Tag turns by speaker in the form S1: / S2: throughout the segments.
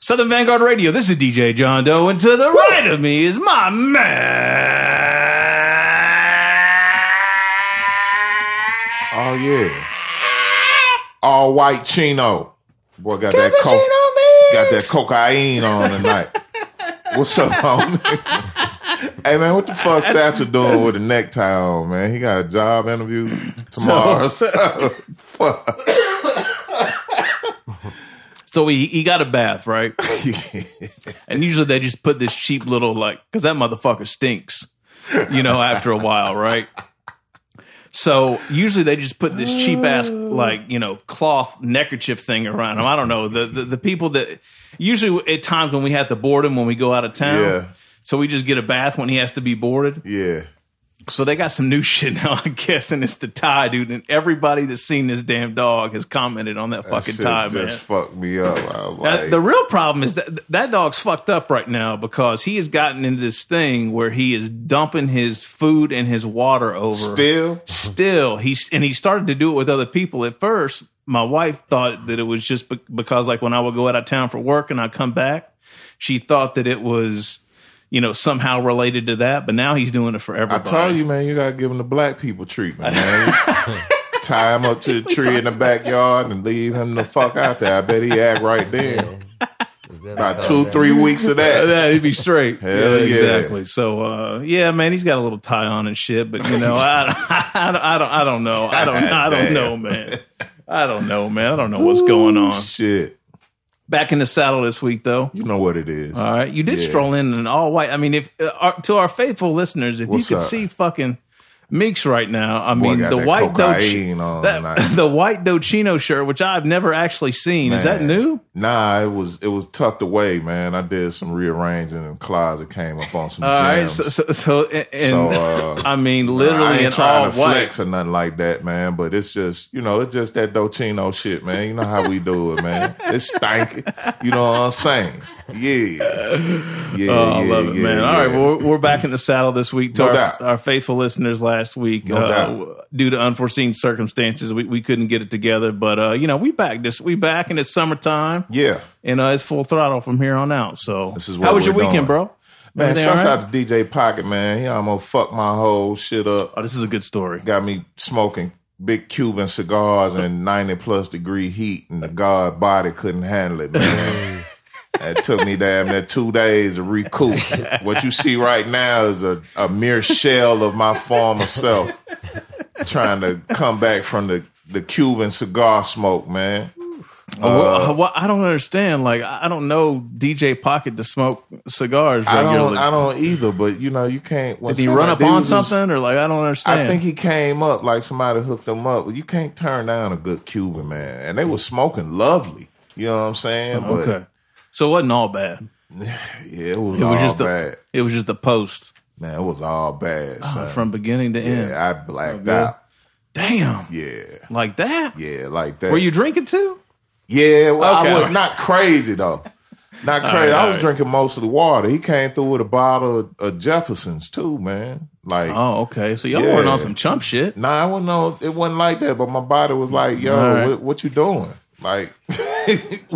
S1: Southern Vanguard Radio. This is DJ John Doe, and to the right of me is my man.
S2: Oh yeah. All white chino. Boy got that coke. Got that cocaine on tonight. What's up, homie? hey man, what the fuck Satchel doing with a necktie on, man? He got a job interview tomorrow.
S1: So-
S2: So, fuck.
S1: So he, he got a bath, right? and usually they just put this cheap little, like, because that motherfucker stinks, you know, after a while, right? So usually they just put this cheap ass, like, you know, cloth neckerchief thing around him. I don't know. The, the, the people that usually at times when we have to board him when we go out of town.
S2: Yeah.
S1: So we just get a bath when he has to be boarded.
S2: Yeah.
S1: So they got some new shit now, I guess, and it's the tie, dude. And everybody that's seen this damn dog has commented on that, fucking
S2: Shit
S1: tie,
S2: just
S1: man.
S2: fucked me up. I
S1: Now,
S2: was like,
S1: Uh, the real problem is that that dog's fucked up right now because he has gotten into this thing where he is dumping his food and his water over.
S2: still
S1: Still, he's and he started to do it with other people. At first, my wife thought that it was just be- because, like, when I would go out of town for work and I come back, she thought that it was, you know, somehow related to that. But now he's doing it for
S2: I
S1: everybody.
S2: told you, man, you gotta give him the black people treatment, man. Tie him up to the tree in the backyard and leave him the fuck out there. I bet he act right then. About two, three weeks of that.
S1: Yeah, he'd be straight.
S2: Hell yeah.
S1: exactly. So, uh, yeah, man, he's got a little tie on and shit, but you know, I, I, don't- I don't, I don't know, I don't, I don't
S2: Damn.
S1: know, man, I don't know, man, I don't know what's going on.
S2: Shit.
S1: Back in the saddle this week, though.
S2: You know what it is.
S1: All right, you did
S2: Yeah.
S1: stroll in an all white. I mean, if uh, our, to our faithful listeners, if
S2: What's
S1: you could
S2: up?
S1: see fucking Meeks right now, I
S2: Boy,
S1: mean,
S2: got
S1: the
S2: that
S1: white
S2: cocaine
S1: dochi-
S2: on
S1: that,
S2: tonight.
S1: the white dochino shirt, which I've never actually seen, is that
S2: Man.
S1: new?
S2: Nah, it was it was tucked away, man. I did some rearranging and closet came up on some
S1: All right,
S2: gems.
S1: so so, so and,
S2: So, uh,
S1: I mean,
S2: I
S1: literally
S2: ain't
S1: in
S2: trying
S1: all
S2: to
S1: white.
S2: flex or nothing like that, man. But it's just, you know, it's just that Dochino shit, man. You know how we do it, man. It's stanky. You know what I'm saying? Yeah. Yeah.
S1: Oh, I
S2: yeah,
S1: love it,
S2: yeah,
S1: man.
S2: Yeah.
S1: All right, well, we're, we're back in the saddle this week. To
S2: No
S1: our,
S2: doubt.
S1: our faithful listeners last week, uh,
S2: No doubt.
S1: due to unforeseen circumstances, we, we couldn't get it together. But uh, you know, we back this we back and it's summertime,
S2: yeah.
S1: and uh, it's full throttle from here on out. So,
S2: This is
S1: how
S2: what
S1: was your
S2: we're
S1: weekend,
S2: doing.
S1: bro?
S2: Man,
S1: Everything
S2: shouts
S1: all right?
S2: out to DJ Pocket, man. He almost fucked my whole shit up.
S1: Oh, this is a good story.
S2: Got me smoking big Cuban cigars in 90 plus degree heat, and the guard body couldn't handle it, man. It took me damn near two days to recoup. What you see right now is a, a mere shell of my former self trying to come back from the, the Cuban cigar smoke, man. Uh,
S1: Oh, well, I don't understand. Like, I I don't know DJ Pocket to smoke cigars
S2: I don't,
S1: regularly.
S2: I don't either, but you know, you can't. When
S1: Did he run up
S2: somebody-
S1: on
S2: these is-
S1: something, or like I don't understand?
S2: I think he came up like somebody hooked him up. You can't turn down a good Cuban man, and they were smoking lovely. You know what I'm saying? But
S1: Oh, okay, so it wasn't all bad.
S2: yeah, it was,
S1: It was
S2: all
S1: just the
S2: bad.
S1: it was just the post
S2: man, it was all bad.
S1: uh,
S2: Son.
S1: from beginning to end.
S2: yeah, I blacked
S1: good.
S2: out.
S1: Damn,
S2: Yeah,
S1: like that.
S2: yeah, like that.
S1: Were you drinking too?
S2: Yeah, well,
S1: Okay.
S2: I was not crazy though. Not crazy.
S1: right, all
S2: I was
S1: right.
S2: drinking mostly water. He came through with a bottle of, of Jefferson's too, man. Like.
S1: Oh, okay. So y'all
S2: Yeah.
S1: weren't on some chump shit.
S2: Nah, I wasn't know it wasn't like that, but my body was like, "Yo,
S1: All right.
S2: what, what you doing? Like,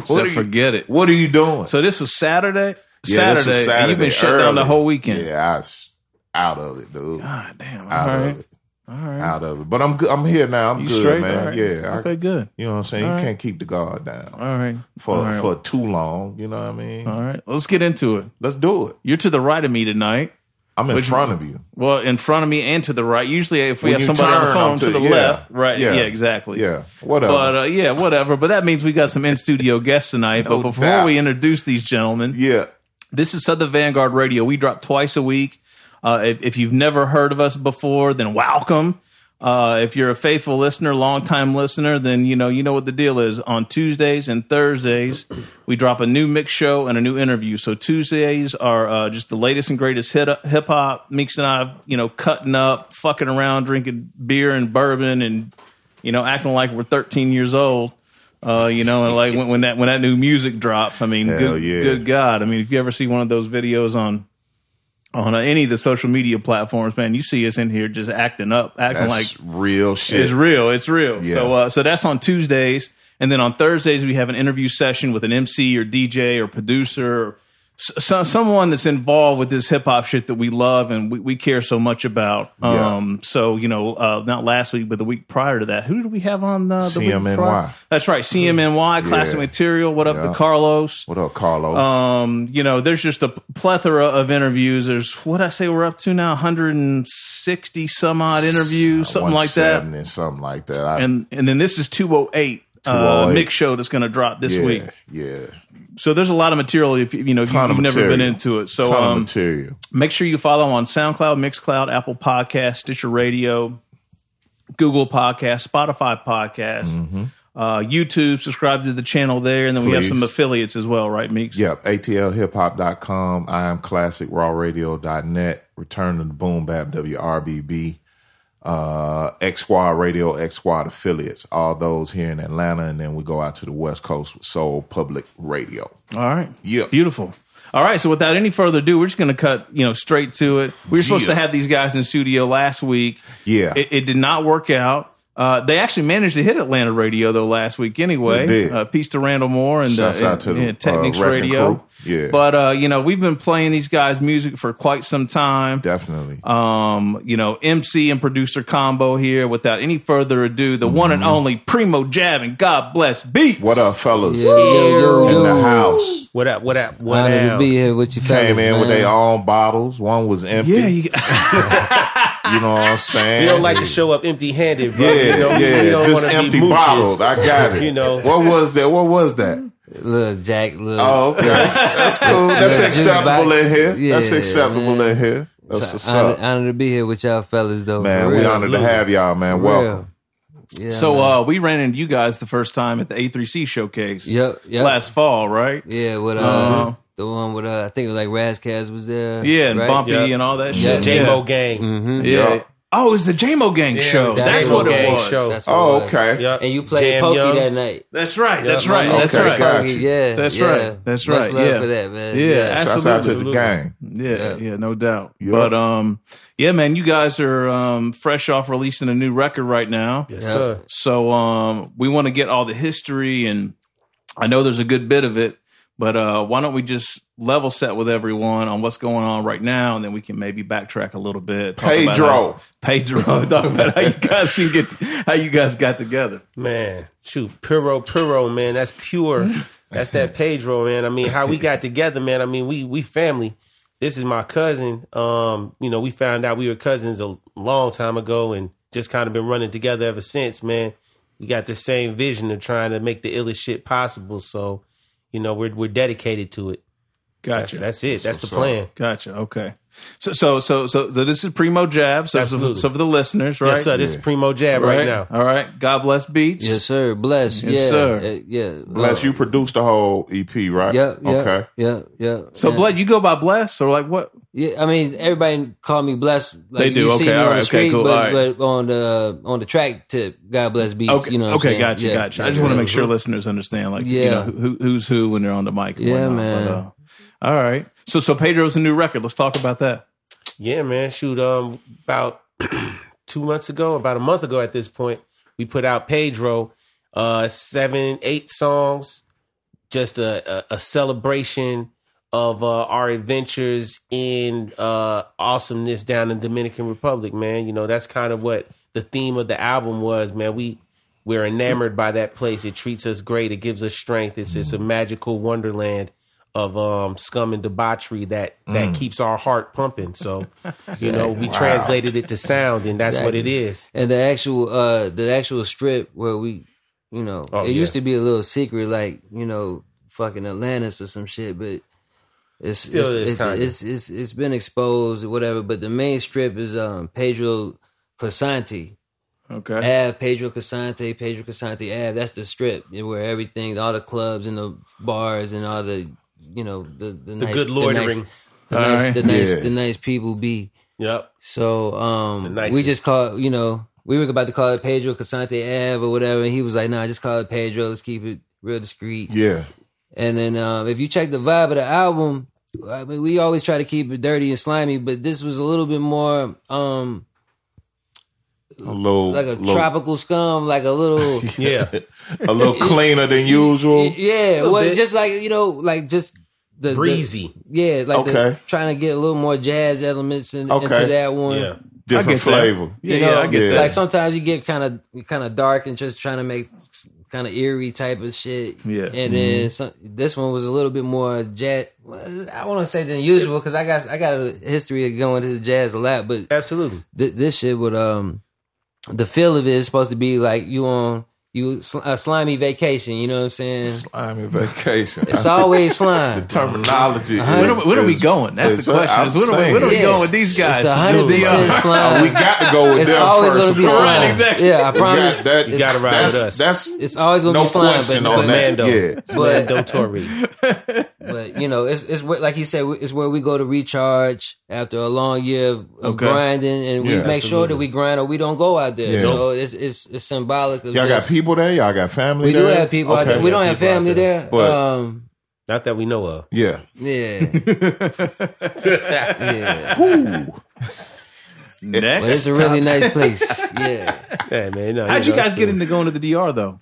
S2: what are you-
S1: forget it.
S2: What are you doing?"
S1: So this was Saturday.
S2: Yeah, this
S1: Saturday.
S2: was
S1: and You've been shut down the
S2: early.
S1: whole weekend.
S2: Yeah, I was out of it, dude.
S1: God damn. All
S2: out
S1: right.
S2: of it,
S1: All right.
S2: out of it. But I'm good. I'm here now. I'm
S1: You
S2: good,
S1: straight?
S2: man.
S1: All right.
S2: Yeah, I-
S1: Okay. Good.
S2: you know what I'm saying.
S1: All
S2: you
S1: right.
S2: can't keep the guard down
S1: All right.
S2: for
S1: All right.
S2: for too long. You know what I mean?
S1: All right. Let's get into it.
S2: Let's do it.
S1: You're to the right of me tonight.
S2: I'm in
S1: Which-
S2: front of you.
S1: Well, in front of me and to the right. Usually, if we
S2: When
S1: have
S2: you
S1: somebody on the
S2: turn,
S1: phone
S2: I'm
S1: to,
S2: to-
S1: the
S2: yeah.
S1: left, right? Yeah.
S2: Yeah.
S1: exactly.
S2: Yeah, whatever.
S1: But uh, yeah, whatever. But that means we got some in studio guests tonight. but
S2: No
S1: before
S2: doubt.
S1: we introduce these gentlemen,
S2: yeah,
S1: this is Southern Vanguard Radio. We drop twice a week. Uh, if, if you've never heard of us before, then welcome. Uh, if you're a faithful listener, longtime listener, then you know you know what the deal is. On Tuesdays and Thursdays, we drop a new mix show and a new interview. So Tuesdays are uh, just the latest and greatest hit hip hop. Meeks and I, you know, cutting up, fucking around, drinking beer and bourbon, and you know, acting like we're 13 years old. Uh, you know, and like when, when that when that new music drops, I mean,
S2: Hell
S1: good,
S2: yeah.
S1: good God, I mean, if you ever see one of those videos on on uh, any of the social media platforms, man, you see us in here just acting up, acting
S2: that's
S1: like
S2: real shit.
S1: it's real, it's real.
S2: Yeah.
S1: So, uh, so that's on Tuesdays. And then on Thursdays, we have an interview session with an MC or DJ or producer or s- so, someone that's involved with this hip hop shit that we love and we, we care so much about.
S2: Yeah.
S1: Um, so, you know, uh, not last week, but the week prior to that, who did we have on uh, the, the
S2: CMNY.
S1: Week prior? That's right. CMNY, Classic
S2: Yeah.
S1: Material. What up
S2: Yeah.
S1: to Carlos?
S2: What up, Carlo?
S1: Um, you know, there's just a plethora of interviews. There's what I say we're up to now, 160 some odd
S2: uh,
S1: interviews, something like that.
S2: 170, Something like that. I,
S1: And and then this is 208, uh
S2: 208.
S1: mix show that's going to drop this
S2: yeah,
S1: week.
S2: yeah.
S1: So there's a lot of material if you you know if you,
S2: Ton
S1: have
S2: of
S1: never been
S2: material.
S1: into it. So
S2: Ton of
S1: um,
S2: material.
S1: make sure you follow on SoundCloud, MixCloud, Apple Podcast, Stitcher Radio, Google Podcast, Spotify Podcast.
S2: Mm-hmm.
S1: Uh, YouTube, subscribe to the channel there, and then we have
S2: Please.
S1: some affiliates as well, right, Meeks?
S2: Yep. ATLHipHop.com. I am Classic Raw Radio.net. Return to the Boom Bap WRBB. Uh, X Squad Radio, X Squad affiliates. All those here in Atlanta. And then we go out to the West Coast with Soul Public Radio.
S1: All right.
S2: Yeah.
S1: Beautiful. All right. So without any further ado, we're just going to cut you know straight to it. We were supposed
S2: Yeah.
S1: to have these guys in studio last week.
S2: Yeah.
S1: It, it did not work out. Uh, they actually managed to hit Atlanta radio though last week anyway.
S2: They did.
S1: Uh, peace to Randall Moore and, uh,
S2: Shouts out
S1: and-
S2: to the,
S1: and Technics
S2: uh, Wrecking
S1: Radio.
S2: Crew. Yeah.
S1: But uh, you know we've been playing these guys' music for quite some time.
S2: Definitely.
S3: uh,
S1: Um, you know MC and producer combo here. Without any further ado, the one and only Primo Jab and God bless Beats.
S2: Mm-hmm. what up, fellas?
S4: Yeah, yo, yo,
S2: In the
S4: yo.
S2: house.
S3: What up? What up? What
S4: Honored to
S3: up?
S4: be here with you fellas,
S2: Came in
S4: man.
S2: with their own bottles. One was empty.
S1: Yeah.
S2: you,
S1: You,
S2: know what I'm saying?
S3: We don't like to show up empty-handed, bro.
S2: Yeah,
S3: you know,
S2: yeah,
S3: we don't
S2: just
S3: wanna be
S2: empty
S3: mooches.
S2: bottles. I got it.
S3: You know.
S2: what was that? What was that?
S4: Little Jack, little.
S2: Oh, okay, that's cool. That's
S4: Yeah,
S2: acceptable
S4: juice
S2: in here.
S4: box.
S2: That's
S4: Yeah,
S2: acceptable
S4: man.
S2: in here. That's what's
S4: So honored,
S2: up,
S4: honored to be here with y'all fellas, though.
S2: man.
S4: for
S2: We
S4: real.
S2: honored to have y'all, man.
S4: For real.
S2: Welcome.
S4: Yeah,
S1: So
S4: man.
S1: uh, we ran into you guys the first time at the A3C showcase
S4: yep, yep.
S1: last fall, right?
S4: yeah, with uh,
S1: Uh-huh.
S4: the one with uh, I think it was like Razzcast was there.
S1: Yeah, and
S4: right?
S1: Bumpy
S3: Yeah.
S1: and all that
S4: Yeah.
S1: shit.
S3: J-Mo gang.
S4: Mm-hmm.
S1: Yeah.
S2: Yeah.
S1: Oh, it was the J-Mo Gang
S3: it
S1: show.
S3: was the
S1: That's
S3: J-Mo
S1: what it
S3: Gang
S1: was.
S3: show.
S4: That's what it
S2: Oh,
S4: was.
S2: okay.
S3: Yep.
S4: And you played
S3: Jam
S4: Pokey
S3: Young.
S4: that night.
S1: That's right. That's
S3: Yeah.
S1: right.
S2: Okay,
S1: That's right.
S2: got
S4: Pokey,
S2: you.
S4: yeah,
S1: That's
S4: yeah.
S1: right. That's right.
S4: Much love
S1: Yeah.
S4: for that, man.
S1: Yeah.
S2: Shouts out to the
S1: Absolutely.
S2: gang.
S1: Yeah, yeah,
S4: Yeah.
S1: no doubt.
S2: Yeah.
S1: But um, yeah, man, you guys are um fresh off releasing a new record right now.
S3: Yes,
S4: Yeah.
S3: sir.
S1: So um, we want to get all the history, and I know there's a good bit of it, but uh, why don't we just level set with everyone on what's going on right now, and then we can maybe backtrack a little bit. talk about
S2: Pedro.
S1: how- Pedro, talk about how you guys can get how you guys got together.
S3: Man, shoot, Puro Puro, man, that's pure. That's that Pedro, man. I mean, how we got together, man. I mean, we we family. This is my cousin. Um, you know, we found out we were cousins a long time ago, and just kind of been running together ever since, man. We got the same vision of trying to make the illest shit possible. So, you know, we're we're dedicated to it. That's,
S1: Gotcha,
S3: that's it. That's the
S2: what's up.
S3: plan.
S1: gotcha. Okay, so so so so, so this is Primo Jab. So so,
S3: Absolutely.
S1: so for the listeners, right?
S3: Yes, sir. This is Primo Jab right, now.
S1: All right. God bless Beats.
S4: Yes, sir. Bless.
S1: Yes,
S4: yeah.
S1: sir.
S4: uh, Yeah.
S2: Bless you produced the whole EP, right?
S4: Yep. Yeah,
S2: Okay.
S4: Yeah. Yeah.
S1: So,
S4: yeah.
S1: Blood, you go by Bless or like what?
S4: Yeah, I mean, everybody call me blessed. Like,
S1: They do.
S4: You
S1: Okay,
S4: see me
S1: all
S4: on
S1: right,
S4: the
S1: okay,
S4: street,
S1: cool,
S4: but,
S1: all right.
S4: but on the on the track tip, God bless beats.
S1: Okay.
S4: You know. What I'm
S1: okay.
S4: saying?
S1: Gotcha.
S4: Yeah,
S1: gotcha. I
S4: yeah,
S1: just want to
S4: yeah.
S1: make sure listeners understand, like, you
S4: Yeah.
S1: know, who, who's who when they're on the mic. and
S4: Yeah,
S1: whatnot.
S4: man.
S1: But, uh, all right. So, so Pedro's a new record. Let's talk about that.
S3: Yeah, man. Shoot, um, about two months ago, about a month ago at this point, we put out Pedro, uh, seven, eight songs, just a a, a celebration of uh, our adventures in uh, awesomeness down in Dominican Republic, man. You know, that's kind of what the theme of the album was, man. We we're enamored by that place. It treats us great. It gives us strength. It's it's a
S4: Mm-hmm.
S3: magical wonderland of um, scum and debauchery that that
S4: Mm.
S3: keeps our heart pumping. So, you know, we translated it to sound, and that's what it
S4: Exactly.
S3: is.
S4: And the actual uh the actual strip where we, you know,
S3: Oh,
S4: it
S3: yeah.
S4: used to be a little secret, like you know, fucking Atlantis or some shit, but. It's
S3: Still
S4: it's,
S3: is
S4: it's,
S3: kinda.
S4: it's it's it's been exposed or whatever, but the main strip is um Pedro Clasante.
S1: Okay.
S4: Ave, Pedro Casante, Pedro Casante Ave. That's the strip where everything, all the clubs and the bars and all the, you know, the the, nice,
S3: good loitering.
S4: the nice, the nice, the,
S1: Alright.
S4: nice
S2: Yeah.
S4: the nice people be.
S3: Yep.
S4: So um,
S3: The
S4: we just
S3: nicest.
S4: call, you know, we were about to call it Pedro Casante Ave or whatever, and he was like, "Nah, just call it Pedro. Let's keep it real discreet."
S2: Yeah.
S4: And then um, if you check the vibe of the album, I mean, we always try to keep it dirty and slimy, but this was a little bit more um,
S2: a little,
S4: like a
S2: little-
S4: tropical scum, like a little
S3: Yeah.
S2: a little cleaner than usual.
S4: yeah. Well,
S3: bit.
S4: just like you know, like just the the-
S3: Breezy.
S4: yeah, like
S2: Okay.
S4: the, trying to get a little more jazz elements in,
S2: Okay.
S4: into that one.
S3: Yeah.
S1: I
S2: Different
S1: get that.
S2: flavor.
S1: Yeah,
S4: You know,
S1: yeah, I get
S2: yeah.
S1: that.
S4: Like sometimes you get kind of kind of dark and just trying to make kind of eerie type of shit.
S1: Yeah. Mm-hmm.
S4: and then some, this one was a little bit more jazz. I want to say than usual because I got I got a history of going to the jazz a lot, but
S3: Absolutely.
S4: th- this shit would um the feel of it is supposed to be like you on you sl- a slimy vacation. You know what I'm saying?
S2: Slimy vacation.
S4: It's always slime.
S2: terminology.
S1: Where,
S2: is-
S1: do- where are we
S2: is-
S1: going? That's
S2: is-
S1: the question.
S2: I'm
S1: Is where, do we,
S2: saying. Oh,
S1: where do we
S4: Yes.
S1: going with these guys?
S4: It's a hundred
S1: They are-
S4: percent slime.
S2: we got to go with
S4: It's
S2: them
S4: always
S2: first.
S4: gonna be
S2: of all.
S4: slime.
S1: exactly.
S4: Yeah, I
S2: You got-
S4: promise.
S2: that-
S4: It's-
S3: gotta ride
S2: that's,
S3: with us.
S2: That's
S4: It's always gonna
S2: no
S4: be slime,
S2: question
S4: but,
S2: on
S4: but,
S2: that.
S3: Mando.
S2: Yeah.
S3: Mando Torre.
S4: but you know, it's it's where, like you said, it's where we go to recharge after a long year of, of
S1: Okay.
S4: grinding, and we
S2: Yeah.
S4: make sure that we grind or we don't go out there.
S2: Yeah.
S4: So it's it's it's symbolic of
S2: Y'all got
S4: just-
S2: people there. Y'all got family.
S4: We do
S2: there?
S4: have people out there. We don't have
S3: people out
S4: family
S3: there.
S4: there.
S2: But-
S4: um,
S3: Not that we know of.
S2: Yeah.
S4: yeah, yeah. But
S1: Next.
S4: it's a really nice place. Yeah.
S3: Yeah, man. No,
S1: How'd
S3: know,
S1: you guys
S3: it's
S1: get
S3: cool.
S1: into going to the DR though?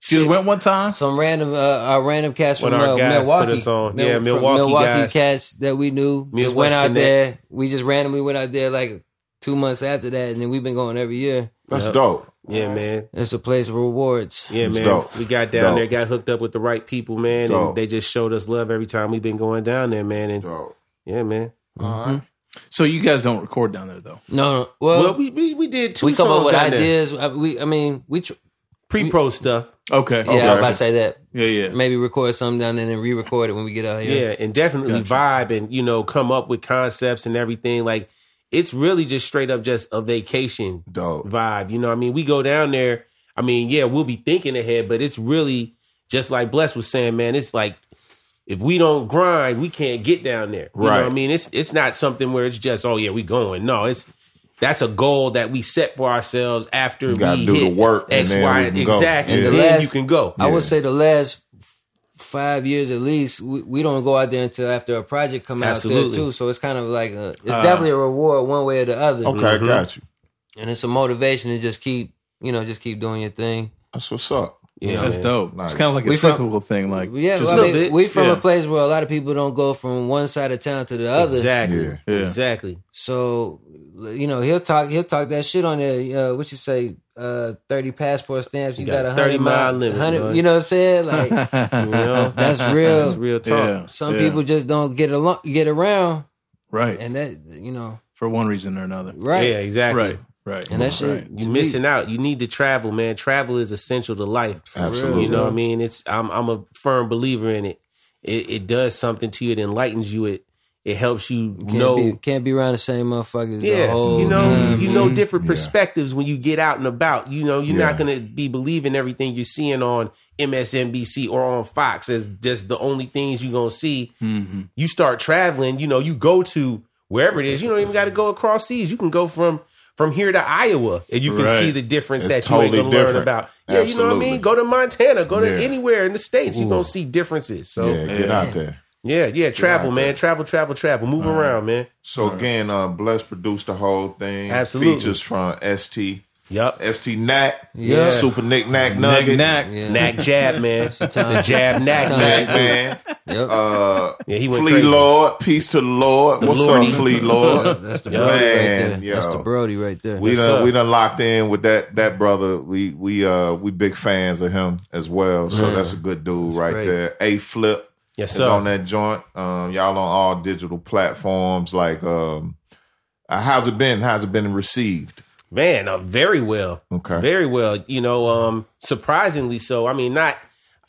S1: She just went one time.
S4: some random uh, our random cats
S3: When
S4: from
S3: our
S4: uh,
S3: guys put
S4: Milwaukee.
S3: us on.
S4: Mil-
S3: Yeah,
S4: from
S3: Milwaukee guys.
S4: cats that we knew just went
S3: Midwest
S4: out
S3: Connect.
S4: there. We just randomly went out there like two months after that, and then we've been going every year.
S2: That's dope.
S3: Yeah, man.
S4: It's a place of rewards.
S3: Yeah,
S2: It's
S3: man.
S2: dope.
S3: We got
S2: Dope.
S3: down there, got hooked up with the right people, man,
S2: Dope.
S3: and they just showed us love every time we've been going down there, man. And
S2: Dope.
S3: yeah, man.
S4: Mm-hmm.
S2: All right.
S1: So you guys don't record down there though.
S4: No, no well,
S3: Well, we we, we did two
S4: we come
S3: songs
S4: up with
S3: down there.
S4: ideas. I, we, I mean, we. Tr-
S3: pre-pro stuff.
S1: Okay.
S4: yeah, I was about to say that.
S1: Yeah. Yeah.
S4: Maybe record something down there and then re-record it when we get out
S3: Yeah,
S4: here.
S3: and definitely vibe and you know come up with concepts and everything. Like it's really just straight up just a vacation
S2: Dope.
S3: vibe. You know, what I mean, we go down there. I mean, yeah, we'll be thinking ahead, but it's really just like Bless was saying, man. It's like if we don't grind, we can't get down there. You know
S2: Right.
S3: what I mean, it's it's not something where it's just oh yeah, we going. No, it's that's a goal that we set for ourselves after
S2: gotta
S3: we
S2: do the
S3: hit
S2: work and
S3: X,
S2: then
S3: Y,
S2: we
S3: and
S2: can go.
S3: exactly.
S2: Yeah.
S3: Then
S4: Last-
S3: you can go.
S4: I would say the last f- five years at least, we, we don't go out there until after a project come out
S3: Absolutely. Uh,
S4: there too. So it's kind of like a, it's definitely a reward one way or the other.
S3: Mm-hmm.
S2: Okay, got you.
S4: and it's a motivation to just keep you know just keep doing your thing.
S2: That's what's up.
S3: Yeah,
S1: That's
S3: man.
S1: dope.
S2: Nice.
S1: It's kind of like a
S4: We from-
S1: cyclical thing. Like
S4: Yeah,
S1: just
S4: well,
S3: a
S4: I
S3: little
S4: mean,
S3: bit,
S4: we from
S1: yeah.
S4: a place where a lot of people don't go from one side of town to the other.
S3: Exactly.
S2: Yeah.
S1: Yeah.
S3: Exactly.
S4: So you know he'll talk he'll talk that shit on there. Uh, what you say? Uh, Thirty passport stamps. You,
S3: You got
S4: got,
S3: a
S4: a hundred
S3: 30 mile
S4: mile
S3: limit,
S4: 100
S3: bud.
S4: You know what I'm saying? Like
S3: You know,
S4: that's real.
S3: that's real talk.
S1: Yeah.
S4: Some people just don't get along, get around,
S1: right
S4: and that you know
S1: for one reason or another.
S4: right.
S3: Yeah, exactly.
S1: Right. Right.
S4: And that shit,
S1: Right.
S3: You're missing out. You need to travel, man. Travel is essential to life.
S2: Absolutely.
S3: You know what I mean? It's I'm I'm a firm believer in it. It it does something to you. It enlightens you. It it helps you
S4: can't
S3: know.
S4: be, can't be around the same motherfuckers. the
S3: yeah,
S4: whole
S3: you know,
S4: time,
S3: you
S4: man.
S3: know different
S2: Mm-hmm. Yeah.
S3: perspectives when you get out and about. You know, you're
S2: Yeah.
S3: not gonna be believing everything you're seeing on MSNBC or on Fox as just the only things you're gonna see.
S2: Mm-hmm.
S3: You start traveling, you know, you go to wherever it is. You don't even got to go across seas. You can go from from here to Iowa, and you can
S1: Right.
S3: see the difference
S2: It's
S3: that you
S2: totally
S3: ain't gonna learn
S2: different.
S3: about. Yeah, you know what I
S2: Absolutely.
S3: mean. Go to Montana, go to
S2: Yeah.
S3: anywhere in the states, you're gonna see differences. So
S2: Yeah,
S3: yeah,
S2: get out there.
S3: yeah, travel, man, travel, travel, travel, move around, man.
S2: So again, uh, Bless produced the whole thing.
S3: Absolutely.
S2: Features from ST,
S3: Yup.
S2: ST Nat,
S4: Yeah.
S2: Super Knick Knack
S1: Neck,
S2: Nugget,
S1: neck.
S4: Yeah.
S3: Knack jab, man. the
S4: Sometimes-
S3: jab knack,
S4: sometimes-
S3: man.
S2: Knack Man,
S4: Yep.
S2: uh,
S3: Yeah, he went
S2: Flea
S3: crazy.
S2: Lord, peace to the Lord. What's
S3: Lordy.
S2: up, Flea Lord?
S4: That's the
S3: Yeah.
S4: Brody
S2: Man,
S4: right there.
S2: yo.
S4: That's the Brody right there.
S2: We
S3: Yes,
S2: done
S3: sir.
S2: we done locked in with that that brother. We we uh we big fans of him as well. So that's a good dude right
S4: great.
S2: there. A Flip
S3: Mm. Yes,
S2: is on
S3: sir.
S2: that joint. Um, y'all on all digital platforms. Like, um, uh, how's it been? How's it been received?
S3: Man, uh, very well.
S2: Okay.
S3: Very well. You know, um, surprisingly so. I mean, not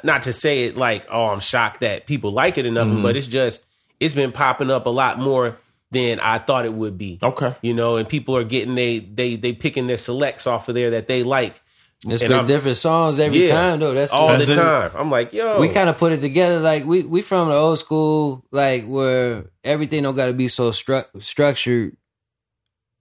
S3: not to say it like, oh, I'm shocked that people like it enough,
S2: Mm-hmm.
S3: but it's just it's been popping up a lot more than I thought it would be.
S2: Okay.
S3: You know, and people are getting they they they picking their selects off of there that they like.
S4: It's
S3: and
S4: been
S3: I'm-
S4: different songs every
S3: Yeah.
S4: time though. That's
S3: all
S4: that's-
S3: the time. I'm like, yo,
S4: We kind of put it together like we we from the old school like where everything don't got to be so stru- structured.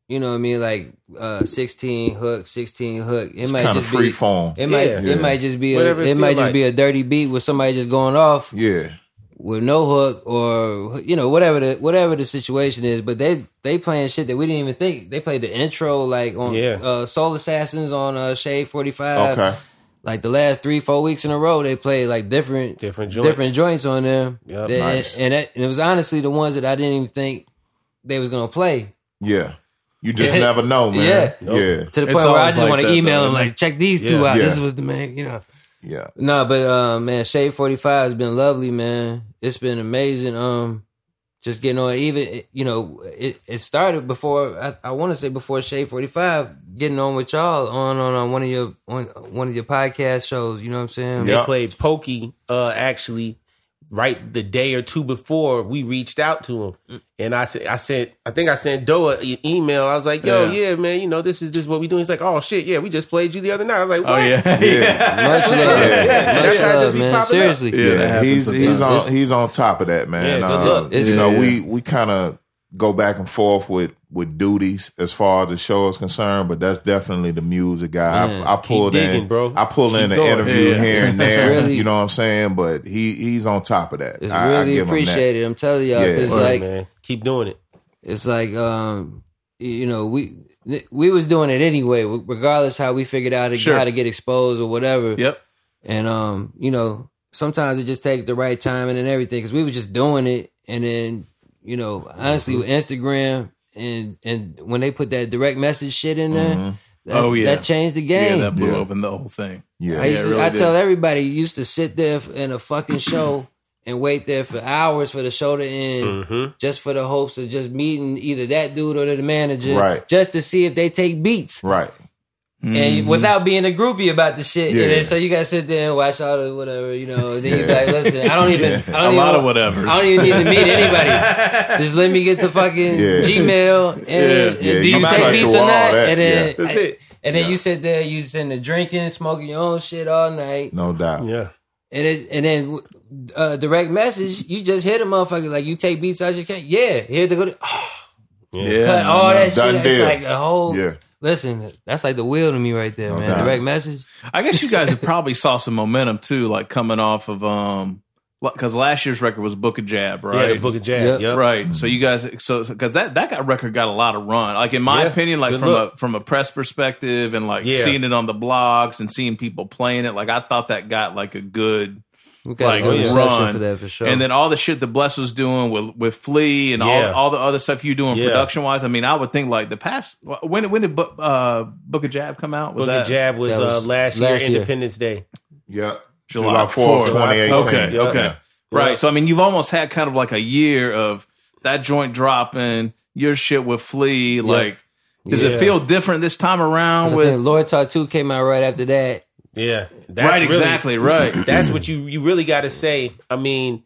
S4: You know what I mean? Like uh, sixteen hook, sixteen hook. It might
S2: Kind of
S4: just
S2: free
S4: be
S2: form.
S4: it might
S3: Yeah.
S2: Yeah.
S4: it might just be a,
S3: Whatever
S4: it,
S3: it feel
S4: might just
S3: like.
S4: be a dirty beat with somebody just going off.
S2: Yeah.
S4: with no hook or you know whatever the whatever the situation is. But they they playing shit that we didn't even think they played the intro like on
S3: Yeah.
S4: uh, Soul Assassins on uh, Shade Forty Five.
S2: Okay.
S4: Like the last three four weeks in a row, they played like different
S3: Different joints.
S4: different joints on there.
S3: Yep.
S4: They-
S2: Nice.
S4: and, that, and it was honestly the ones that I didn't even think they was gonna play.
S2: Yeah. You just
S4: Yeah.
S2: never know, man.
S4: Yeah.
S2: Yeah. Yeah.
S4: To the
S1: It's
S4: point where I
S1: always
S4: just
S1: like
S4: want to
S1: that,
S4: email
S1: though,
S4: them
S1: isn't
S4: like, check these two
S3: Yeah.
S4: out. This
S2: Yeah.
S4: was the man, you know. No, but uh, man, Shade Forty Five has been lovely, man. It's been amazing. Um, just getting on. Even you know, it, it started before I, I want to say before Shade Forty Five getting on with y'all on on, on one of your on one of your podcast shows. You know what I'm saying?
S3: They
S2: Yeah.
S3: played Pokey uh, actually right the day or two before we reached out to
S1: Mm.
S3: him, and I said, I sent, I think I sent Doa an email. I was like, "Yo, yeah,
S1: Yeah.
S3: man, you know this is this is what we doing." He's like, "Oh shit, yeah, we just played you the other night." I was like,
S1: Oh
S3: "What?"
S1: yeah,
S4: Much
S3: That's what's
S4: love,
S3: up. Yeah,
S4: much
S3: so that's how it
S4: love,
S3: just be popping
S4: man.
S3: up.
S4: Seriously,
S1: Yeah, that happens
S2: he's he's
S1: sometimes.
S2: on he's on top of that, man.
S3: Yeah, good
S2: Uh,
S3: luck.
S2: You
S4: It's-
S2: know,
S1: Yeah.
S2: we we kind of go back and forth with with duties as far as the show is concerned, but that's definitely the music guy.
S4: Man,
S2: I, I pulled
S3: digging,
S2: in,
S3: bro.
S2: I pulled in
S3: Keep
S2: an
S3: going.
S2: interview
S1: Yeah.
S2: here and there.
S4: really-
S2: you know what I'm saying? But he he's on top of that.
S4: it's
S2: I, I
S4: really
S2: give him
S4: appreciated. I'm telling y'all,
S2: Yeah.
S4: it's
S3: Word,
S4: like
S3: man, keep doing it.
S4: it's like um, you know we we was doing it anyway, regardless how we figured out
S1: Sure.
S4: how to get exposed or whatever.
S1: yep.
S4: and um, you know, sometimes it just takes the right timing and everything because we were just doing it, and then you know, honestly,
S2: Mm-hmm.
S4: with Instagram and and when they put that direct message shit in
S2: that.
S4: there,
S2: Mhm.
S4: that,
S1: Oh, yeah.
S4: that changed the game.
S1: Yeah, that blew
S2: Yeah.
S1: open the whole thing.
S2: Yeah,
S4: I, used
S1: it
S4: to,
S1: really
S4: I
S1: did.
S4: tell everybody, you used to sit there f- in a fucking show and wait there for hours for the show to end.
S3: Mm-hmm.
S4: Just for the hopes of just meeting either that dude or the manager,
S2: Right.
S4: Just to see if they take beats,
S2: right.
S1: Mhm.
S4: and without being a groupie about the shit.
S2: Mm-hmm. Yeah.
S4: And then, so you gotta sit there and watch all the whatever, you know. Then you like, listen, I don't even, I don't
S1: a
S4: even,
S1: lot of whatever.
S4: I don't even need to meet anybody. Just let me get the fucking
S2: Yeah.
S4: Gmail and, and
S2: Yeah,
S4: do
S2: you
S4: you
S2: might
S4: take
S2: like
S4: beats
S2: to
S4: or
S2: wall
S4: not?
S2: that,
S4: And then,
S3: That's it.
S4: and then you sit there, you sitting there drinking, smoking your own shit all night,
S2: No doubt.
S3: Yeah,
S4: and it, and then. Uh, direct message, you just hit a motherfucker like you take beats out your can. Yeah, here to go. To,
S1: yeah,
S4: cut
S1: no,
S4: all
S1: no.
S4: that
S2: Done
S4: shit. It's
S2: deal.
S4: like a whole.
S2: Yeah.
S4: Listen, that's like the wheel to me right there, man.
S2: doubt.
S4: Direct message.
S1: I guess you guys probably saw some momentum too, like coming off of um, because last year's record was Book a Jab,
S3: yeah,
S1: right?
S3: the book of jab. Mm-hmm.
S4: Yep.
S3: Yep.
S1: Right. So you guys, so because that that got record got a lot of run. Like in my
S3: Yeah.
S1: opinion, like
S3: Good
S1: from
S3: look.
S1: a from a press perspective, and like
S3: Yeah.
S1: seeing it on the blogs and seeing people playing it, like I thought that got like a good.
S4: We got
S1: Like,
S4: a good
S3: yeah.
S4: reception
S1: run.
S4: for that for sure.
S1: And then all the shit that Bless was doing with with Flea and
S3: Yeah.
S1: all all the other stuff you doing
S3: Yeah.
S1: production wise. I mean, I would think like the past when when did Bu- uh, Book of Jab come out? Was
S3: Book of
S1: that
S3: jab was,
S4: That was
S3: uh, last,
S4: last
S3: year
S4: year.
S3: Independence Day.
S2: Yep.
S1: July
S2: July 4th,
S1: 4th.
S2: 2018.
S1: Okay,
S3: Yeah.
S1: okay.
S2: Yeah.
S1: Right.
S3: Yeah.
S1: So I mean, you've almost had kind of like a year of that joint dropping your shit with Flea. Like, does
S3: Yeah.
S1: it feel different this time around?
S4: I think
S1: With
S4: Lord Tattoo came out right after that.
S3: Yeah, that's
S1: right,
S3: really-
S1: exactly, right.
S3: that's what you you really got to say. I mean,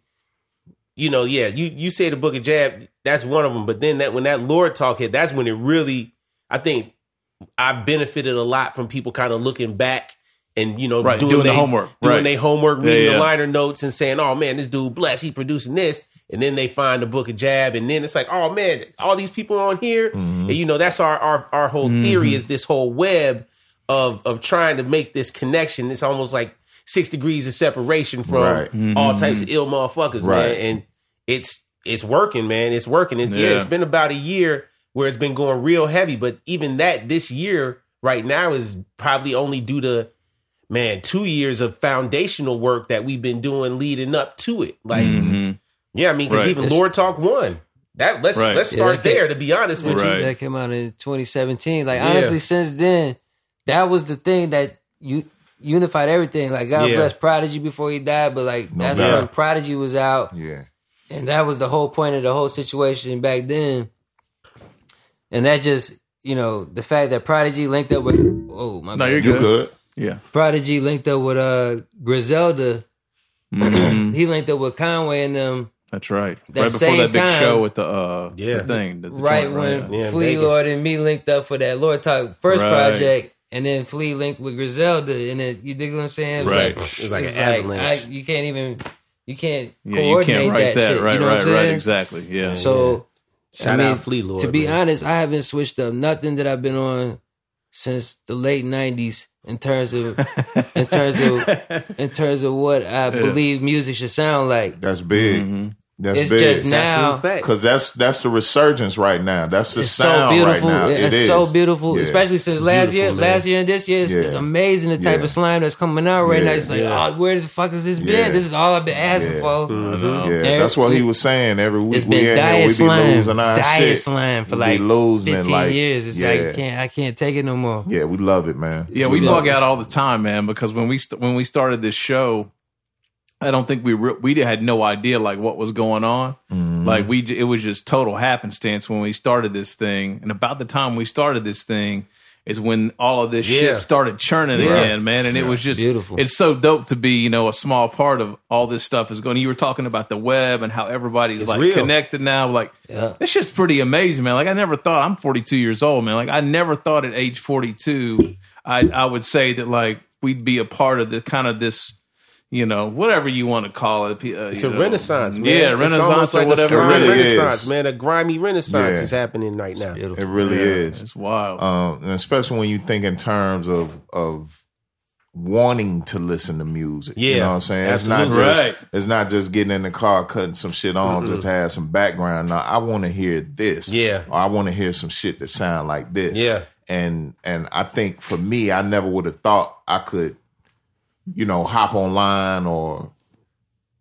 S3: you know, yeah, you you say the book of jab, that's one of them. But then that when that Lord talk hit, that's when it really, I think, I benefited a lot from people kind of looking back and you know
S1: Right, doing the
S3: they-
S1: homework,
S3: doing
S1: right.
S3: their homework,
S1: Yeah,
S3: reading
S1: yeah.
S3: the liner notes, and saying, "Oh man, this dude blessed, he producing this." And then they find the book of jab, and then it's like, oh man, all these people on here,
S1: Mm-hmm.
S3: and you know that's our our our whole theory is this whole web of of trying to make this connection. It's almost like six degrees of separation from
S2: Right.
S4: Mm-hmm.
S3: all types of ill motherfuckers, man.
S2: Right.
S3: And it's it's working, man. It's working. It's yeah.
S1: Yeah.
S3: It's been about a year where it's been going real heavy, but even that this year right now is probably only due to man two years of foundational work that we've been doing leading up to it. Like,
S4: Mm-hmm.
S1: Mhm.
S3: yeah, I mean, because
S1: Right.
S3: even
S4: It's-
S3: Lord Talk one. That let's
S1: Right.
S3: let's
S4: Yeah,
S3: start
S4: that can't-
S3: there. To be honest with
S1: Right.
S3: you,
S4: That came out in 2017. Like
S3: Yeah.
S4: honestly, since then, that was the thing that you unified everything. Like God
S3: Yeah.
S4: bless Prodigy before he died, but like
S2: No
S4: that's
S2: doubt.
S4: when Prodigy was out,
S2: Yeah.
S4: and that was the whole point of the whole situation back then. And that just you know the fact that Prodigy linked up with oh my
S1: No,
S4: bad.
S1: you're
S2: You
S1: good.
S2: good?
S1: Yeah.
S4: Prodigy linked up with uh Griselda.
S1: Mhm.
S4: He linked up with Conway and them.
S1: That's right.
S4: That
S1: right before
S4: same
S1: that big
S4: time-
S1: show with the uh
S3: Yeah.
S1: the thing. the- the
S4: right
S1: joint,
S4: when
S1: yeah.
S3: Yeah,
S4: Flea
S3: Vegas.
S4: Lord and me linked up for that Lord Talk first
S1: Right.
S4: project, and then Flea linked with Griselda, and then you dig what I'm saying? It was
S1: Right.
S4: like,
S3: it was like
S4: it's
S3: an avalanche.
S4: I, you can't even you can't
S1: Yeah, you
S4: coordinate
S1: can't write that,
S4: shit.
S1: right,
S4: you know
S1: right,
S4: what I'm
S1: right,
S4: saying?
S1: exactly. Yeah.
S4: So
S3: Shout
S4: I mean,
S3: out Flea Lord.
S4: to be
S3: man.
S4: honest, I haven't switched up nothing that I've been on since the late '90s. in terms of in terms of in terms of what I believe music should sound like.
S2: That's big. That's
S4: It's
S2: big.
S4: just now-
S3: facts.
S2: Cause that's that's the resurgence right now. That's the
S4: It's so
S2: sound
S4: beautiful.
S2: right now.
S4: It-
S2: It
S4: it's
S2: is.
S4: so beautiful,
S2: Yeah.
S4: especially since
S3: It's
S4: last year,
S3: beautiful, man.
S4: last year and this year. It's, it's
S2: Yeah.
S4: amazing the type
S2: Yeah.
S4: of slime that's coming out right
S2: Yeah.
S4: now. It's like,
S3: Yeah.
S4: oh, where the fuck has this
S2: Yeah.
S4: been? This is all I've been asking
S2: Yeah. Mm-hmm.
S4: for.
S1: No.
S2: Yeah,
S4: Every-
S2: that's what he was saying. Every week
S4: It's
S2: we
S4: been
S2: in here,
S4: diet
S2: we be
S4: slime,
S2: losing our
S4: diet
S2: shit.
S4: slime for
S2: We be
S4: like
S2: losing,
S4: fifteen
S2: like,
S4: years. It's like I
S2: yeah.
S4: can't, I can't take it no more.
S2: Yeah, we love it, man.
S1: Yeah, we
S4: Yeah.
S1: bug out all the time, man. Because when we st- when we started this show, I don't think we re- we had no idea like what was going on.
S4: Mm-hmm.
S1: Like we, j- it was just total happenstance when we started this thing. And about the time we started this thing is when all of this
S3: Yeah.
S1: shit started churning again, man. And it was just
S4: Beautiful.
S1: It's so dope to be you know a small part of all this stuff is going. You were talking about the web and how everybody's like
S3: real.
S1: connected now. Like
S4: Yeah.
S1: this shit's pretty amazing, man. Like I never thought I'm 42 years old, man. Like I never thought at age 42, I I would say that like we'd be a part of the kind of this, you know, whatever you want to call it. uh,
S3: It's
S1: you
S3: a
S1: know.
S3: renaissance, man.
S1: Yeah,
S3: It's
S1: renaissance
S3: almost
S1: or
S3: like
S1: whatever.
S2: It
S3: A slime
S2: really is.
S3: renaissance, man. A grimy renaissance
S2: Yeah.
S3: is happening right now.
S2: It
S4: Beautiful.
S2: really is.
S1: It's wild.
S2: Um, and especially when you think in terms of of wanting to listen to music. You
S3: Yeah,
S2: know what I'm saying? It's not just
S1: absolutely. Right.
S2: it's not just getting in the car, cutting some shit on, just to have some background. No, I want to hear this.
S3: Yeah.
S2: Or I want to hear some shit that sound like this.
S3: Yeah.
S2: And and I think for me, I never would have thought I could, you know, hop online or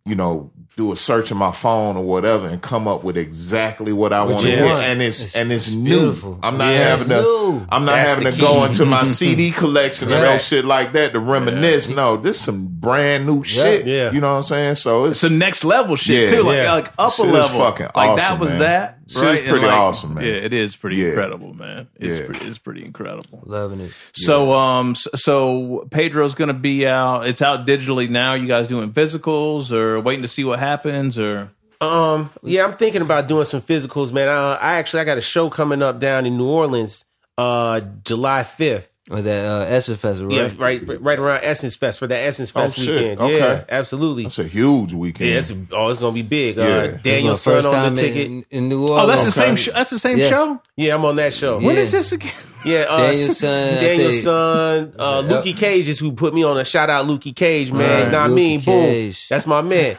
S2: you know, do a search on my phone or whatever and come up with exactly what I want to
S3: you
S2: hear.
S3: want.
S2: And it's,
S4: It's-
S2: and it's,
S4: it's
S2: new.
S4: beautiful.
S2: I'm not
S3: Yeah.
S2: having to
S4: It's new.
S2: I'm not
S3: That's the
S2: having to
S3: key.
S2: go into my CD collection and no
S3: Correct.
S2: shit like that to reminisce. No, this some brand new shit.
S3: Yeah.
S2: You know what I'm saying? So it's
S1: some next level shit
S2: Yeah.
S1: too, like
S3: Yeah.
S1: like up
S2: Shit
S1: a
S2: is
S1: level.
S2: fucking
S1: like
S2: awesome,
S1: that was
S2: man.
S1: that.
S2: Shit is
S1: right? And,
S2: pretty
S1: like,
S2: awesome, man.
S1: Yeah, it is pretty
S2: Yeah.
S1: incredible, man. It's
S2: Yeah.
S1: pretty, it's pretty incredible.
S4: Loving it.
S1: So um s- so Pedro's gonna be out. It's out digitally now. You guys doing physicals or waiting to see what happens or
S3: Um, yeah, I'm thinking about doing some physicals, man. I, I actually I got a show coming up down in New Orleans, uh, July 5th.
S4: Or that uh, Essence Festival, right?
S3: Yeah, right, right around Essence Fest for that Essence Fest
S2: Oh, shit.
S3: weekend.
S2: Okay.
S3: Yeah, absolutely.
S2: it's a huge weekend.
S3: Yeah, it's, oh, it's gonna be big.
S2: Yeah.
S3: Uh,
S2: This is
S4: It's my
S3: Daniel Sun
S4: first
S3: on
S4: time
S3: the ticket.
S4: in, in New Orleans.
S1: Oh, that's the
S2: Okay.
S1: same show. That's the same
S4: Yeah.
S1: show.
S3: yeah, I'm on that show.
S1: When
S4: Yeah.
S1: is this again?
S3: Yeah, uh,
S4: Daniel Sun, I
S3: Daniel
S4: think.
S3: Sun, uh,
S4: Yep.
S3: Lukey Cage is who put me on a shout out. Lukey Cage, man.
S4: Right.
S3: Nah, I
S4: Luke
S3: mean, boom,
S4: Cage.
S3: that's my man.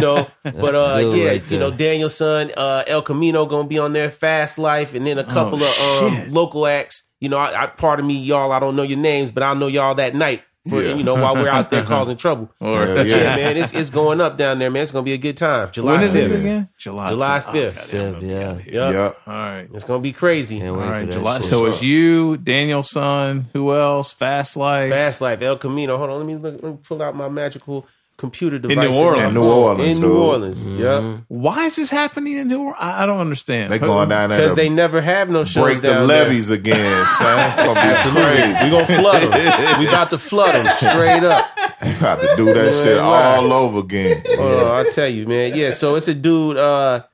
S3: know, but uh,
S4: the dude
S3: yeah,
S4: right
S3: you know,
S4: there.
S3: Daniel Sun, uh, El Camino gonna be on there. Fast Life, and
S4: Oh,
S3: then a couple of um,
S1: shit.
S3: local acts. You know, I, I pardon me, y'all. I don't know your names, but I'll know y'all that night. For,
S2: Yeah.
S3: You know, while we're out there causing trouble.
S1: Or
S2: Hell
S3: yeah, man, it's it's going up down there, man. It's gonna be a good time. July
S1: when is this
S3: 5th.
S1: again? July
S3: July
S1: fifth.
S3: 5th.
S1: goddamn,
S4: Fifth,
S1: I'm gonna
S4: yeah.
S1: be out here.
S3: Yep.
S2: Yep.
S1: All right.
S3: It's gonna be crazy.
S4: Can't
S1: All
S4: wait for
S1: right,
S4: that
S1: July.
S4: shit.
S1: So it's you, Daniel's son. Who else? Fast Life.
S3: Fast Life, El Camino. Hold on, let me look, let me pull out my magical computer device.
S1: New Orleans.
S2: in New Orleans.
S3: In
S2: dude.
S3: New Orleans, yeah,
S1: Why is this happening in New Orleans? I I don't understand.
S2: They going down there
S3: because
S2: to
S3: they never have no shows
S2: break the
S3: down
S2: levees again, son. It's gonna be crazy.
S3: There. We gonna flood them. we about to flood them straight up.
S2: You got to do that shit all over again.
S3: Oh, I tell you, man. Yeah, so it's a dude, uh,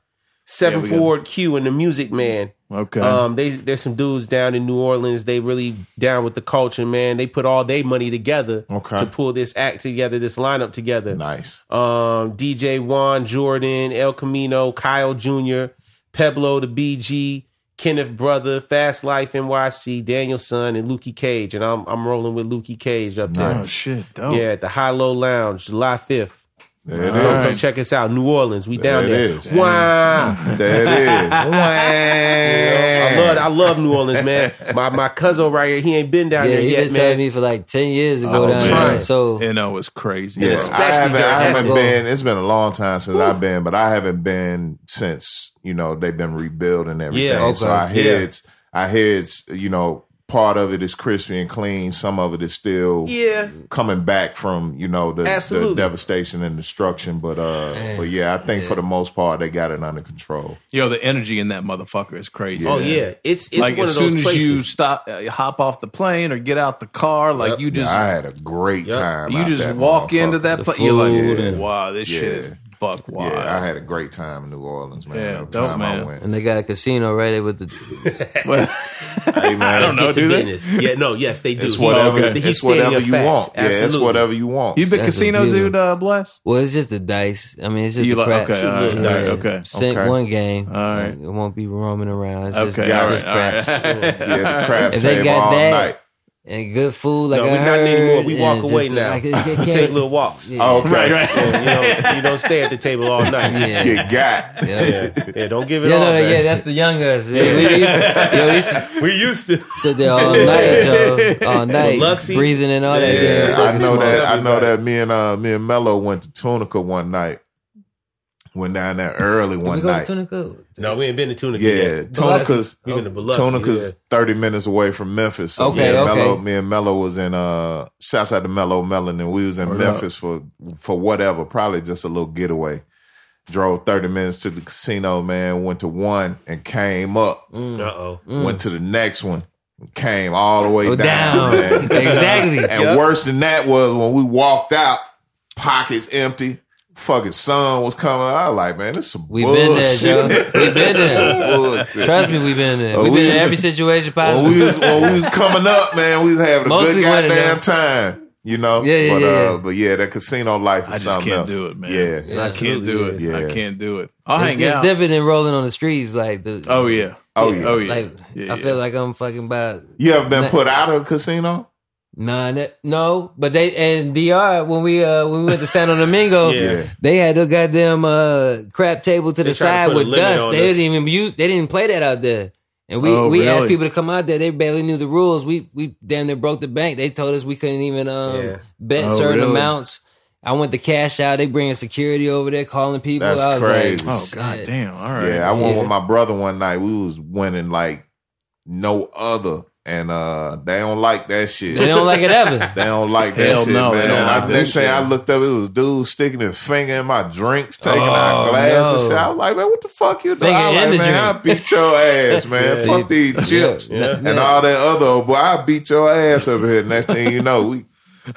S3: seven Ford Q and the Music Man.
S1: Okay.
S3: Um, they there's some dudes down in New Orleans. They really down with the culture, man. They put all their money together
S2: Okay.
S3: to pull this act together, this lineup together.
S2: Nice.
S3: um, DJ Juan Jordan, El Camino, Kyle Jr., Pablo the BG, Kenneth Brother, Fast Life NYC, Daniel Sun, and Lukey Cage. And I'm I'm rolling with Lukey Cage up there.
S1: oh shit. Dope.
S3: Yeah, at the High Low Lounge, July 5th.
S2: There it
S3: So
S2: is.
S1: All
S3: come
S1: right.
S3: check us out. New Orleans. We down
S2: There
S3: there.
S2: it is.
S3: Wow.
S2: There it is.
S3: I love I love New Orleans, man. My my cousin right here, he ain't been down
S4: yeah,
S3: there
S4: he
S3: yet,
S4: been
S3: man.
S4: telling me for like ten years to go
S1: Oh,
S4: down
S1: man.
S4: there. So
S1: You know it's crazy.
S2: Yeah,
S1: Yes.
S2: I
S3: especially
S2: haven't,
S3: during
S2: I haven't
S3: Essence.
S2: been. It's been a long time since I've been, but I haven't been since you know they've been rebuilding everything.
S3: Yeah,
S4: okay.
S2: So I hear
S3: Yeah.
S2: it's. I hear it's. You know, part of it is crispy and clean. Some of it is still
S3: Yeah.
S2: coming back from you know the, the
S3: Absolutely.
S2: devastation and destruction. But uh, but yeah, I think for the most part they got it under control.
S1: Yo, the energy in that motherfucker is crazy.
S3: Oh yeah. It's it's
S1: like
S3: one
S1: as
S3: of those
S1: soon
S3: places.
S1: as you stop, uh, hop off the plane or get out the car, like
S3: Yep.
S1: you just
S2: I had a great
S3: Yep.
S2: time.
S1: you
S2: out
S1: just
S2: that
S1: walk into
S2: motherfucker.
S1: that
S4: The
S1: place. You're like,
S4: food and-
S1: wow, this shit is
S2: Yeah.
S1: buck wild.
S2: Yeah, I had a great time in New Orleans, man.
S1: Yeah,
S2: Every
S1: dope,
S2: time I
S1: man.
S2: went.
S4: and they got a casino right there with the
S1: But-
S2: Hey, man,
S1: I don't know,
S3: get to
S1: do they?
S3: business. Yeah, no, yes, they do.
S2: It's
S3: He's-
S2: whatever.
S3: he's
S2: It's
S3: stating a
S2: whatever you
S3: fact.
S2: want. Yeah, it's
S3: Absolutely.
S2: whatever you want.
S1: You been
S4: That's
S1: casino,
S4: amazing.
S1: dude? Uh, bless.
S4: Well, it's just the dice. I mean, it's just
S1: You
S4: the
S1: like-
S4: craps.
S1: okay, all right,
S4: Yeah.
S1: dice, okay,
S4: Sink
S2: okay.
S4: one game.
S1: All right.
S4: It won't be roaming around. It's just,
S1: Okay,
S4: it's
S1: all
S4: just
S1: right, all
S4: craps.
S1: right.
S2: Yeah, the crab
S4: If they
S2: table
S4: got
S2: all
S4: that-
S2: night.
S4: and good food. Like
S3: no,
S4: I
S3: we're not
S4: heard,
S3: anymore. We walk
S4: and
S3: away
S4: just, uh,
S3: now.
S4: like, it- it
S3: we
S4: can't-
S3: take little walks.
S4: Yeah.
S2: Oh, okay.
S1: Right, right.
S3: Yeah, you, don't, you don't stay at the table all night.
S4: Yeah.
S2: Get got.
S4: Yeah.
S3: Yeah, yeah, don't give it
S4: Yeah,
S3: all.
S4: no, no,
S3: back.
S4: yeah, that's the young us. Yeah, we used to, yeah, we used to
S3: we used to.
S4: sit there all night, though, all night,
S3: Luxy.
S4: breathing and all that.
S2: Yeah,
S4: damn
S2: I
S4: fucking
S2: know
S4: smoke.
S2: that. I
S3: Everybody.
S2: know that. Me and uh, me and Mello went to Tunica one night. Went down there early
S4: Did we
S2: one
S4: go to
S2: night.
S4: Tunica?
S3: No, we ain't been to Tunica
S2: Yeah,
S3: yet.
S2: Tonica's
S3: We've
S4: Oh,
S3: been to Biloxi,
S2: Tonica's
S3: yeah.
S2: thirty minutes away from Memphis. So
S4: Okay,
S2: me and
S4: okay.
S2: Mello, me and Mello was in uh, shouts out to Mello Mellon, and we was in
S1: Word
S2: Memphis for for whatever, probably just a little getaway. Drove thirty minutes to the casino, man. Went to one and came up.
S4: Mm.
S3: Uh oh.
S2: Went to the next one, and came all the way
S4: Go
S2: down.
S4: down,
S2: man.
S4: exactly.
S2: And worse than that was when we walked out, pockets empty, fucking sun was coming. I was like, man, this some
S4: We been there, Joe.
S2: bullshit.
S4: We been there.
S2: Bullshit.
S4: Trust me, we been there.
S2: Oh,
S4: We
S2: we
S4: been in
S2: was-
S4: every situation
S2: When
S4: possible.
S2: we was when we was coming up, man, we was having a
S4: Mostly
S2: good
S4: winning,
S2: goddamn
S4: though.
S2: time. You know?
S4: Yeah, yeah,
S2: but
S4: yeah,
S2: uh
S4: yeah.
S2: but yeah, that casino life is
S1: I just
S2: something
S1: can't
S2: else.
S1: do it, man.
S2: Yeah.
S1: I can't do it.
S3: absolutely
S2: is.
S1: I
S2: Yeah.
S1: can't do it. I'll
S4: it's,
S1: hang
S4: it's
S1: out.
S4: different than rolling on the streets. Like the
S1: Oh yeah.
S2: Oh yeah.
S1: Oh yeah.
S4: like
S1: Yeah,
S4: I
S1: yeah.
S4: feel like I'm fucking about
S2: You ever been
S4: Man.
S2: put out of a casino?
S4: nah, that- no. But they and Dr. When we uh when we went to Santo Domingo,
S3: Yeah.
S2: Yeah.
S4: they had the goddamn uh crap table to
S3: They
S4: the
S3: tried
S4: side
S3: to put a
S4: with
S3: limit
S4: dust.
S3: on
S4: They
S3: us.
S4: didn't even use. They didn't play that out there. And we,
S1: Oh,
S4: we asked
S1: really?
S4: people to come out there. They barely knew the rules. We we damn near broke the bank. They told us we couldn't even um
S3: Yeah.
S4: bet
S1: Oh,
S4: certain
S1: really?
S4: amounts. I went to cash out. They bringing security over there, calling people.
S2: That's
S4: I was
S2: crazy.
S4: Like,
S1: Oh god
S4: shit.
S1: damn. All right.
S2: Yeah, I went
S4: Yeah.
S2: with my brother one night. We was winning like no other. And uh they don't like that shit.
S4: They don't like it ever.
S2: They don't like that
S1: Hell
S2: shit,
S1: no, they
S2: man.
S1: don't like
S2: I,
S1: that
S2: next thing
S1: shit.
S2: I looked up, it was dude sticking his finger in my drinks, taking
S1: Oh,
S2: out glass and
S4: no.
S2: shit. I was like, man, what the fuck you doing?
S4: Finger
S2: I was
S4: in
S2: like,
S4: the
S2: man, I
S4: drink.
S2: beat your ass, man.
S3: Yeah.
S2: fuck these chips
S3: Yeah.
S2: and all that other. old Boy, I beat your ass over here. Next thing you know, we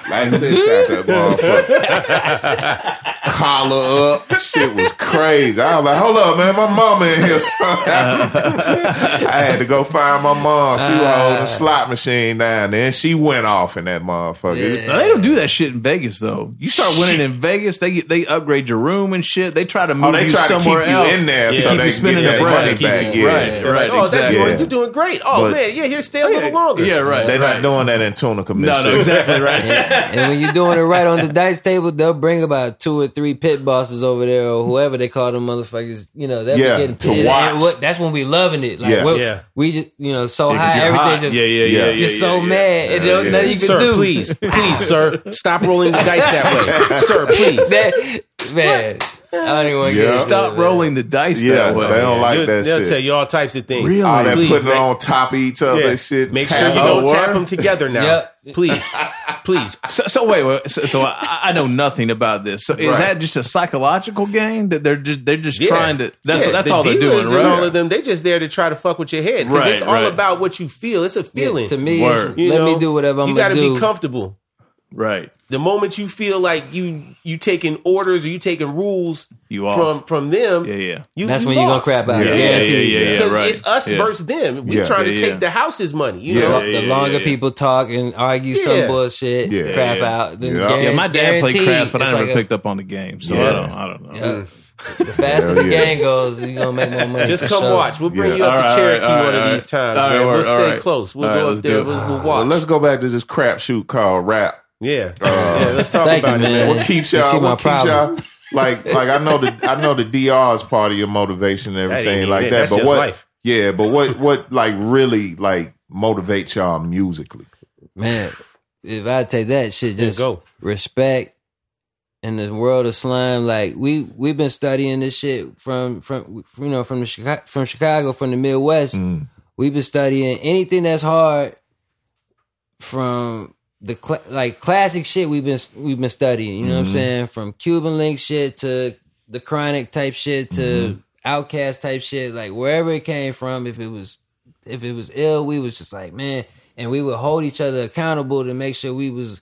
S2: like this out that motherfucker. Collar up, shit was crazy. I was like, hold up, man, my mama in here. son." I had to go find my mom. She was holding a slot machine down there, and she went off in that motherfucker. It's-
S4: Yeah.
S1: Now, they don't do that shit in Vegas though. You start winning in Vegas, they get, they upgrade your room and shit. They try to move
S2: Oh, they
S1: you
S2: try to keep
S1: somewhere else.
S2: you in there
S3: Yeah.
S2: so
S3: Keep
S1: you
S2: they can
S1: spinning
S2: get
S1: the
S2: that
S1: bread.
S2: money
S1: Keep
S2: back.
S1: you-
S2: Yeah.
S1: right,
S3: They're
S1: right,
S3: like, oh, that's
S1: exactly.
S3: doing,
S2: Yeah.
S3: you're doing great. Oh
S2: But-
S3: man, yeah, here, stay a little longer.
S1: Yeah, right.
S2: They're
S1: right.
S2: not doing that in Tunica,
S1: No,
S2: Mississippi.
S1: no, exactly right.
S4: and when you're doing it right on the dice table, they'll bring about two or three pit bosses over there or whoever they call them motherfuckers. You know, they'll
S2: Yeah,
S4: be getting
S2: to
S4: pitted. And
S2: watch.
S4: what- that's when we loving it. Like
S2: Yeah.
S4: we're-
S3: Yeah.
S4: we just you know so
S1: Yeah, 'cause
S4: high,
S1: you're
S4: everything
S1: hot.
S4: just
S1: yeah, yeah, yeah,
S2: Yeah.
S1: yeah.
S4: you're
S1: yeah,
S4: so
S1: yeah.
S4: mad and there's
S2: yeah.
S4: nothing you can
S3: Sir,
S4: do.
S3: please, please, sir, stop rolling the dice that way. sir, please.
S4: That- man, I don't even want to
S2: Yeah.
S4: get
S1: Stop rolling the dice
S2: Yeah,
S1: that way.
S2: they don't like
S3: They'll-
S2: that
S3: They'll
S2: shit.
S3: tell you all types of things.
S1: Really?
S2: All that
S3: Please,
S2: putting
S3: man.
S2: it on top of each other
S3: Yeah.
S2: and shit.
S3: Make sure
S2: tap-
S3: you don't
S1: Oh,
S3: tap
S1: word?
S3: them together now.
S4: Yep.
S3: Please, please.
S1: So, so wait, wait so, so I, I know nothing about this. So is
S2: Right.
S1: that just a psychological game that they're just they're just
S3: Yeah.
S1: trying to? That's
S3: Yeah,
S1: that's
S3: the
S1: all they're doing,
S3: dealers and
S1: right?
S3: All of them, they just there to try to fuck with your head because
S1: Right,
S3: it's all
S1: right.
S3: about what you feel. It's a feeling.
S4: to me.
S1: Word.
S4: it's,
S3: You
S4: let
S3: know?
S4: me do whatever I'm
S3: you
S4: gonna
S3: gotta
S4: do.
S3: be comfortable.
S1: Right.
S3: The moment you feel like you you taking orders or you taking rules
S1: You off.
S3: from from them,
S1: Yeah, yeah.
S3: You,
S4: That's
S3: you
S4: when you gonna
S3: lost.
S4: crap out.
S1: Yeah,
S4: I
S1: yeah,
S4: guarantee
S1: yeah,
S4: you.
S1: yeah, yeah.
S3: because
S1: right.
S3: it's us
S1: Yeah.
S3: versus them. We
S2: Yeah.
S3: trying to
S1: Yeah,
S3: take
S1: yeah.
S3: the house's money. You
S2: Yeah.
S3: know,
S4: The,
S1: Yeah, yeah,
S4: longer
S1: yeah.
S4: people talk and argue
S3: Yeah.
S4: some bullshit,
S2: Yeah.
S4: crap
S1: Yeah.
S4: out. Then
S2: Yeah.
S4: guaran-
S1: Yeah, my dad played
S4: guaranteed
S1: craps, but I
S4: it's
S1: never
S4: like a-
S1: picked up on the game, so
S2: Yeah.
S1: I don't. I don't know.
S4: Yeah. The faster
S2: Mm. Hell
S4: the
S2: yeah.
S4: game goes, you're gonna make more money.
S3: Just
S4: for
S3: come
S4: sure.
S3: watch. We'll bring
S2: Yeah.
S3: you up
S1: All right,
S3: to Cherokee
S1: all right, all
S3: one of
S1: right.
S3: these times.
S1: All
S3: man.
S1: right,
S3: we'll
S1: word, all
S3: stay
S1: right.
S3: close. We'll
S1: All
S3: go
S1: right,
S3: up
S1: let's do
S3: there.
S1: it.
S3: We'll, we'll
S2: Well,
S3: watch.
S2: let's go back to this crap shoot called rap.
S3: yeah. yeah, let's talk
S4: Thank you,
S3: about it, man.
S4: man.
S2: What keeps
S4: You see
S2: y'all?
S4: my
S2: What keeps
S4: problem.
S2: y'all? Like, like I know the I know the DR is part of your motivation and
S3: That ain't
S2: everything
S3: even
S2: like
S3: it.
S2: that.
S3: That's
S2: but
S3: just
S2: what?
S3: life.
S2: Yeah, but what? What like really like motivates y'all musically?
S4: Man, if I take that shit, just
S3: go.
S4: respect in the world of slime. Like we we've been studying this shit from from from, you know from the Chicago, from Chicago from the Midwest.
S2: Mm.
S4: We've been studying anything that's hard from the cla like classic shit we've been we've been studying. You know
S2: Mm-hmm.
S4: what I'm saying? From Cuban Link shit to the Chronic type shit to
S2: Mm-hmm.
S4: Outcast type shit. Like wherever it came from, if it was if it was ill, we was just like man, and we would hold each other accountable to make sure we was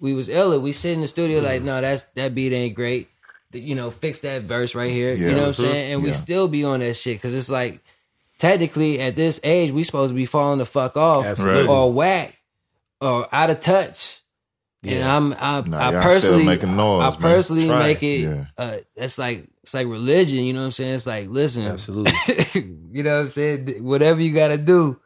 S4: we was ill. We sit in the studio like
S2: Mm-hmm.
S4: no, that's that beat ain't great. Th- You know, fix that verse right here.
S2: Yeah.
S4: You know what I'm saying? And we
S2: Yeah.
S4: still be on that shit because it's like technically at this age we supposed to be falling the fuck off
S3: Absolutely.
S4: or whack or out of touch. And
S3: Yeah.
S4: I'm I,
S2: Nah, y'all
S4: I
S2: still
S4: personally
S2: making noise,
S4: I
S2: man.
S4: personally
S3: Try
S4: make it
S2: Yeah.
S4: uh it's like it's like religion, you know what I'm saying? It's like listen,
S3: Absolutely.
S4: you know what I'm saying? Whatever you gotta do,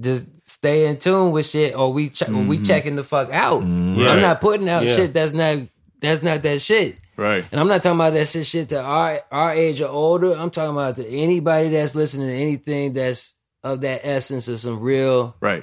S4: just stay in tune with shit, or we che- we
S2: Mm-hmm.
S4: checking the fuck out.
S3: Right.
S4: I'm not putting out
S3: Yeah.
S4: shit that's not that's not that shit.
S1: Right.
S4: And I'm not talking about that shit shit to our our age or older. I'm talking about to anybody that's listening to anything that's of that essence of some real
S1: Right.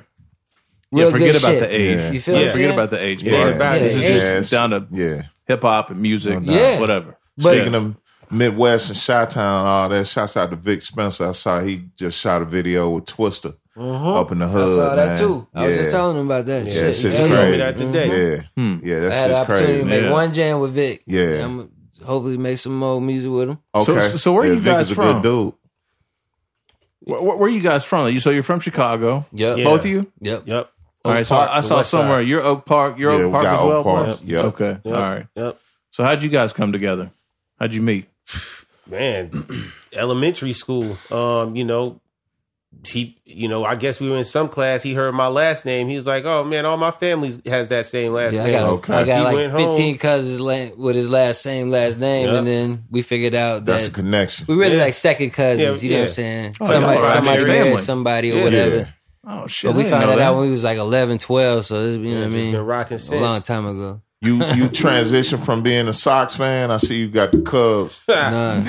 S4: real
S1: yeah, forget
S4: good
S1: about
S4: shit.
S1: the age.
S2: Yeah.
S4: You feel what
S1: yeah,
S4: I'm
S1: forget
S4: saying?
S1: about the age.
S2: Yeah.
S1: part.
S3: about
S1: this is
S4: it.
S2: Yeah, it's-
S1: just down to
S2: Yeah.
S1: hip hop and music,
S2: No
S4: doubt.
S1: whatever.
S4: But-
S2: Speaking of Midwest and Chi Town, all that, shouts out to Vic Spencer. I saw he just shot a video with Twister up in the
S4: Mm-hmm. I
S2: hood.
S4: saw that
S2: man.
S4: too. I
S2: yeah.
S4: was just telling him about that.
S2: Yeah,
S4: shit.
S2: that shit's
S4: You feel me?
S3: told me
S2: crazy.
S3: that today.
S2: Yeah.
S1: Hmm.
S2: Yeah,
S4: I
S2: that
S4: had the
S2: shit's
S4: opportunity
S2: crazy.
S4: to make
S1: Yeah.
S4: one jam with Vic.
S2: Yeah.
S4: I'm hopefully make some more music with him.
S1: So-
S2: Okay.
S1: so where
S2: yeah,
S1: you
S2: Vic
S1: guys
S2: is a
S1: from?
S2: good dude.
S1: Where, where, where you guys from? You so you're from Chicago,
S4: Yep.
S3: Yeah.
S1: both of you.
S4: Yep.
S3: Yep.
S1: All right, so I, I saw somewhere you're Oak Park. You're
S2: yeah,
S1: Oak Park
S2: we got
S1: as
S2: Oak
S1: well.
S2: Park.
S1: Park.
S2: Yep.
S1: Okay, all right.
S3: Yep.
S1: So how'd you guys come together? How'd you meet?
S3: man, elementary school. Um, you know, he, you know, I guess we were in some class. He heard my last name. He was like, "Oh man, all my family has that same last
S4: Yeah, I
S3: name."
S4: got,
S2: Okay.
S4: I got
S3: He
S4: like
S3: went home.
S4: 15 cousins la- with his last same last name,
S3: Yep.
S4: and then we figured out
S2: That's
S4: that
S2: the connection.
S4: we really
S3: Yeah.
S4: like second cousins.
S3: Yeah,
S4: you know
S3: yeah.
S4: what I'm saying?
S1: Oh,
S3: that's
S4: somebody
S3: right.
S4: somebody
S3: Family.
S4: married somebody or
S3: Yeah.
S4: whatever.
S2: Yeah.
S1: Oh shit!
S4: But
S1: I
S4: we
S1: didn't
S4: found
S1: know
S4: that
S1: that.
S4: out when we was like 11, 12. So this, you know what I
S3: Just been
S4: mean?
S3: rocking
S4: A
S3: since.
S4: long time ago.
S2: You you transitioned from being a Sox fan. I see you got the Cubs.
S4: Nah,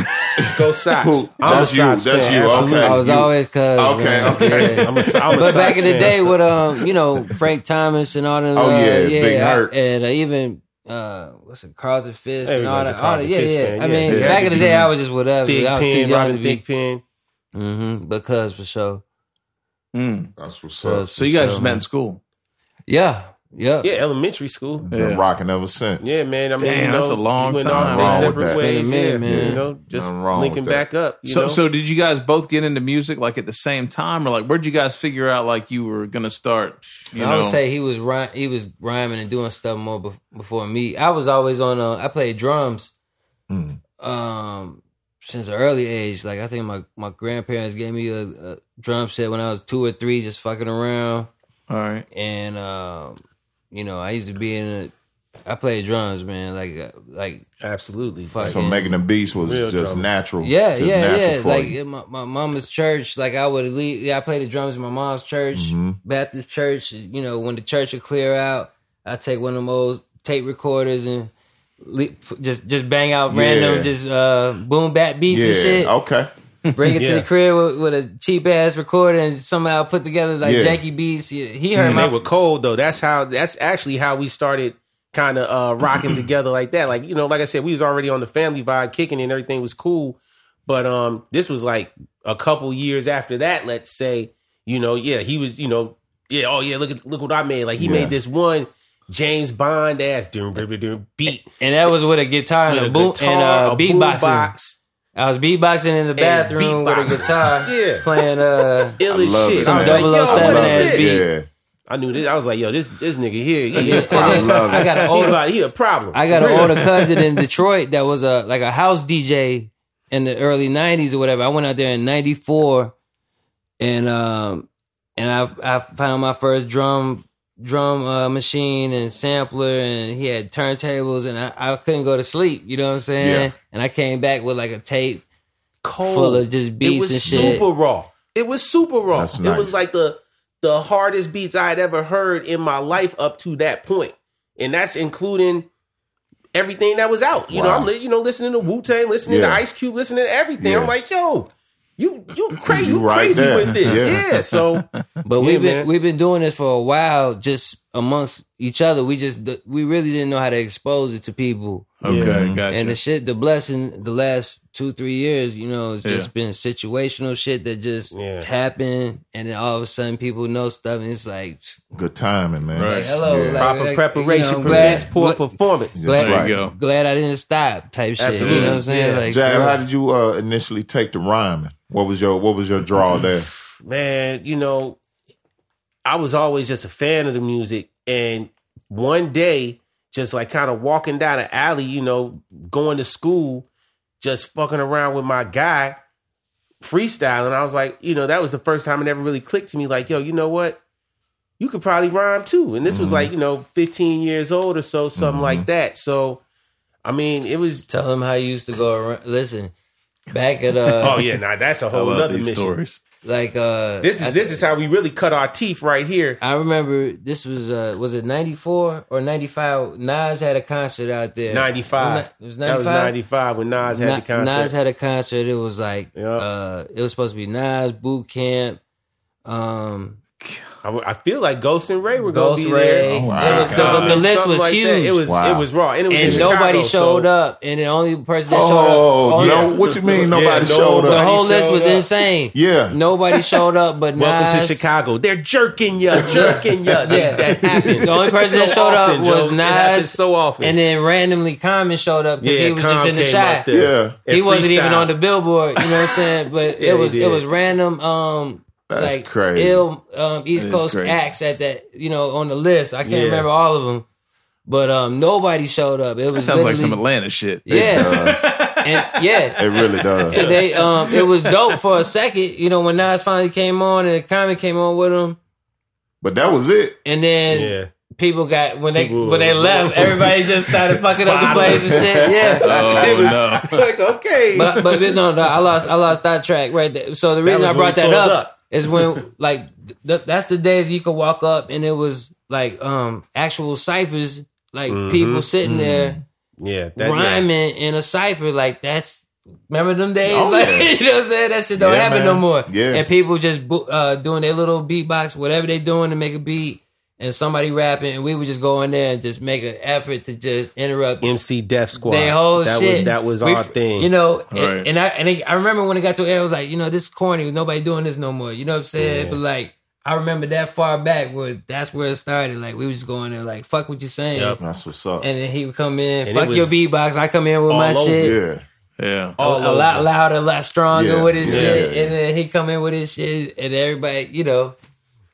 S3: Go Sox.
S2: Who-
S3: I'm
S2: that's
S3: a
S2: you,
S3: Sox
S2: that's
S3: fan.
S2: you,
S3: absolutely.
S2: okay.
S4: I was
S2: you-
S4: always cuz.
S2: Okay,
S4: man.
S2: okay.
S4: Yeah.
S3: I'm a, I'm a
S4: but
S3: Sox
S4: back in the
S3: fan.
S4: day with um, you know, Frank Thomas and all them.
S2: Oh,
S4: uh,
S2: yeah, Big
S4: I-
S2: Hurt.
S4: and uh, even uh, what's it, Carlton Fish and all
S3: Everybody's
S4: that.
S3: a
S4: All that yeah,
S3: Carlton Fish
S4: yeah.
S3: fan,
S4: I
S3: yeah.
S4: mean,
S3: Yeah.
S4: back in the day, I was just whatever.
S3: Big
S4: I was too
S3: Pen,
S4: young to
S3: Robin Big
S4: be.
S3: Pen.
S4: Mm-hmm, because for sure.
S1: Mm.
S2: That's what's
S4: Cuz
S2: up.
S1: So you guys
S4: for
S1: just
S4: sure,
S1: met
S4: man.
S1: in school.
S4: Yeah, yeah.
S3: Yeah, elementary school.
S2: Been
S1: Yeah.
S2: rocking ever since.
S3: Yeah, man. I mean,
S1: Damn,
S3: you know,
S1: that's a long
S3: we went
S1: time.
S3: all
S2: Nothing
S3: their
S2: wrong
S3: separate
S2: with that.
S3: ways.
S4: Been a
S3: Yeah,
S4: minute, man.
S3: you know, just
S2: Nothing wrong with
S3: linking
S2: that.
S3: back up. You
S1: so
S3: know?
S1: so did you guys both get into music like at the same time, or like where'd you guys figure out like you were gonna start? You
S4: I
S1: know,
S4: would say he was rhy- he was rhyming and doing stuff more bef- before me. I was always on. Uh, I played drums
S2: Mm.
S4: um, since an early age. Like I think my, my grandparents gave me a, a drum set when I was two or three, just fucking around.
S1: all right.
S4: And um, you know, I used to be in. A, I played drums, man. Like uh, like
S3: absolutely.
S4: fucking.
S2: So making the beats was
S3: Real
S2: just
S3: drama.
S2: natural.
S4: yeah,
S2: just
S4: yeah,
S2: natural
S4: yeah.
S2: For
S4: Like
S2: you.
S4: in my, my mama's church, like I would leave. Yeah, I played the drums in my mom's church,
S2: Mhm.
S4: Baptist church. You know, when the church would clear out, I take one of them old tape recorders and le- f- just just bang out
S2: Yeah.
S4: random, just uh, boom bat beats and shit.
S2: Yeah. Oh, Okay.
S4: Bring it
S3: Yeah.
S4: to the crib with, with a cheap ass recorder and somehow put together like
S2: Yeah. Mm-hmm.
S4: janky beats. He, he heard
S3: and
S4: my
S3: they were cold though. That's how. That's actually how we started kind of uh, rocking together like that. Like you know, like I said, we was already on the family vibe, kicking, and everything was cool. But um, this was like a couple years after that. Let's say you know, yeah, he was you know, yeah, oh yeah, look at look what I made. Like he
S2: Yeah.
S3: made this one James Bond ass doom doom, doom, doom, beat
S4: and that was with a guitar and
S3: with
S4: a,
S3: a
S4: boom
S3: guitar,
S4: and uh,
S3: a
S4: beatboxing.
S3: boombox.
S4: I was beatboxing in the bathroom with a
S3: beatboxing.
S4: guitar,
S3: Yeah.
S4: playing uh.
S3: Ill as
S2: love
S3: shit.
S2: it,
S3: I was like,
S4: man.
S3: yo, what
S4: 007
S3: is
S4: ass
S3: this?
S4: beat.
S2: Yeah.
S3: I knew this. I was like, yo, this this nigga here, he,
S4: Yeah,
S3: a problem.
S4: and then I got an
S3: He,
S4: older
S3: about- he a problem.
S4: I got
S3: For
S4: an
S3: real.
S4: older cousin in Detroit that was a like a house DJ in the early '90s or whatever. I went out there in '94, and um, and I I found my first drum drum uh, machine and sampler, and he had turntables, and I, I couldn't go to sleep. You know what I'm saying?
S2: Yeah.
S4: And I came back with like a tape
S3: cold.
S4: full of just
S3: Oh, it
S4: beats
S3: was
S4: and shit.
S3: super raw. It was super raw.
S2: That's
S3: It was
S2: nice.
S3: like the the hardest beats I had ever heard in my life up to that point, and that's including everything that was out. You know,
S2: Wow.
S3: I'm li- you know listening to Wu Tang, listening to
S2: Yeah.
S3: Ice Cube, listening to everything. I'm
S2: Yeah.
S3: like, yo. You you crazy
S2: You
S3: you
S2: right
S3: crazy
S2: there.
S3: with this
S2: Yeah.
S3: yeah, so
S4: But we've been
S3: man.
S4: we've been doing this for a while, just amongst each other. We just we really didn't know how to expose it to people.
S1: Okay,
S2: Yeah.
S1: gotcha.
S4: And the shit, the blessing, the last two three years, you know, it's just
S1: Yeah.
S4: been situational shit that just
S3: Yeah.
S4: happened, and then all of a sudden people know stuff, and it's like,
S2: Good timing, man.
S1: Right.
S4: hello,
S2: Yeah.
S4: like,
S3: proper
S4: like,
S3: preparation
S4: you know,
S3: prevents
S4: glad-
S3: poor
S4: gl-
S3: performance.
S2: That's
S1: there
S4: Glad,
S2: right.
S1: you go.
S4: glad I didn't stop type shit. You know what I'm saying?
S3: Yeah.
S4: Like,
S2: Jab,
S4: for
S2: how
S4: real.
S2: did you uh, initially take the rhyming? What was your What was your draw there?
S3: man, you know, I was always just a fan of the music. And one day, just like kind of walking down an alley, you know, going to school, just fucking around with my guy, freestyling. I was like, you know, that was the first time it ever really clicked to me. Like, yo, you know what? You could probably rhyme too. And this
S1: Mm-hmm.
S3: was like, you know, 15 years old or so, something like that. So, I mean, it was.
S4: tell them how you used to go around? Listen, back at uh,
S3: Oh yeah, now that's a whole
S1: I love
S3: other
S1: these
S3: mission.
S1: stories.
S4: Like uh,
S3: This
S4: I-
S3: is this is how we really cut our teeth right here.
S4: I remember this was uh was it ninety four or ninety five? Nas had a concert out there.
S3: Ninety five.
S4: It was
S3: That was
S4: 95?
S3: ninety five when Nas had
S4: Na-
S3: the concert.
S4: Nas had a concert. It was like
S3: Yeah.
S4: uh it was supposed to be Nas Boot Camp. Um,
S3: I, I feel like Ghost and Ray were
S4: Ghost
S3: going to be
S4: Ray.
S3: there.
S2: Oh, wow.
S4: It was- the-
S3: Uh,
S4: the, the list
S3: something
S4: was
S3: like
S4: huge,
S3: that. It was
S2: Wow.
S3: it was raw, and it was
S4: and
S3: in
S4: nobody
S3: Chicago,
S4: showed up. And the only person that showed up,
S2: Oh,
S4: only-
S2: no! What you mean? Nobody
S3: Yeah,
S2: showed
S4: the
S3: nobody.
S2: up.
S4: whole list
S3: showed
S4: was
S3: up.
S4: insane.
S2: Yeah.
S4: nobody showed up. But
S3: Welcome
S4: Nas,
S3: to Chicago. They're jerking you, jerking you.
S4: Yeah.
S3: yeah. That happens.
S4: The only person
S3: so
S4: that showed up
S3: often,
S4: was
S3: Joe.
S4: Nas,
S3: It happens so often.
S4: And then randomly Common showed up because
S3: yeah,
S4: he was just
S3: Comm
S4: in the
S3: came
S4: shot.
S3: up there
S2: Yeah.
S3: and
S4: he wasn't even
S3: freestyled.
S4: on the billboard. You know what I'm saying? But
S3: Yeah,
S4: it
S3: he
S4: was it
S3: did.
S4: was random. Um,
S2: That's
S4: like
S2: crazy.
S4: Ill um, East
S1: That is
S4: Coast
S1: crazy.
S4: acts at that you know on the list. I can't
S3: Yeah.
S4: remember all of them, but um, nobody showed up. It was
S1: Sounds like some
S4: literally-
S1: Atlanta shit.
S4: yeah,
S2: does.
S4: and, yeah.
S2: It really does.
S4: And they um, it was dope for a second. You know when Nas finally came on and Common came on with him,
S2: But that was it.
S4: and then
S3: Yeah.
S4: people got when they
S3: People-
S4: when they left, everybody just started fucking up the place and shit. Yeah.
S1: Oh,
S3: It was-
S1: no.
S3: like okay.
S4: but but no, no, I lost I lost that track right there. So the reason
S3: was
S4: I
S3: when
S4: brought
S3: we
S4: that up,
S3: pulled up.
S4: is when like th- that's the days you could walk up and it was like um actual ciphers, like people sitting there
S3: yeah, that, yeah.
S4: rhyming in a cipher. Like that's remember them days.
S2: Oh,
S4: like
S2: yeah.
S4: you know what I'm saying? That shit don't
S2: Yeah,
S4: happen no
S2: man.
S4: more.
S2: Yeah.
S4: and people just bo- uh, doing their little beatbox, whatever they doing to make a beat. And somebody rapping, and we would just go in there and just make an effort to just interrupt
S3: MC Def Squad.
S4: they whole
S3: that
S4: shit.
S3: was that was
S4: We-
S3: our thing.
S4: You know, and,
S1: Right.
S4: and I and I- I remember when it got to air, I was like, you know, this corny. Nobody doing this no more. You know what I'm saying?
S3: Yeah.
S4: But like, I remember that far back where that's where it started. Like we was just going there, like fuck what you saying,
S3: Yep.
S2: That's what's up.
S4: and then he would come in,
S3: And
S4: fuck
S3: it
S4: your
S3: was
S4: beatbox. I come in with my
S3: all over
S4: shit.
S2: yeah.
S1: Yeah.
S4: A,
S3: All
S4: a lot
S3: over.
S4: louder, a lot stronger
S2: Yeah.
S4: with his
S2: Yeah.
S4: shit,
S2: Yeah.
S4: and then he come in with his shit, and everybody, you know.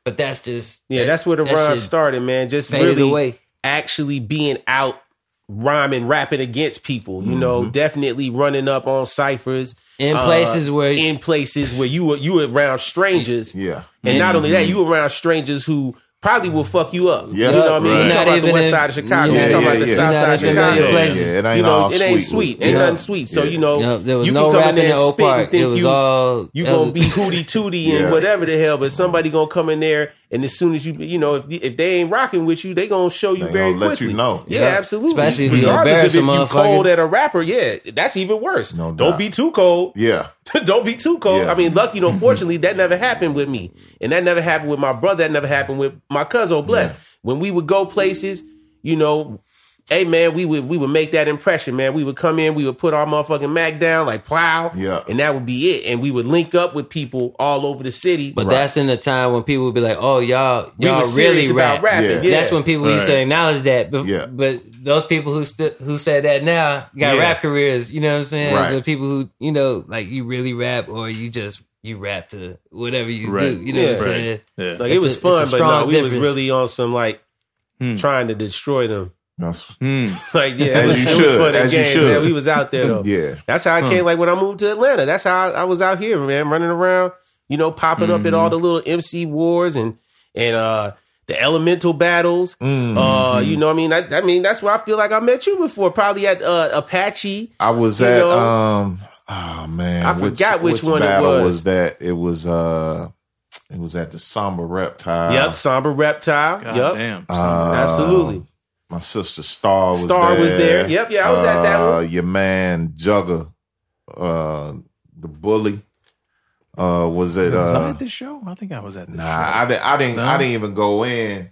S4: But that's just
S3: Yeah, that's where the
S4: that
S3: rhyme
S4: shit
S3: started, man. Just
S4: faded
S3: really
S4: away.
S3: actually being out rhyming, rapping against people. You know,
S2: Mm-hmm.
S3: definitely running up on ciphers
S4: in
S3: uh,
S4: places where
S3: in places where you were you were around strangers,
S2: Yeah.
S3: and not only
S4: Mm-hmm.
S3: that, you were around strangers who probably will fuck you up.
S2: Yeah.
S3: you know what I mean.
S1: Right.
S3: We talk
S4: Not
S3: about the
S4: even
S3: west
S4: in-
S3: side of Chicago.
S4: Yeah,
S3: we talk
S2: yeah,
S3: about the
S2: yeah.
S3: south
S4: Not
S3: side of
S4: even familiar
S3: Chicago.
S1: places.
S2: Yeah, it ain't
S3: you know,
S2: all
S3: it
S2: sweet.
S3: ain't sweet. Ain't
S2: Yeah.
S3: nothing sweet. So
S2: Yeah.
S3: you know,
S4: Yep, there was
S3: you
S4: no
S3: can come in
S4: rapping
S3: there
S4: in
S3: and
S4: Oak
S3: spit
S4: Park.
S3: and think
S4: It was
S3: you
S4: all-
S3: you
S4: that
S3: gonna
S4: was-
S3: be hooty tooty
S2: Yeah.
S3: and whatever the hell, but somebody gonna come in there and as soon as you you know if, if they ain't rocking with you, they gonna show you
S2: They
S3: very
S2: gonna let
S3: quickly.
S2: you know.
S3: Yeah,
S2: Yeah.
S3: absolutely.
S4: Especially if you
S3: Regardless
S4: embarrass
S3: if
S4: a
S3: you
S4: motherfucker.
S3: cold at a rapper, yeah, that's even worse.
S2: No doubt.
S3: Don't be too cold.
S2: Yeah.
S3: don't be too cold.
S2: Yeah.
S3: I mean, lucky, you know, fortunately, that never happened with me. And that never happened with my brother. That never happened with my cousin, oh, bless. When we would go places, you know, hey, man, we would we would make that impression, man. We would come in, we would put our motherfucking Mac down, like plow.
S2: Yeah.
S3: And that would be it. And we would link up with people all over the city.
S4: But that's in the time when people would be like, "Oh, y'all,
S3: we
S4: y'all
S3: were
S4: really
S3: serious
S4: rap."
S3: about rapping.
S2: Yeah.
S3: Yeah.
S4: That's when people used to
S1: Right.
S4: acknowledge that. But,
S2: Yeah.
S4: but those people who sti- who said that now got
S3: Yeah.
S4: rap careers. You know what I'm saying?
S2: Right.
S4: The people who you know, like you really rap or you just you rap to whatever you
S1: Right.
S4: do. You know
S3: Yeah.
S4: what I'm
S3: Right.
S4: saying?
S1: Yeah.
S3: like
S4: It's
S3: it
S4: a-
S3: was
S4: it's
S3: fun,
S4: a
S3: but
S4: strong
S3: no, we was
S4: difference.
S3: really on some like
S1: Hmm.
S3: trying to destroy them.
S2: That's,
S1: Hmm.
S3: Like yeah,
S2: As
S3: it was,
S2: you
S3: it was
S2: should,
S3: fun and
S2: as you
S3: games,
S2: should.
S3: man. We was out there though.
S2: yeah.
S3: That's how I
S2: Hmm.
S3: came. Like when I moved to Atlanta, that's how I, I was out here, man, running around, you know, popping up at
S2: Mm-hmm.
S3: all the little MC wars and and uh the elemental battles.
S2: Mm.
S3: Uh,
S2: Mm-hmm.
S3: you know, what I mean, I, I mean, that's where I feel like I met you before, probably at uh, Apache.
S2: I was
S3: You
S2: at
S3: know?
S2: um oh man,
S3: I forgot which one it
S2: battle
S3: was.
S2: that it was uh it was at the Somber Reptile.
S3: yep, Somber Reptile.
S1: God
S3: yep,
S1: damn.
S2: Uh,
S3: absolutely.
S2: My sister Star was
S3: Star
S2: there.
S3: was there. Yep, yeah, I was at that
S2: Uh,
S3: one.
S2: Your man Jugger, uh, the bully, uh, was it?
S1: was I
S2: Uh,
S1: at this show? I think I was at this
S2: nah,
S1: show.
S2: I didn't. I didn't. I
S1: No?
S2: didn't even go in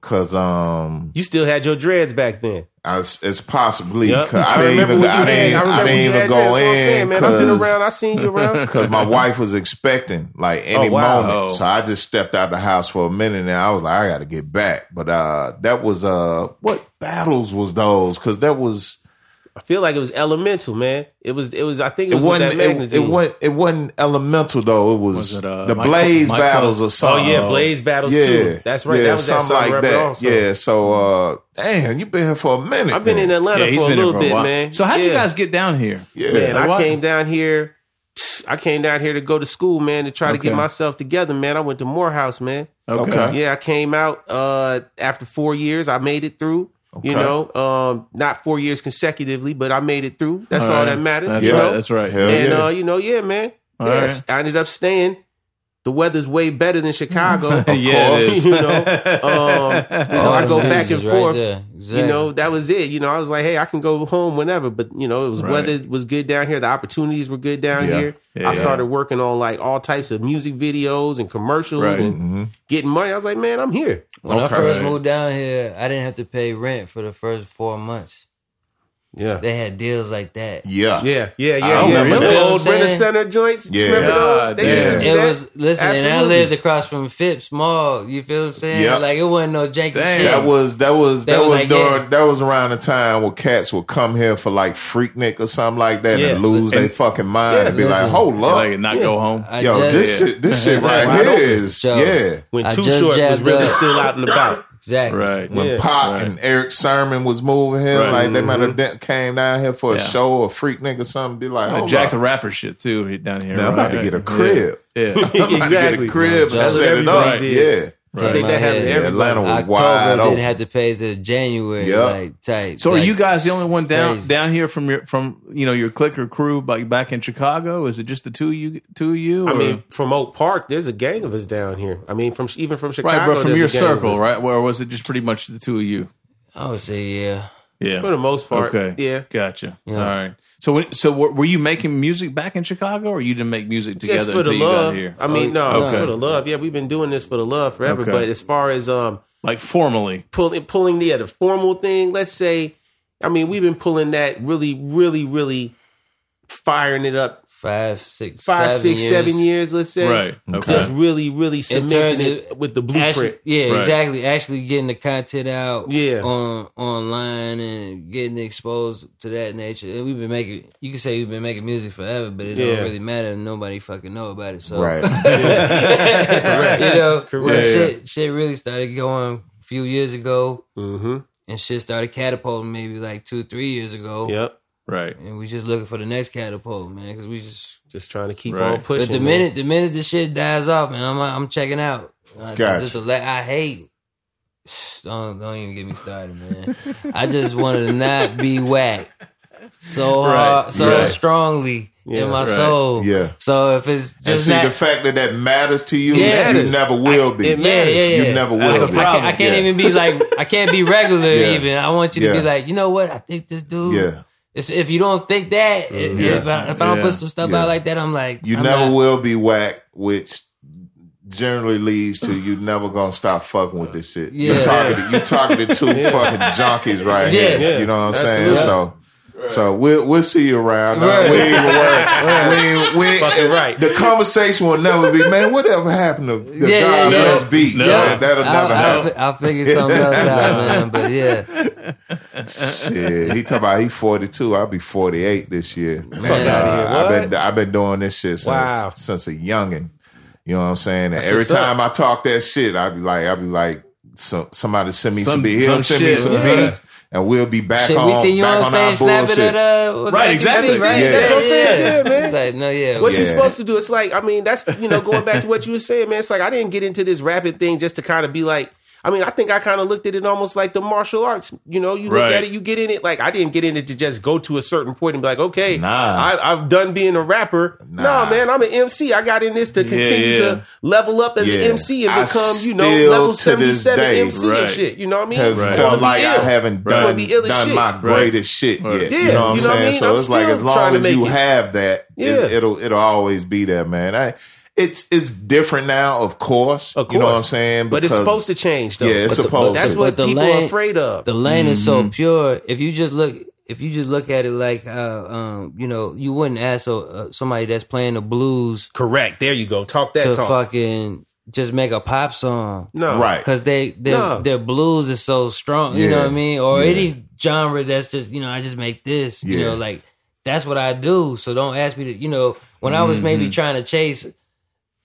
S2: because um,
S3: You still had your dreads back then.
S2: I, it's possibly.
S3: Yep.
S2: 'cause I, didn't even.
S3: when
S2: I
S3: you had-
S2: didn't. I,
S3: remember when you
S2: didn't even
S3: had dreads,
S2: go
S3: that's what I'm saying,
S2: in.
S3: man. I've been
S2: 'cause-
S3: around. I seen you around.
S2: because my wife was expecting like any
S3: Oh, wow.
S2: moment.
S1: Oh.
S2: So I just stepped out the house for a minute and I was like, I gotta get back. But uh that was uh what battles was those? Cause that was
S3: I feel like it was elemental, man. It was. It was. I think it
S2: it,
S3: was with
S2: wasn't
S3: that
S2: it, it
S3: magazine.
S2: wasn't it wasn't elemental though. It was,
S1: Was it, uh,
S2: the
S1: Michael-
S2: Blaze
S1: Michael-
S2: battles or
S3: Oh
S2: something.
S3: yeah, Blaze battles too. That's right.
S2: Uh, Yeah,
S3: that was that
S2: something
S3: song
S2: like
S3: rapper
S2: that.
S3: also.
S2: Yeah. So uh damn, you've been here for a minute.
S3: I've been
S2: then.
S3: in Atlanta
S1: yeah, he's
S3: for a
S1: been here
S3: little
S1: for a
S3: bit,
S1: while.
S3: man.
S1: So how'd you
S3: Yeah.
S1: guys get down here?
S2: Yeah.
S3: Man, I
S1: Why-
S3: came down here. I came down here to go to school, man, to try to get
S1: Okay.
S3: myself together, man. I went to Morehouse, man.
S1: Okay.
S2: Okay.
S3: Yeah, I came out uh, after four years. I made it through. You
S2: Okay.
S3: know, um, not four years consecutively, but I made it through. That's all,
S1: right.
S3: that matters.
S1: That's
S3: uh, you
S1: right.
S3: know?
S1: That's right.
S2: Hell
S3: and
S2: yeah.
S3: uh, you know, yeah, man.
S1: Oh, All
S3: yes, I ended up staying the weather's way better than Chicago.
S1: Yeah, it is.
S3: you know. Um, you know, I go back and
S4: Just right
S3: forth.
S4: there.
S3: You know,
S4: Exactly.
S3: that was it. You know, I was like, hey, I can go home whenever. But you know, it was
S1: Right.
S3: weather was good down here. The opportunities were good down
S2: Yeah.
S3: here.
S1: Yeah.
S3: I started working on like all types of music videos and commercials
S1: Right.
S3: and
S2: Mhm.
S3: getting money. I was like, man, I'm here.
S4: When I
S2: Okay.
S4: first moved down here, I didn't have to pay rent for the first four months.
S3: Yeah.
S4: They had deals like that.
S2: Yeah.
S3: Yeah, yeah, yeah,
S2: I
S3: yeah.
S2: remember
S3: Remember
S2: that.
S3: the
S4: You know what
S3: old
S4: I'm saying?
S3: Brenner Center joints?
S2: Yeah.
S3: Remember
S1: God
S3: those? They used to
S2: damn.
S3: do
S4: It
S3: that.
S4: was listen, and I
S3: Absolutely.
S4: lived across from Phipps Mall. You feel what I'm saying?
S2: Yeah.
S4: Like it wasn't no janky
S1: Damn.
S4: shit.
S2: That was that was
S4: They
S2: that
S4: was
S2: was,
S4: like,
S2: during
S4: yeah.
S2: that was around the time where cats would come here for like Freaknik or something like that
S3: Yeah.
S2: and lose their fucking mind
S3: Yeah.
S2: and be like,
S4: Listen.
S2: hold up,
S1: Like, not go home.
S4: I
S2: yo,
S4: just,
S2: this shit, this shit
S3: Wide
S2: right here
S3: open.
S2: is
S4: So-
S2: yeah.
S3: when
S4: I
S3: Too
S4: just
S3: Short was
S4: jabbed
S3: really
S4: up.
S3: still out and about.
S4: exactly.
S1: Right.
S2: When
S3: Yeah.
S2: Pop
S1: Right.
S2: and Eric Sermon was moving here,
S1: Right. Mm-hmm.
S2: like they might have de- came down here for a
S1: Yeah.
S2: show or Freaknik or something, be like,
S1: Uh,
S2: hold
S1: Jack
S2: up.
S1: the Rapper shit too he- down here.
S2: Man, I'm about to
S1: right?
S2: get a crib.
S1: Yeah. Yeah.
S2: I'm about to get
S3: exactly.
S2: a crib and
S4: That's what
S2: set it up.
S1: everybody
S2: Yeah.
S1: did.
S3: I think
S4: Right.
S3: that happened to
S4: Yeah.
S3: everybody.
S2: Atlanta was wide
S4: October
S2: open.
S4: didn't have to pay till January,
S2: Yeah.
S4: like tight.
S1: So are
S4: Like,
S1: you guys the only one down
S4: crazy.
S1: down here from your from you know your clicker crew like back in Chicago? Is it just the two of you two of you?
S3: I
S1: or-
S3: mean, from Oak Park, there's a gang of us down here. I mean, from even from Chicago,
S1: right, but from
S3: there's
S1: your
S3: a gang of
S1: circle,
S3: us.
S1: right? Or was it just pretty much the two of you?
S4: I would say yeah.
S3: For the
S1: Yeah.
S3: most part,
S1: Okay.
S3: yeah.
S1: Gotcha.
S4: Yeah.
S1: All right. So when, so were, were you making music back in Chicago, or you didn't make music together
S3: Just for the
S1: until you
S3: love.
S1: got here?
S3: I mean, no,
S1: Oh, Okay.
S3: for the love. Yeah, we've been doing this for the love forever.
S1: Okay.
S3: But as far as um
S1: like formally.
S3: pulling pulling the other formal thing, let's say, I mean, we've been pulling that really, really, really firing it up
S4: Five, six,
S3: five, six,
S4: years.
S3: seven years, let's say.
S1: Right. Okay.
S3: Just really, really cementing
S4: turns
S3: it,
S4: it-
S3: with the blueprint.
S4: Actually, yeah,
S1: Right.
S4: exactly. Actually getting the content out
S3: Yeah.
S4: on online and getting exposed to that nature. And we've been making you can say we've been making music forever, but it
S3: Yeah.
S4: don't really matter. Nobody fucking know about it. So
S2: Right.
S4: you know, when
S1: Yeah, yeah.
S4: shit shit really started going a few years ago
S3: Mm-hmm.
S4: and shit started catapulting maybe like two, three years ago.
S3: Yep.
S1: Right.
S4: And we just looking for the next catapult, man, because we just
S3: Just trying to keep
S1: Right.
S3: on pushing.
S4: But the
S3: man.
S4: minute the minute the shit dies off, man, I'm I'm checking out. I,
S2: Gotcha.
S4: just a la- I hate. Don't don't even get me started, man. I just wanted to not be whack so
S1: Right,
S4: hard, so
S1: right.
S4: strongly
S3: Yeah,
S4: in my
S1: right.
S4: soul.
S2: Yeah.
S4: So if it's
S2: And
S4: just
S2: see
S4: not,
S2: the fact that that matters to you,
S4: Yeah.
S2: you
S3: Matters.
S2: never will be.
S3: it matters.
S4: yeah, yeah, yeah.
S2: You never
S1: That's
S2: will
S1: the
S2: be.
S4: I can't,
S1: problem.
S4: I can't
S2: Yeah.
S4: even be like I can't be regular
S2: Yeah.
S4: even. I want you to
S2: Yeah.
S4: be like, you know what? I think this dude.
S2: Yeah.
S4: It's, if you don't think that, i- if,
S2: Yeah.
S4: I, if I don't
S1: Yeah.
S4: put some stuff
S2: Yeah.
S4: out like that, I'm like,
S2: You
S4: I'm
S2: never
S4: not-
S2: will be whack, which generally leads to you never gonna stop fucking with this shit. You
S4: Yeah.
S2: talking to, you talking to two fucking junkies right
S4: Yeah.
S2: here.
S3: Yeah.
S2: You know what I'm saying?
S3: Absolutely.
S2: So. So we'll we'll see you around. dog.
S4: Right.
S2: We ain't even worried. We, ain't- we,
S3: Fucking
S2: ain't-
S3: right.
S2: The conversation will never be, man. Whatever happened to the
S4: Yeah, yeah,
S2: God
S4: yeah.
S2: bless beach?
S1: No.
S2: Man, that'll
S4: I'll,
S2: never
S4: I'll,
S2: happen.
S4: fi- I'll figure something else out, man. But yeah.
S2: Shit, he talking about he forty two. I'll be forty eight this year. Man,
S3: outta here.
S2: uh, I've been
S3: What?
S2: I've been doing this shit since
S3: Wow.
S2: since a youngin. You know what I'm saying? And every
S3: what's up.
S2: time I talk that shit, I be like, I be like, so, somebody send me some,
S1: Some-
S2: beats. He'll
S1: some
S2: send
S1: shit.
S2: me some
S1: Yeah.
S2: beats, and we'll be back
S4: Shit,
S2: on.
S4: we seen you
S2: back on
S4: on
S2: our
S4: stage snapping
S2: bullshit.
S4: at uh, what's
S1: Right,
S4: that,
S1: exactly.
S4: DC, right?
S2: Yeah. That's
S3: what I'm saying, yeah, man.
S4: It's like, no, yeah,
S3: What
S4: we-
S3: you
S2: Yeah.
S3: supposed to do? It's like I mean, that's you know, going back to what you were saying, man. It's like I didn't get into this rapping thing just to kind of be like. I mean, I think I kind of looked at it almost like the martial arts. You know, you look
S1: Right.
S3: at it, you get in it. Like I didn't get in it to just go to a certain point and be like, okay,
S2: Nah.
S3: I, I've done being a rapper. No,
S2: Nah.
S3: man, I'm an MC. I got in this to continue
S1: yeah.
S3: to level up as
S2: Yeah.
S3: an MC and
S2: I
S3: become, you know,
S2: still
S3: level
S2: to
S3: seventy
S2: this
S3: seven
S2: day,
S3: MC
S1: right.
S3: and shit. You know what I mean?
S2: Have
S1: Right.
S3: Wanna
S2: felt
S3: be
S2: like I
S3: ill.
S2: haven't
S1: Right.
S2: done,
S3: Wanna be ill as
S2: done
S3: shit.
S2: my
S3: Right.
S2: greatest shit
S1: Right.
S2: yet.
S1: Yeah,
S2: you know what I'm
S3: you know what I
S2: saying?
S3: mean?
S2: So
S3: I'm
S2: it's like
S3: still
S2: as long
S3: trying to
S2: as you
S3: make it.
S2: have that,
S3: Yeah.
S2: yeah. it'll it'll always be there, man. I, it's it's different now, of course.
S3: Of
S2: You know what I'm
S3: course.
S2: saying?
S3: but it's
S2: Because-
S3: supposed to change, though.
S2: Yeah, it's
S4: But the-
S2: supposed
S4: but
S3: that's
S2: to.
S3: what
S4: the
S3: people
S4: lane-
S3: are afraid of.
S4: the lane is
S2: Mm-hmm.
S4: so pure. If you just look, if you just look at it like, uh, um, you know, you wouldn't ask a, uh, somebody that's playing the blues
S3: Correct. There you go. Talk that
S4: to
S3: talk.
S4: fucking just make a pop song.
S3: no,
S2: right.
S4: Cause they their
S3: No.
S4: their blues is so strong, you know
S2: Yeah.
S4: what I mean? Or
S2: Yeah.
S4: any genre that's just you know I just make this, you
S2: Yeah.
S4: know, like that's what I do. So don't ask me to, you know, when I was maybe
S2: Mm-hmm.
S4: trying to chase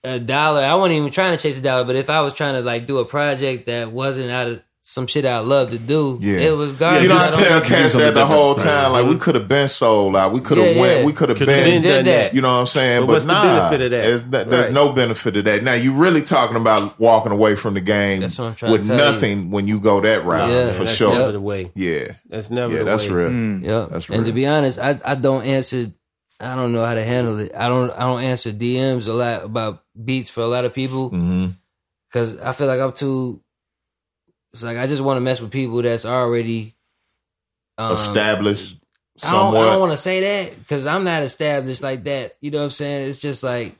S4: a dollar, I wasn't even trying to chase a dollar, but if I was trying to like do a project that wasn't out of some shit I love to do,
S2: Yeah.
S4: it was garbage.
S2: You know, I
S4: I don't
S2: tell
S4: think
S2: cats
S1: something
S2: that the
S1: different.
S2: whole time, like we
S3: Mm-hmm.
S2: could have been sold out, we could have
S4: Yeah,
S2: went,
S4: yeah.
S2: we could have
S3: Could have
S2: been,
S3: been
S4: did
S3: done
S4: that.
S3: that.
S2: You know what I'm saying?
S3: But what's the benefit of that?
S2: there's no- there's
S3: Right.
S2: no benefit of that. Now you're really talking about walking away from the game
S4: That's what I'm trying to
S2: with
S4: tell you.
S2: nothing when you go that route
S4: Yeah,
S2: for
S3: that's
S2: sure.
S3: never the way.
S2: Yeah,
S3: That's never
S2: yeah,
S3: the
S2: that's
S3: way.
S2: real.
S1: Mm.
S4: Yeah.
S2: That's
S4: and to
S2: real.
S4: be honest, I, I don't answer I don't know how to handle it. I don't I don't answer DMs a lot about beats for a lot of people
S2: Mm-hmm.
S4: because I feel like I'm too. It's like I just want to mess with people that's already um,
S2: Established
S4: I don't,
S2: somewhat.
S4: I don't want to say that because I'm not established like that. You know what I'm saying? It's just like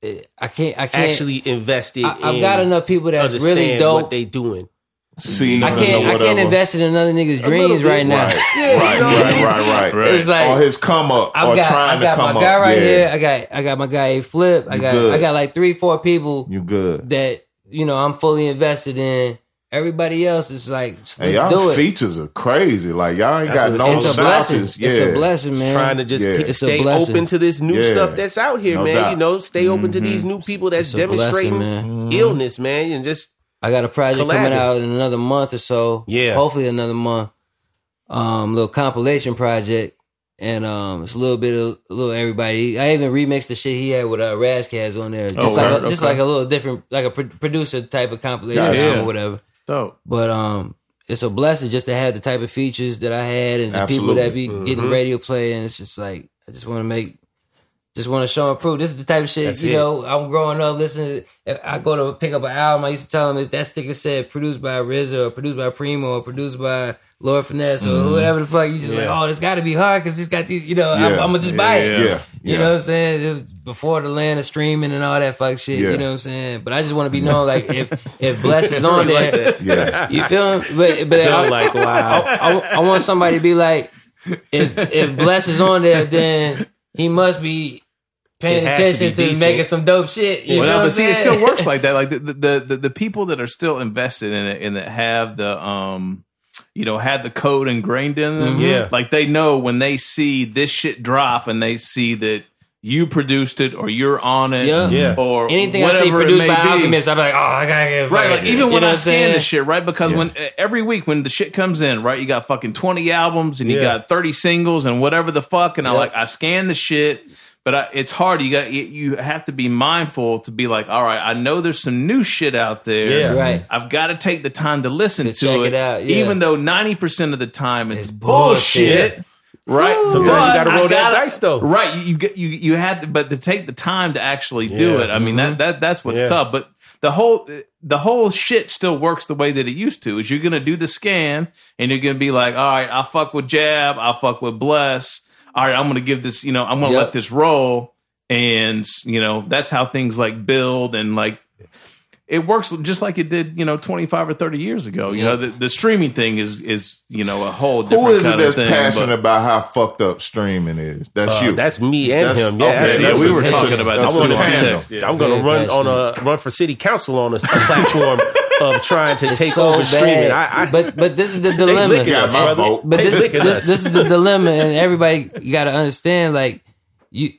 S4: it, I can't. I can't.
S3: Actually invested.
S4: I, I've
S3: in
S4: got enough people that's
S3: understand
S4: really dope.
S3: What they doing?
S2: seasoned
S4: I can't.
S2: or
S4: I can't
S2: whatever.
S4: invest in another nigga's
S3: little
S4: dreams
S3: bit,
S4: right now.
S2: Right,
S3: Yeah,
S2: right,
S3: you know what I
S2: right,
S3: mean?
S2: right, right,
S4: It's like-
S2: or his come up,
S4: I've
S2: or
S4: got,
S2: trying
S4: I've got
S2: to come up.
S4: my guy right
S2: yeah.
S4: here. I got I got my guy A Flip. I
S2: You
S4: got
S2: good.
S4: I got like three four people
S2: You good?
S4: that you know I'm fully invested in. Everybody else is like let's
S2: And
S4: do
S2: y'all
S4: it.
S2: features are crazy. Like y'all ain't
S3: That's
S2: got
S3: what
S2: no
S3: it is.
S4: it's a blessing.
S2: slouches. Yeah,
S4: It's a blessing, man.
S3: Trying to just
S2: Yeah.
S3: keep-
S4: It's a
S3: stay
S4: blessing.
S3: open to this new
S2: Yeah.
S3: stuff that's out here,
S2: No
S3: man.
S2: doubt.
S3: You know, stay open to
S1: Mhm.
S3: these new people that's
S4: Mm-hmm. It's a blessing,
S3: demonstrating
S4: man. Mm-hmm.
S3: illness, man, and just
S4: I got a project coming
S3: Collabing.
S4: out in another month or so.
S3: Yeah.
S4: Hopefully another month. Um little compilation project. And um it's a little bit of a little everybody. I even remixed the shit he had with uh Razkaz on there. Just
S1: Oh,
S4: like
S1: word,
S4: a, just
S1: okay.
S4: like a little different like a pro- producer type of compilation
S2: Gotcha.
S4: or whatever.
S1: Dope.
S4: But um it's a blessing just to have the type of features that I had and the people that be
S3: Absolutely.
S4: getting
S3: Mhm.
S4: radio play and it's just like I just wanna make just want to show and prove. This is the type of shit,
S3: That's
S4: you
S3: it.
S4: know, I'm growing up listening. If I go to pick up an album, I used to tell them if that sticker said produced by RZA or produced by Primo or produced by Lord Finesse or whatever the fuck, you just
S3: Mm-hmm. Yeah.
S4: like, oh, it's got to be hard because it's got these, you know, I'm,
S2: Yeah.
S4: I'm going to just buy
S2: yeah,
S4: it.
S2: yeah.
S4: You know what I'm saying? It was before the land of streaming and all that fuck shit.
S2: Yeah.
S4: You know what I'm saying? But I just want to be known like if if Bless is on
S3: Really
S4: there,
S3: like
S2: Yeah.
S3: that.
S4: you feel me? But but I,
S3: Feel like wow.
S4: I, I want somebody to be like, if if Bless is on there, then he must be paying
S3: It has to
S4: attention
S3: be
S4: to,
S3: decent.
S4: making some dope shit. You
S1: Well,
S4: know
S1: no,
S4: what I'm
S1: but see, it
S4: saying?
S1: still works like that. Like the the, the the the people that are still invested in it and that have the um, you know, have the code ingrained in them.
S4: Mm-hmm.
S3: Mhm. Yeah.
S1: like they know when they see this shit drop and they see that you produced it or you're on it.
S4: Yeah.
S3: Yeah.
S1: or
S4: Anything I
S1: whatever
S4: see produced
S1: it may
S4: by
S1: be.
S4: Alchemist, I'm like, oh, I gotta get
S1: Right, like
S4: fucking-
S1: even
S4: you
S1: when
S4: know
S1: I
S4: what I'm
S1: scan
S4: saying?
S1: this shit, right? Because
S2: Yeah.
S1: when uh, every week when the shit comes in, right, you got fucking twenty albums and you
S3: Yeah.
S1: got thirty singles and whatever the fuck, and I
S4: Yeah.
S1: like I scan the shit, but I, it's hard. You got you, you have to be mindful to be like, all right, I know there's some new shit out there,
S3: Yeah.
S4: Right.
S1: I've got to take the time to listen
S4: To
S1: to,
S4: check
S1: it,
S4: it out, yeah.
S1: even though ninety percent of the time it's,
S4: It's
S1: bullshit.
S4: bullshit.
S1: Right,
S3: Sometimes
S1: But
S3: you gotta
S1: I
S3: roll that
S1: gotta-
S3: dice, though.
S1: Right, you- you get you you had, to, but to take the time to actually do
S3: Yeah.
S1: it. I mean
S2: Mm-hmm.
S1: that that that's what's
S3: Yeah.
S1: tough. But the whole the whole shit still works the way that it used to. Is you're gonna do the scan and you're gonna be like, all right, I fuck with Jab, I fuck with Bless. All right, I'm gonna give this, you know, I'm gonna
S4: Yep.
S1: let this roll, and you know that's how things like build and like. It works just like it did, you know, twenty five or thirty years ago. You
S4: Yeah.
S1: know, the, the streaming thing is is you know a whole different
S2: Who is it
S1: kind
S2: that's
S1: of thing,
S2: passionate
S1: but-
S2: about how fucked up streaming is? That's
S3: Uh,
S2: you.
S3: that's me and
S2: That's-
S3: him. Yeah,
S2: okay,
S3: absolutely.
S1: Yeah,
S2: that's
S1: we
S2: a-
S1: were
S2: that's
S1: talking
S2: a-
S1: about
S2: that's
S1: that. I
S2: a
S1: wanted to
S2: tandem.
S1: text. Yeah.
S3: I'm gonna
S4: Very
S3: run on a run for city council on a platform of trying to
S4: It's
S3: take
S4: so
S3: over
S4: bad.
S3: streaming. I, I
S4: but but this is the
S3: they
S4: dilemma.
S3: licking
S2: Yeah,
S3: us,
S2: my
S3: brother.
S2: vote.
S4: But
S3: they
S4: this,
S3: licking
S4: this,
S3: us.
S4: this is the dilemma, and everybody got to understand. Like you,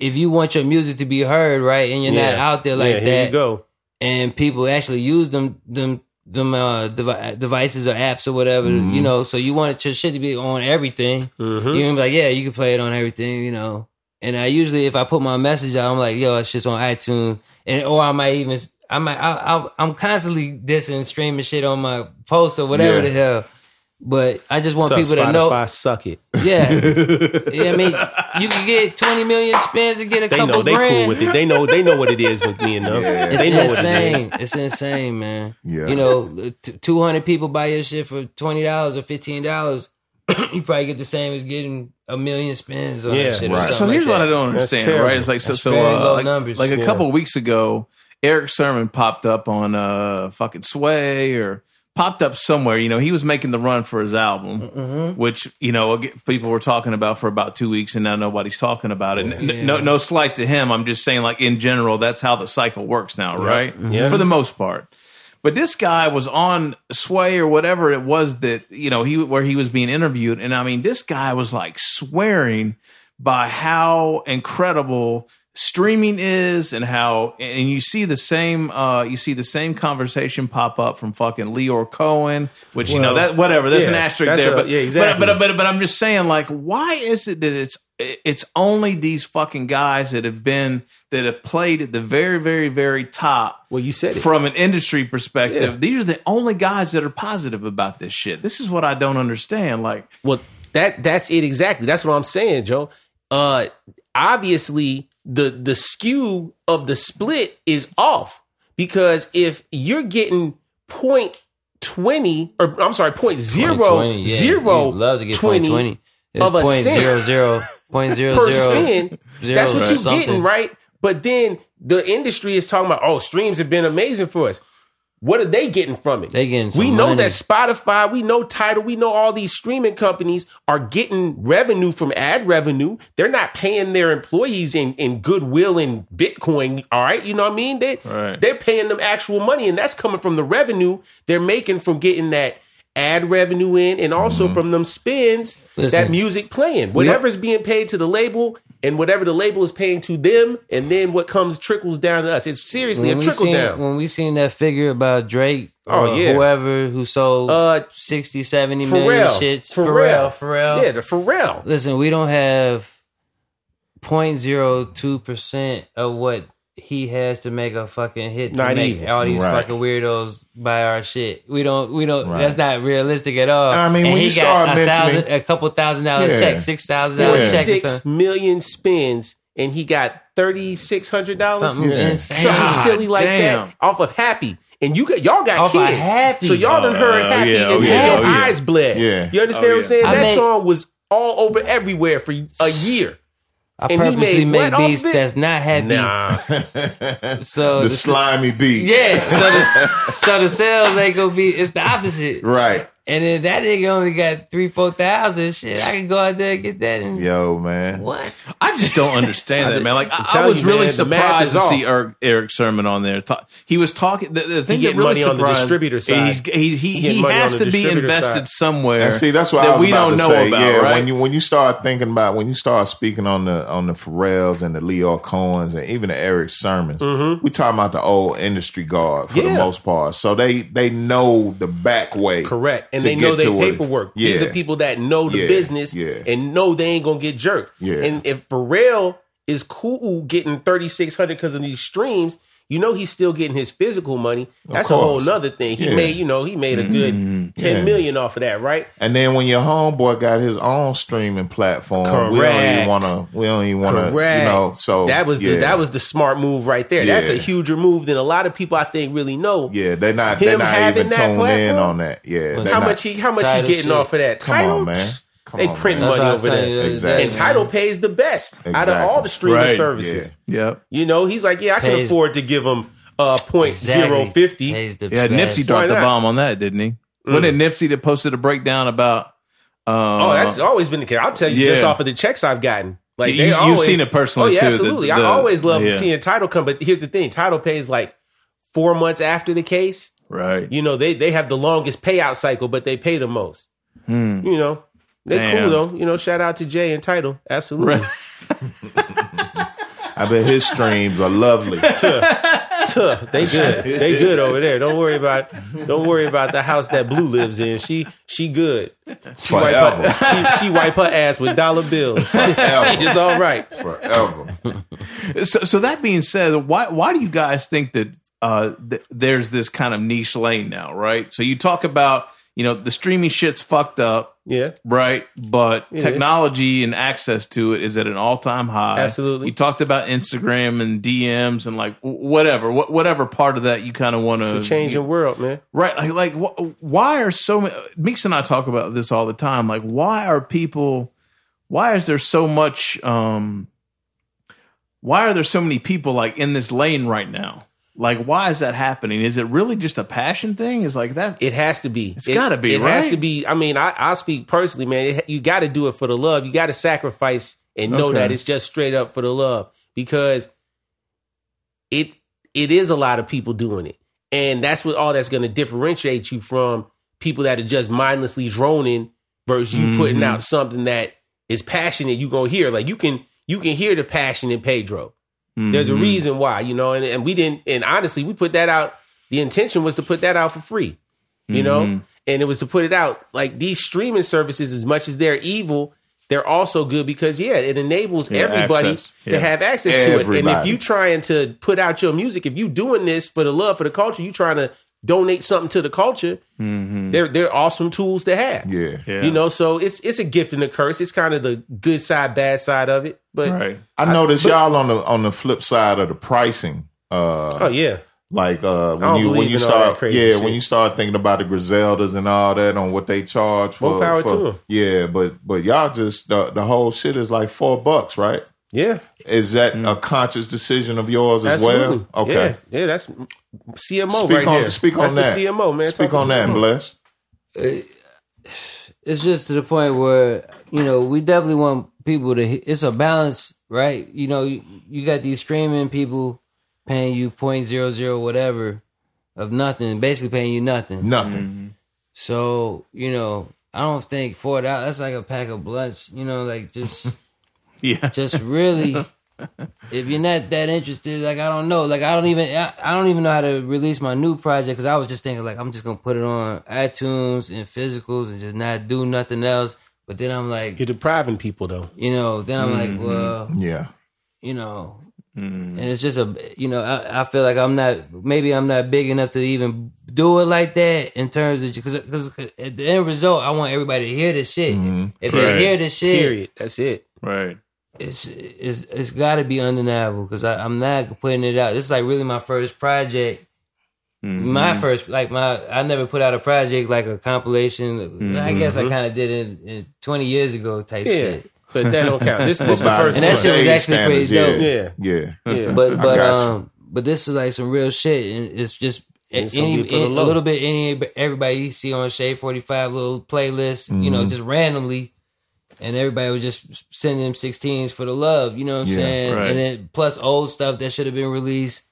S4: if you want your music to be heard, right, and you're not
S3: Yeah.
S4: out there like
S3: yeah,
S4: that,
S3: here you go.
S4: and people actually use them them them uh, devi- devices or apps or whatever,
S3: Mm-hmm.
S4: you know. So you want your shit to be on everything.
S3: Mhm.
S4: You can be like, yeah, you can play it on everything, you know. And I usually, if I put my message out, I'm like, yo, it's just on iTunes, and or I might even, I might, I, I, I'm constantly dissing streaming shit on my post or whatever
S2: Yeah.
S4: the hell. But I just want
S3: Suck
S4: people
S3: Spotify,
S4: to know,
S3: suck it.
S4: yeah. yeah. I mean, you can get 20 million spins and get a
S3: They
S4: couple
S3: know they
S4: grand.
S3: cool with it. They know they know what it is with me and them.
S2: Yeah.
S4: It's
S3: They know what it is.
S4: insane. it's insane, man.
S2: Yeah.
S4: You know, t- 200 people buy your shit for $20 or $15. you probably get the same as getting a million spins or
S3: Yeah.
S4: shit.
S2: Right.
S4: Or
S1: So here's what I don't
S3: That's
S1: understand,
S3: terrible.
S1: right? It's like so,
S4: That's
S1: so
S4: very
S1: uh,
S4: low
S1: like,
S4: numbers,
S1: like a
S3: yeah.
S1: couple of weeks ago, Eric Sermon popped up on uh fucking Sway or popped up somewhere. You know, he was making the run for his album,
S4: Mm-hmm.
S1: which you know ag- people were talking about for about two weeks, and now nobody's talking about it. N- n- No, no slight to him. I'm just saying, like in general, that's how the cycle works now, right?
S3: Yeah.
S1: For the most part. But this guy was on Sway or whatever it was that you know he where he was being interviewed, and I mean this guy was like swearing by how incredible streaming is and how and you see the same uh you see the same conversation pop up from fucking Leor Cohen which you know
S3: Well,
S1: that whatever there's an
S3: yeah,
S1: asterisk
S3: that's
S1: there
S3: a-
S1: but
S3: yeah, exactly.
S1: but, but but but I'm just saying, like, why is it that it's it's only these fucking guys that have been that have played at the very, very, very top
S3: Well, you said it.
S1: from an industry perspective?
S3: Yeah.
S1: These are the only guys that are positive about this shit. This is what I don't understand. Like,
S3: Well, that that's it exactly. That's what I'm saying, Joe. uh obviously the the skew of the split is off because if you're getting point 20 or I'm sorry point zero
S4: 20, yeah.
S3: zero
S4: You'd love to get
S3: 20
S4: point twenty. It's
S3: of a
S4: point
S3: cent.
S4: zero zero point zero
S3: per
S4: zero
S3: spin
S4: zero
S3: that's what
S4: or
S3: you're
S4: something.
S3: getting right but then the industry is talking about oh streams have been amazing for us what are they getting from it
S4: They getting some
S3: we know
S4: money.
S3: that Spotify, we know Title, we know all these streaming companies are getting revenue from ad revenue. They're not paying their employees in, in goodwill and Bitcoin. All right, you know what I mean? They
S1: Right.
S3: they're paying them actual money, and that's coming from the revenue they're making from getting that ad revenue in, and also from them spins that
S4: Mm-hmm. Listen.
S3: music playing. Whatever's being paid to the label. And whatever the label is paying to them, and then what comes trickles down to us. It's seriously
S4: when
S3: a
S4: we
S3: trickle
S4: seen
S3: down.
S4: when we seen that figure about Drake or
S3: Oh, yeah.
S4: whoever who sold
S3: Uh,
S4: 60, 70 million
S3: Pharrell,
S4: shits.
S3: Pharrell.
S4: Pharrell, Pharrell.
S3: Yeah, the Pharrell.
S4: Listen, we don't have 0.02% of what he has to make a fucking hit to
S3: Not
S4: make
S3: even.
S4: all these
S2: Right.
S4: fucking weirdos buy our shit. We don't we don't that's not realistic at all.
S2: I mean,
S4: and
S2: when
S4: he
S2: you
S4: got
S2: start
S4: a
S2: mentioning-
S4: thousand a couple thousand dollar
S2: Yeah.
S4: check, six thousand dollar
S2: Yeah.
S4: check or
S3: Forty-six
S4: something.
S3: million spins, and he got thirty six hundred dollars.
S4: Something
S2: Yeah.
S4: insane.
S3: Something silly like
S1: damn.
S3: that off of Happy, and you got y'all got
S4: Off of
S3: kids,
S4: Happy.
S3: so y'all done
S1: Oh,
S3: heard
S1: oh,
S3: Happy
S1: yeah, oh,
S3: until
S1: yeah,
S3: your
S1: oh, yeah.
S3: eyes bled.
S2: Yeah.
S3: you understand
S1: Oh,
S3: what I'm saying?
S4: yeah. I
S3: that
S4: made-
S3: song was all over everywhere for a year.
S4: I
S3: and he
S4: purposely
S3: made what
S4: make
S3: off
S4: beats
S3: of it?
S4: that's not happy.
S3: Nah,
S4: So
S2: the
S4: the-
S2: slimy beat.
S4: Yeah. So the, so the sales ain't gonna be it's the opposite.
S2: Right.
S4: And then that nigga only got three, four thousand. Shit, I can go out there and get that. And
S2: Yo, man.
S4: What?
S1: I just don't understand that, man. Like
S3: I'm
S1: I, I
S3: telling
S1: was
S3: you,
S1: really
S3: man, the math
S1: surprised
S3: is
S1: to see
S3: off.
S1: Eric, Eric Sermon on there. Ta- he was talking. The, the thing that
S3: getting
S1: really
S3: money on the
S1: surprised-
S3: distributor side.
S1: He's, he
S3: He
S1: he,
S3: getting
S1: he
S3: money
S1: has
S3: on the
S1: to be
S3: distributor
S1: invested
S3: side.
S1: somewhere.
S2: And see, that's what
S1: that
S2: I was
S1: we
S2: about
S1: don't
S2: to
S1: know
S2: say.
S1: about.
S2: yeah,
S1: right?
S2: when you when you start thinking about when you start speaking on the on the Pharrells and the Leo Cohens and even the Eric Sermons, we talking about the old industry guard for the
S3: Mm-hmm. Yeah.
S2: most part. So they they know the back way,
S3: correct, and
S2: to
S3: they know
S2: get
S3: their
S2: to it.
S3: paperwork.
S2: Yeah,
S3: These are people that know the
S2: Yeah,
S3: business
S2: yeah.
S3: and know they ain't gonna get jerked.
S2: Yeah.
S3: And if Pharrell is cool getting thirty six hundred because of these streams, you know he's still getting his physical money. That's a
S2: course.
S3: whole nother thing. He
S2: Yeah. Mm-hmm.
S3: made you know he made a good ten million
S2: Yeah.
S3: off of that, right?
S2: And then when your homeboy got his own streaming platform, we don't even
S3: Correct.
S2: want to. We don't even want to. You know, so
S3: that was
S2: yeah.
S3: the, that was the smart move right there. That's a
S2: Yeah.
S3: huger move than a lot of people I think really know.
S2: Yeah, they're not.
S3: Him
S2: They're not
S3: having
S2: even
S3: that
S2: tuned in
S3: platform?
S2: on that. Yeah, they
S3: How
S2: not-
S3: much he how much he
S4: Title
S3: getting
S4: shit.
S3: off of that?
S2: Come
S3: title,
S2: on, man. Come
S3: they
S2: on,
S3: print
S2: man.
S3: money
S4: what I was
S3: over
S4: telling you the
S3: there.
S4: other
S2: Exactly.
S4: day,
S3: And title
S4: man.
S3: pays the best out of
S2: Exactly.
S3: all the streaming
S1: Right.
S3: services.
S2: Yeah.
S1: yep.
S3: You know, he's like, yeah, I can
S4: Pays-
S3: afford to give him uh point zero fifty.
S4: Pays the
S1: Yeah,
S4: best.
S1: Nipsey dropped the
S3: not?
S1: bomb on that, didn't he?
S2: Mm.
S1: Wasn't it Nipsey that posted a breakdown about? Um,
S3: Oh, that's always been the case. I'll tell you just
S1: Yeah.
S3: off of the checks I've gotten. Like
S1: You-
S3: they
S1: you've
S3: always-
S1: seen it personally,
S3: Oh yeah,
S1: too, the-
S3: absolutely. I
S1: the-
S3: always love
S1: yeah.
S3: seeing title come. But here's the thing: title pays like four months after the case.
S1: right.
S3: You know, they they have the longest payout cycle, but they pay the most. You know, they
S1: Hmm. Damn.
S3: cool though. You know, shout out to Jay and title. Absolutely.
S1: Right.
S2: I bet his streams are lovely.
S3: Tuh, they good. They good over there. Don't worry about don't worry about the house that Blue lives in. She she good. She wipe
S2: Forever.
S3: her, she, she wipe her ass with dollar bills. It's all right.
S2: Forever.
S1: So, so that being said, why why do you guys think that uh, th- there's this kind of niche lane now, right? So you talk about you know the streaming shit's fucked up,
S3: Yeah.
S1: right? But
S3: It is.
S1: technology and access to it is at an all time high.
S3: Absolutely.
S1: You talked about Instagram and DMs and like w- whatever, wh- whatever part of that you kind of want to
S3: It's a changing world, man.
S1: right? Like, like wh- why are so many? Meeks and I talk about this all the time. Like, why are people? Why is there so much? um Why are there so many people like in this lane right now? Like, why is that happening? Is it really just a passion thing? Is like that?
S3: It has to be. It's
S1: gotta be,
S3: It has
S1: right?
S3: to be. I mean, I, I speak personally, man. It, you got to do it for the love. You got to sacrifice and know
S1: Okay.
S3: that it's just straight up for the love because it it is a lot of people doing it, and that's what all that's going to differentiate you from people that are just mindlessly droning versus you putting
S1: Mhm.
S3: out something that is passionate. You gonna hear like you can you can hear the passion in Pedro. There's a
S1: Mhm.
S3: reason why, you know, and, and we didn't, and honestly, we put that out. The intention was to put that out for free, you know,
S1: Mhm.
S3: and it was to put it out. Like these streaming services, as much as they're evil, they're also good because, yeah, it enables
S1: Yeah,
S3: everybody
S1: access.
S3: to
S1: Yeah.
S3: have access to it. And if
S2: Everybody.
S3: you trying to put out your music, if you doing this for the love, for the culture, you trying to donate something to the culture, they're they're awesome tools to
S2: Yeah.
S3: have.
S1: Hmm. Yeah.
S3: Mm-hmm. You know, so it's it's a gift and a curse. It's kind of the good side, bad side of it. But
S1: right.
S2: I noticed y'all on the on the flip side of the pricing. Uh,
S3: oh yeah,
S2: like uh, when
S3: don't
S2: you when
S3: believe
S2: you
S3: in all
S2: start
S3: that crazy
S2: yeah
S3: shit.
S2: when you start thinking about the Griseldas and all that on what they charge for,
S3: More power
S2: for-
S3: to 'em.
S2: yeah but but y'all just the, the whole shit is like four bucks right
S3: yeah,
S2: is that a conscious decision of yours as
S3: Mm. absolutely.
S2: well okay
S3: yeah, yeah, that's CMO
S2: speak
S3: right
S2: on
S3: there.
S2: speak
S3: that's
S2: on that
S3: the CMO man.
S2: speak
S3: Talk
S2: on
S3: to
S2: that
S3: CMO.
S2: bless
S4: it's just to the point where you know we definitely want people to. It's a balance, right? You know, you, you got these streaming people paying you point zero zero whatever of nothing, basically paying you nothing.
S3: Mm-hmm.
S2: nothing
S4: So you know, I don't think four dollars. That's like a pack of blunts. You know, like just
S1: Yeah.
S4: just really. If you're not that interested, like I don't know, like I don't even I, I don't even know how to release my new project because I was just thinking like I'm just gonna put it on iTunes and physicals and just not do nothing else. But then I'm like,
S3: You're depriving people though.
S4: you know, then I'm like, well,
S2: yeah
S4: you know, and it's just a, you know, I, I feel like I'm not, maybe I'm not big enough to even do it like that in terms of, because because at the end result, I want everybody to hear this shit. If
S1: Right.
S4: they hear this shit,
S3: Period. That's it.
S1: Right.
S4: it's it's it's got to be undeniable because I'm not putting it out. This is like really my first project.
S1: Mm-hmm.
S4: My first, like my, I never put out a project like a compilation. I guess I kind of did in, in 20 years ago type
S3: Yeah,
S4: shit.
S3: but that don't count. This this the
S2: By
S3: first
S4: And that
S3: one.
S4: shit was
S2: today's
S4: actually pretty
S2: standards,
S3: dope.
S2: yeah yeah,
S3: Yeah.
S4: But but
S2: got you.
S4: um, but this is like some real shit, and it's just
S3: And it's
S4: any,
S3: gonna be for
S4: a
S3: the low.
S4: little bit any everybody you see on Shade 45 little playlist, you
S3: Mm-hmm.
S4: know, just randomly. And everybody was just sending them 16s for the love, you know what I'm
S2: Yeah,
S4: saying?
S1: right.
S4: And then plus old stuff that should have been released.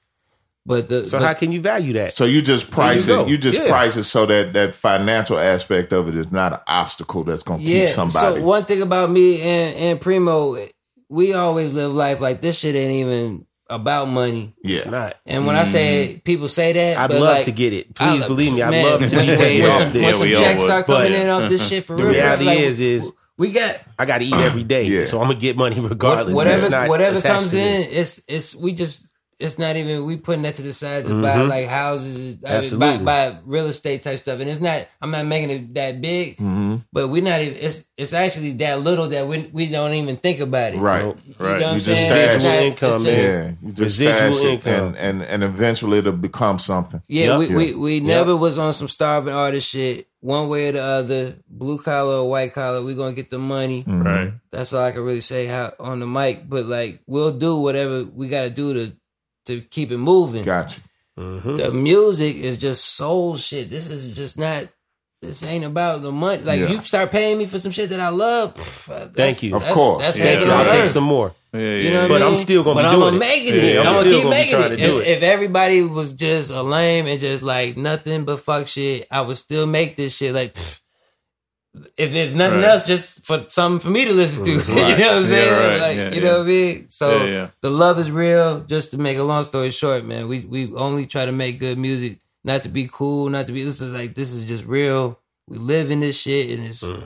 S4: But the
S3: So
S4: but-
S3: how can you value that?
S2: So you just price
S3: There you
S2: it.
S3: go.
S2: You just
S3: Yeah.
S2: price it so that that financial aspect of it is not an obstacle that's going to keep somebody.
S4: So one thing about me and, and Primo, we always live life like this shit ain't even about money.
S3: It's
S2: yeah,
S3: not.
S4: And when I say people say that,
S3: Mm-hmm. I'd
S4: but
S3: love
S4: like,
S3: to get it.
S4: I
S3: Please
S4: love-
S3: believe me. I'd
S4: man,
S3: love to
S4: when-
S3: be paid
S4: when
S3: off
S4: some-
S1: Yeah,
S3: this.
S4: Once
S1: we
S4: the
S1: all
S4: checks
S1: would.
S4: start coming
S3: But
S4: in off this shit for
S3: The
S4: real, bro,
S3: reality
S4: like,
S3: is, is
S4: we got
S3: I got to eat every day,
S2: Yeah.
S3: so I'm gonna get money regardless.
S4: whatever
S3: It's not
S4: whatever
S3: attached
S4: comes
S3: to
S4: in.
S3: this.
S4: It's it's we just it's not even we putting that to the side to buy like houses, I mean, buy,
S3: Mm-hmm. Absolutely.
S4: buy real estate type stuff, and it's not. I'm not making it that big,
S3: Mm-hmm.
S4: but we're not even. It's it's actually that little that we we don't even think about it.
S2: right.
S3: Nope.
S4: You
S1: Right.
S4: know what I'm
S2: just
S4: saying?
S2: stash
S4: It's not-
S3: it.
S4: it's
S3: Income,
S4: just-
S3: man.
S2: Yeah, you just
S3: Residual
S2: stash it
S3: income.
S2: and, and and eventually it'll become something.
S4: Yeah,
S3: Yep.
S4: we, we, we never
S3: Yep.
S4: was on some starving artist shit. One way or the other, blue collar or white collar, we gonna get the money.
S2: Mm.
S1: Right.
S4: That's all I can really say how, on the mic. But like, we'll do whatever we gotta do to to keep it moving.
S2: Got you.
S3: Mhm.
S4: The music is just soul shit. This is just not. This ain't about the money. Like
S2: Yeah.
S4: you start paying me for some shit that I love. pff, uh, that's-
S3: Thank you.
S2: Of
S4: that's-
S2: course.
S4: that's
S1: Yeah.
S4: taking
S3: Thank you.
S4: on
S3: I'll take
S4: earth.
S3: some more.
S1: Yeah.
S4: You know
S1: yeah.
S4: what
S3: But
S4: I
S3: I'm
S4: mean?
S3: still gonna
S4: But
S3: be
S4: I'm
S3: doing
S4: gonna
S3: it.
S4: make it.
S1: Yeah,
S4: I'm,
S1: I'm
S4: gonna
S3: still
S4: keep
S3: gonna be
S4: making
S3: trying
S4: it.
S3: to do
S4: if,
S3: it.
S4: if everybody was just a lame and just like nothing but fuck shit, I would still make this shit. Like, pfft. if if nothing
S1: Right.
S4: else, just for something for me to listen to. you
S1: Right.
S4: know what I'm
S1: Yeah,
S4: saying?
S1: right.
S4: Like,
S1: Yeah,
S4: you know
S1: yeah.
S4: what I mean? So
S1: Yeah, yeah.
S4: the love is real. Just to make a long story short, man, we we only try to make good music, not to be cool, not to be. This is like this is just real. We live in this shit, and it's. I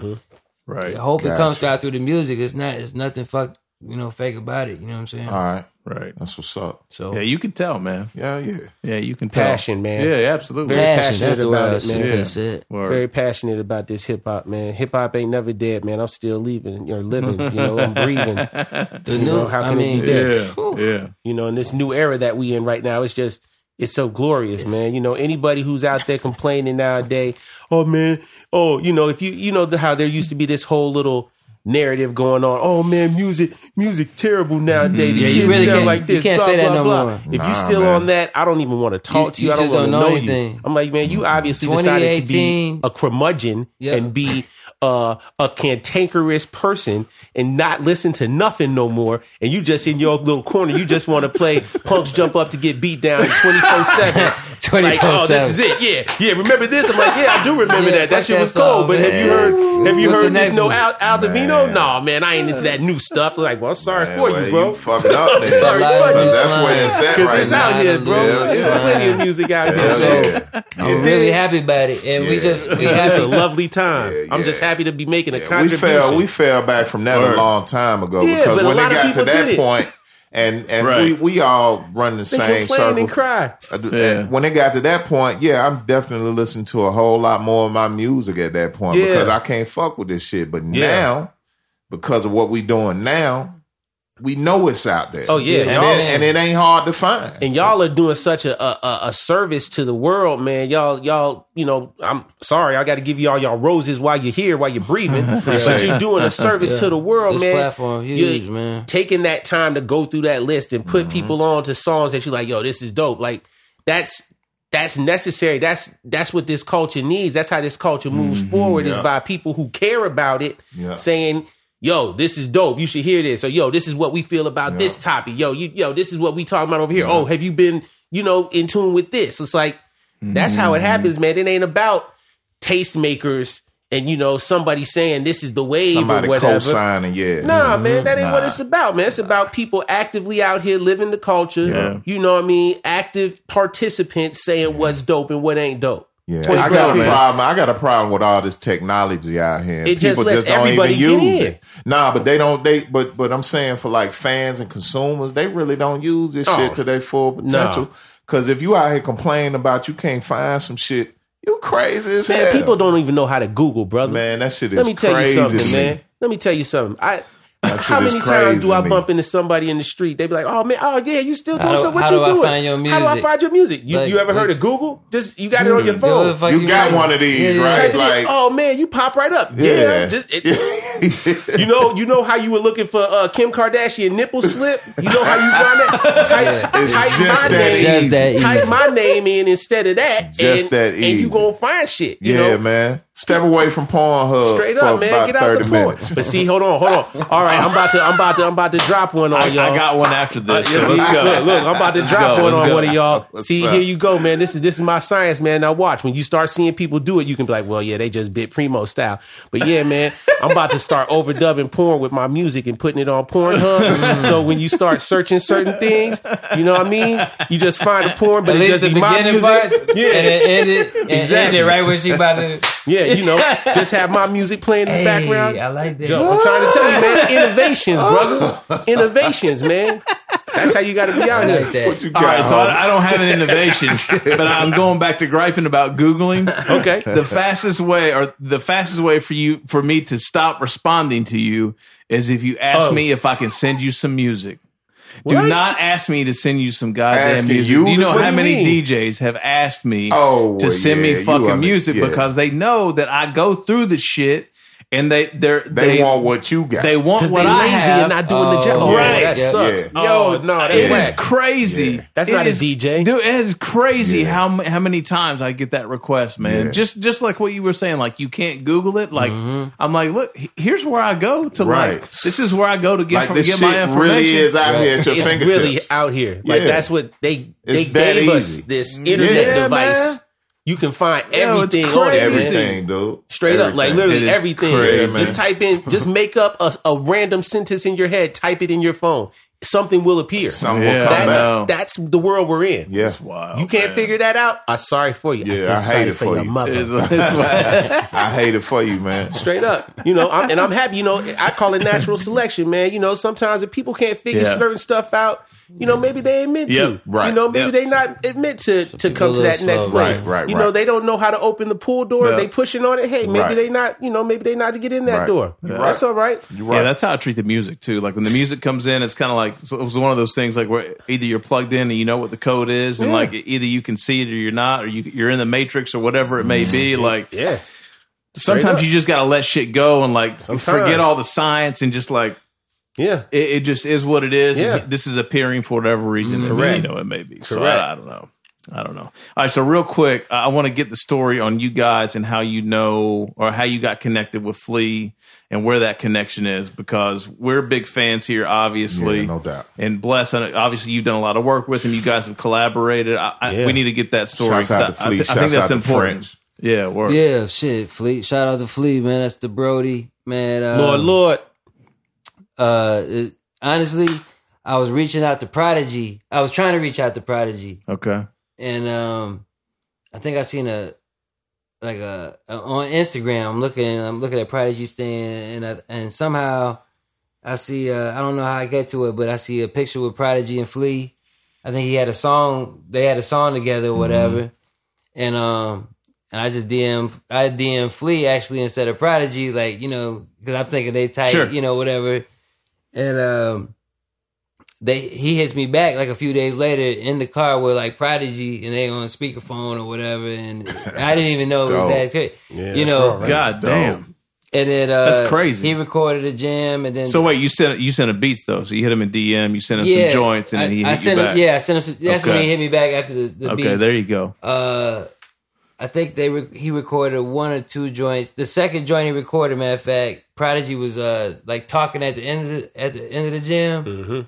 S1: Right.
S4: hope it
S2: Gotcha.
S4: comes out through the music. It's not. It's nothing. Fuck. You know, fake about it. You know what I'm saying?
S2: All right,
S1: Right.
S2: that's what's up.
S4: so
S1: Yeah, you can tell, man.
S2: Yeah, yeah.
S1: Yeah, you can tell.
S3: Passion, man.
S1: Yeah, absolutely.
S3: Very-
S4: passion.
S3: passionate
S4: That's the word.
S3: about
S4: I
S3: it,
S4: was
S3: man.
S4: thinking,
S1: Yeah.
S4: that's it.
S1: Word.
S3: Very passionate about this hip hop, man. Hip hop ain't never dead, man. I'm still living, or living. You know, I'm breathing.
S4: The
S3: You
S4: new.
S3: know, how
S4: I
S3: can it be
S4: mean,
S3: that?
S1: yeah.
S4: Whew.
S1: Yeah.
S3: You know, in this new era that we in right now, it's just it's so glorious, man. You know, anybody who's out there complaining nowadays, oh man, oh, you know, if you you know the, how there used to be this whole little narrative going on, oh man, music, music terrible nowadays. The
S4: Mm-hmm. Yeah, you
S3: kids
S4: really
S3: sound
S4: can't-
S3: like
S4: you
S3: this.
S4: can't
S3: blah,
S4: say that
S3: blah,
S4: no
S3: blah.
S4: more.
S3: If
S2: Nah,
S3: you still
S2: man.
S3: on that, I don't even want to talk
S4: You-
S3: to you.
S4: you
S3: I don't
S4: just don't
S3: want to
S4: know
S3: know,
S4: anything.
S3: you. I'm like, man, you obviously decided to be
S4: 2018.
S3: a curmudgeon
S4: Yeah.
S3: and be uh, a cantankerous person and not listen to nothing no more. And you just in your little corner, you just want to play punks jump up to get beat down 24 7.
S4: 24/7.
S3: Like, oh, this is it. Yeah, yeah. Remember this? I'm like, yeah, I do remember
S4: Yeah,
S3: that. That
S4: fuck
S3: shit
S4: that
S3: was cool.
S4: song,
S3: But have
S4: man.
S3: you heard? Have you
S4: What's the
S3: heard this?
S4: next
S3: No
S4: one?
S3: Al Aldovino?
S2: Man.
S3: Nah, man, I ain't into that new stuff. Like, well, I'm sorry
S2: Man,
S3: for
S2: well,
S3: you, bro.
S2: You fucked up. Then.
S3: Sorry
S4: Live
S3: for
S2: but
S3: you.
S2: that's where it's at
S3: Because
S2: right
S3: it's
S2: now.
S3: out here, bro.
S2: Hell
S3: There's
S2: yeah.
S3: plenty of music out here.
S2: Hell
S3: So
S2: yeah.
S4: I'm really happy about it, and we
S2: Yeah.
S4: just we
S3: it's just a
S4: happy.
S3: lovely time.
S2: Yeah,
S3: I'm just
S2: yeah.
S3: happy to be making a
S2: we
S3: contribution.
S2: fell we fell back from that a long time ago
S3: Yeah,
S2: because
S3: but a
S2: when
S3: lot
S2: it
S3: of
S2: got to
S3: people
S2: that
S3: did it.
S2: point And and
S1: Right.
S2: we, we all run the same
S5: Complain and
S2: circle.
S5: cry.
S2: I do-
S1: Yeah.
S2: and When it got to that point, yeah, I'm definitely listening to a whole lot more of my music at that point
S5: Yeah.
S2: because I can't fuck with this shit. But
S1: Yeah.
S2: now, because of what we doing now, we know it's out there.
S3: Oh, yeah,
S2: and,
S3: y'all-
S2: it, and it ain't hard to find.
S3: and y'all are doing such a, a a- a service to the world, man. Y'all, y'all, you know, I'm sorry, I got to give you all y'all roses while you're here, while you're breathing. But you're doing a service
S4: Yeah.
S3: to the world,
S4: This
S3: man.
S4: platform huge, man.
S2: Mm-hmm.
S3: Taking that time to go through that list and put people on to songs that you like, yo, this is dope. Like that's that's necessary. That's that's what this culture needs. That's how this culture moves forward is
S2: Mm-hmm. yeah.
S3: by people who care about it
S2: Yeah.
S3: saying, yo, this is dope. You should hear this. Or yo, this is what we feel about this topic. Yo, you yo, this is what we talking about over here. Oh, have you been, you know, in tune with this? It's like that's how
S2: Mm-hmm.
S3: it happens, man. It ain't about tastemakers and you know somebody saying this is the wave
S2: Somebody
S3: or whatever.
S2: co-signing, yeah.
S3: Nah, man, that ain't what
S2: Nah.
S3: it's about, man. It's about people actively out here living the culture.
S1: Yeah.
S3: You know what I mean? Active participants saying what's dope and what ain't dope.
S2: Yeah,
S3: Twenty
S2: I got a
S3: grand, man.
S2: problem. I got a problem with all this technology out here. and
S3: It just lets everybody get in.
S2: it. Nah, but they don't. They but but I'm saying for like fans and consumers, they really don't use this
S3: Oh,
S2: shit to their full potential. Because if you out here complaining about you can't find some shit, you crazy as
S3: Man,
S2: hell.
S3: people don't even know how to Google, brother.
S2: Man, that shit is
S3: Let me tell you
S2: crazy to
S3: something,
S2: me.
S3: man. Let me tell you something. I
S2: shit
S3: how
S2: is
S3: many times
S2: crazy
S3: do I
S2: to me.
S3: bump into somebody in the street? They be like, "Oh man, oh yeah, you still doing
S4: How do-
S3: stuff? What
S4: how
S3: you
S4: do I
S3: doing?
S4: find your
S3: How do I
S4: music?"
S3: find your music? You,
S4: Like,
S3: you ever heard
S4: which-
S3: of Google? Just you got it on your
S1: Dude,
S3: phone.
S4: Yo, the fuck
S2: You got
S4: mean?
S2: one of these,
S4: Yeah, yeah,
S2: right?
S3: Type it in.
S2: Like,
S3: oh man, you pop right up. Yeah, just- it-
S2: yeah.
S3: You know, you know how you were looking for uh, Kim Kardashian nipple slip. You know how you found that. Type,
S2: It's
S3: type
S2: just
S3: my
S2: that
S3: name.
S2: easy.
S4: Just that
S3: Type
S4: easy.
S3: my name in instead of that.
S2: Just
S3: and,
S2: that
S3: And
S2: easy.
S3: you gonna find shit. You
S2: yeah,
S3: know?
S2: man. Step away from Pornhub.
S3: Straight
S2: for
S3: up, man.
S2: about
S3: Get out the
S2: 30
S3: porn.
S2: minutes.
S3: But see, hold on, hold on. All right, I'm about to, I'm about to, I'm about to drop one on
S1: I,
S3: y'all.
S1: I got one after
S3: Uh,
S1: this.
S3: yeah,
S1: so
S3: see,
S1: let's go.
S3: Look, look, I'm about to
S1: Let's
S3: drop
S1: go,
S3: one
S1: let's
S3: on
S1: go.
S3: one of y'all.
S2: What's
S3: see,
S2: up?
S3: here you go, man. This is this is my science, man. Now watch. When you start seeing people do it, you can be like, well, yeah, they just bit primo style. But yeah, man, I'm about to start overdubbing porn with my music and putting it on Pornhub. so when you start searching certain things, you know what I mean? You just find a porn, but
S4: At
S3: it
S4: least
S3: just
S4: the
S3: be my
S4: beginning
S3: music.
S4: parts,
S3: Yeah.
S4: and it ended, and
S3: Exactly.
S4: ended right when she about to.
S3: Yeah, you know, just have my music playing in the
S4: Hey,
S3: background.
S4: I like that.
S3: Yo, I'm trying to tell you, man, innovations, brother, innovations, man. That's how you got to be out
S4: I
S3: here.
S4: like that.
S2: You
S1: All
S2: got
S1: right, so
S2: hoes.
S1: I, I don't have an innovation, but I'm going back to griping about googling.
S3: Okay.
S1: the fastest way, or the fastest way for you, for me to stop responding to you, is if you ask
S3: Oh.
S1: me if I can send you some music. Do
S3: What?
S1: not ask me to send you some goddamn
S2: Asking
S1: music.
S2: you
S1: Do you
S2: to
S1: know
S3: send
S1: how
S3: me?
S1: many DJs have asked me
S2: Oh,
S1: to
S2: well,
S1: send
S2: yeah,
S1: me
S2: you
S1: fucking
S2: under-
S1: music
S2: yeah.
S1: because they know that I go through the shit and they they're,
S2: They, want what you got.
S1: they want
S3: Because
S1: what
S3: they
S1: I
S3: lazy
S1: have.
S3: and not doing the job. Oh,
S4: Oh,
S1: Right. Oh,
S3: That
S4: yeah.
S3: sucks.
S2: Yeah.
S3: Yo, no, that's
S1: it
S2: Oh, whack.
S1: is crazy.
S2: Yeah.
S3: That's
S1: It
S3: not a
S1: is-
S3: DJ.
S1: dude. It is crazy
S2: Yeah.
S1: how how how many times I get that request, man.
S2: Yeah. Mm-hmm.
S1: Just just like what you were saying, like you can't Google it. Like I'm like, look, he- here's where I go to
S2: Right.
S1: like this is where I go to get
S2: like
S1: from,
S2: this
S1: get
S2: shit
S1: my information.
S2: really is out here at your
S3: it's
S2: fingertips.
S3: really out here. Like
S2: Yeah.
S3: that's what they they
S2: It's that
S3: gave us
S2: easy.
S3: this internet
S1: Yeah,
S3: device.
S1: man.
S3: You can find
S1: Yo, it's
S3: everything on it,
S1: crazy.
S3: man.
S2: everything, dude.
S3: Straight up, like
S2: Everything.
S1: It
S3: literally
S1: is
S3: everything.
S2: crazy, man.
S3: just type in, just make up a, a random sentence in your head. Type it in your phone. Something will appear.
S2: Something
S1: Yeah.
S2: will come
S3: that's
S2: back.
S1: No.
S3: that's the world we're in.
S2: Yeah.
S1: Wow,
S3: You can't
S1: man.
S3: figure that out. I'm sorry for you.
S2: Yeah, I
S3: I, feel
S2: hate
S3: sorry
S2: it
S3: for,
S2: for
S3: your
S2: you.
S3: mother.
S1: It's- it's what-
S2: I hate it for you, man.
S3: straight up. You know, I'm, and I'm happy. You know, I call it natural selection, man. You know, sometimes if people can't figure
S1: Yeah.
S3: certain stuff out, you know, maybe they ain't meant
S1: Yep,
S3: to.
S2: right,
S3: You know, maybe
S1: yep.
S3: they not admit to to
S4: people
S3: come to
S4: a
S3: that
S4: little
S3: next
S4: slow,
S3: place.
S2: right, right,
S3: You know,
S2: right.
S3: they don't know how to open the pool door.
S1: Yeah.
S3: They pushing on it. Hey, maybe
S2: Right.
S3: they not. You know, maybe they not to get in that
S2: Right.
S3: door.
S2: You're
S3: That's
S2: right.
S3: all right.
S2: You
S1: Yeah,
S2: right.
S1: that's how I treat the music too. Like when the music comes in, it's kind of like so it was one of those things like where either you're plugged in and you know what the code is, and
S3: Yeah.
S1: like either you can see it or you're not, or you, you're in the matrix or whatever it may
S2: Mm-hmm.
S1: be. Like
S3: Yeah.
S1: sometimes
S3: up.
S1: you just gotta let shit go and like forget all the science and just like
S3: Yeah.
S1: it, it just is what it is.
S3: Yeah.
S1: This is appearing for whatever reason.
S2: Mm-hmm.
S1: that
S3: Correct.
S1: You know, it may be. So
S3: Correct.
S1: I, I don't know. I don't know. All right. So real quick, I, I want to get the story on you guys and how you know or how you got connected with Flea and where that connection is because we're big fans here, obviously.
S2: Yeah, no doubt.
S1: And bless, and obviously you've done a lot of work with him. You guys have collaborated. I, I,
S3: Yeah.
S1: We need to get that story.
S2: Shouts out to
S1: 'cause I, I,
S2: Flea.
S1: thi- I think
S2: Shouts
S1: that's
S2: out to
S1: important.
S2: French.
S1: Yeah. Work.
S4: Yeah, shit, Fleet. Shout out to Fleet, man. That's the Brody, man. Uh,
S3: Lord, Lord.
S4: Uh, it, honestly, I was reaching out to Prodigy. I was trying to reach out to Prodigy,
S1: Okay.
S4: and um, I think I seen a like a, a- on Instagram. I'm looking, I'm looking at Prodigy's thing, and I, and somehow I see. Uh, I don't know how I get to it, but I see a picture with Prodigy and Flea. I think he had a song. They had a song together, or whatever. And um, and I just DM. I DM Flea actually instead of Prodigy, like you know, because I'm thinking they tight,
S1: Sure.
S4: you know, whatever. And um, they he hits me back like a few days later in the car with like Prodigy, and they on speakerphone or whatever. And I didn't even know it was
S2: Dope.
S4: that. Cra-
S3: Yeah,
S4: you
S3: that's
S4: know,
S3: raw, right?
S1: God
S2: Dope.
S1: damn.
S4: and then uh,
S1: That's crazy.
S4: He recorded a jam, and then
S1: So wait, you sent you sent him beats though. So you hit him in DM, you sent him some joints, and
S4: I,
S1: then he hit
S4: I
S1: you
S4: sent
S1: back.
S4: Him, yeah, I sent him. Some, that's when
S1: Okay.
S4: he hit me back after the, the
S1: okay,
S4: beats.
S1: there you go.
S4: Uh, I think they re- he recorded one or two joints. The second joint he recorded, matter of fact, Prodigy was uh like talking at the end of the, at the end of the jam,
S1: Mm-hmm.
S3: Mhm.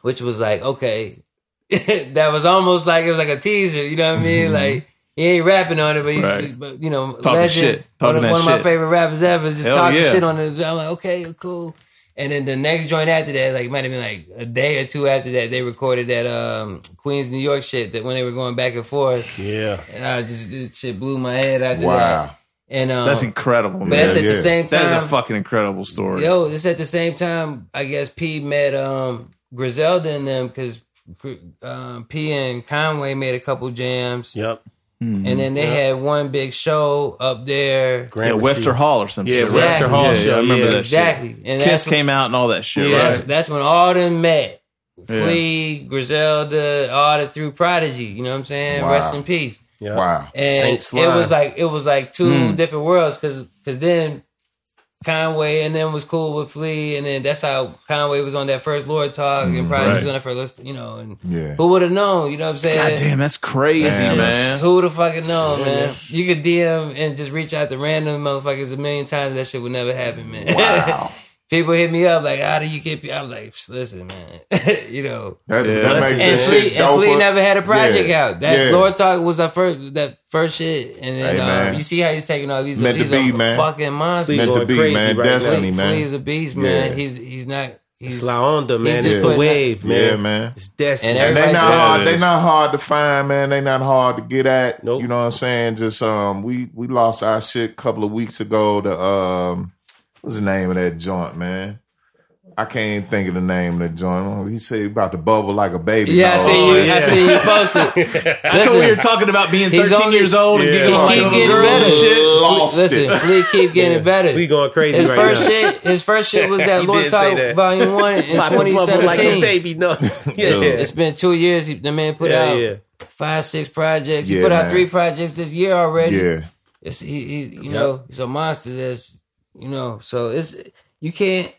S4: which was like okay, that was almost like it was like a teaser. You know what I mean? Like. He ain't rapping on it, but he's
S1: Mm-hmm. Right.
S4: but, you know
S1: Talking
S4: legend,
S1: shit. Talking
S4: one, of-
S1: that
S4: one of my
S1: shit.
S4: favorite rappers ever, is just
S1: Hell
S4: talking
S1: yeah.
S4: shit on it. I'm like, okay, cool. And then the next joint after that, like might have been like a day or two after that, they recorded that um Queens New York shit that when they were going back and forth,
S3: Yeah.
S4: and I just this shit blew my head after that.
S2: Wow.
S4: And um,
S1: That's incredible,
S4: but that's
S1: man.
S2: Yeah,
S4: at
S2: yeah.
S4: the same time.
S1: That is a fucking incredible story.
S4: Yo, it's at the same time. I guess P met um Griselda and them because um, P and Conway made a couple jams,
S3: Yep.
S1: Mhm.
S4: and then they had one big show up there.
S1: yeah,
S3: Gramercy.
S1: Webster Hall or some
S3: Yeah,
S1: shit. right?
S4: Webster
S1: Yeah,
S4: Hall
S1: yeah,
S3: show,
S1: I remember
S3: yeah.
S1: that shit.
S4: Exactly, and
S1: Kiss
S4: that's
S1: came out and all that shit,
S3: Yeah.
S1: right?
S4: That's, that's when all them met. Flea, Griselda, all the through Prodigy. You know what I'm saying?
S2: Wow.
S4: Rest in peace.
S3: Yep.
S2: Wow.
S4: And
S3: Saint
S4: it
S3: Sly.
S4: was like it was like two
S1: Hmm.
S4: different worlds because then Conway and then was cool with Flea and then that's how Conway was on that first Lord talk and Prodigy
S1: Hmm, right.
S4: was on that first list. You know, and
S2: Yeah.
S4: who would have known? You know what I'm saying?
S1: God damn, that's crazy,
S2: That's just-
S1: man.
S4: Who would have fucking known, man? You could DM and just reach out to random motherfuckers a million times. That shit would never happen, man.
S2: Wow.
S4: people hit me up like, "How do you get?" pe-" I'm like, "Psh, "Listen, man, you know."
S2: That,
S1: Yeah,
S2: that
S1: that's
S2: makes
S1: it.
S4: And
S2: this
S4: Flea,
S2: shit
S4: and Flea
S2: doper.
S4: never had a project
S2: Yeah.
S4: out. That
S2: Yeah.
S4: Lord Talk was our first, that first shit, and then
S2: Hey, man.
S4: um, you see how he's taking all these.
S2: Meant to
S4: He's
S2: be,
S4: a
S2: man.
S4: fucking monster.
S3: Flea
S2: Meant to
S3: going
S2: be,
S3: crazy
S2: man.
S3: right now.
S2: Destiny,
S4: Flea, Flea's
S2: man.
S4: a beast, man.
S2: Yeah.
S4: He's he's not. He's
S3: It's La Onda, man.
S4: he's
S3: It's
S4: just
S3: the
S4: putting out-
S3: wave, man.
S2: Yeah, man.
S3: It's destiny.
S4: And
S2: And they
S4: Everybody's
S2: not
S4: got
S2: hard.
S1: it
S2: They
S1: is.
S2: not hard to find, man. They not hard to get at.
S3: Nope.
S2: You know what I'm saying? Just um, we we lost our shit a couple of weeks ago. To um, what's the name of that joint, man? I can't even think of the name of that joint. He said he about to bubble like a baby.
S4: yeah, I
S2: dog.
S4: see you.
S3: yeah.
S4: I see you posted.
S1: I thought we were
S4: Listen.
S1: talking about being
S4: He's
S1: 13
S4: only-
S1: years old and
S3: Yeah.
S1: getting
S3: He
S1: like
S3: keep
S1: little
S3: getting
S1: girls and
S4: better.
S1: shit.
S2: Lost
S4: Listen,
S2: it.
S4: Flea keep getting better.
S3: Flea going crazy
S4: His
S3: right
S4: first
S3: now.
S4: shit, his first shit was that
S3: You
S4: Lord
S3: did say
S4: Talk
S3: that.
S4: Volume One in
S3: Pop the bubble
S4: 2017.
S3: like a baby. No. yeah.
S4: It's been two years. He, the man put
S3: yeah,
S4: out
S3: yeah.
S4: five, six projects. He
S2: Yeah,
S4: put out
S2: man.
S4: three projects this year already.
S2: Yeah,
S4: It's, he, he, you know, he's a monster. That's, you know, so it's you can't.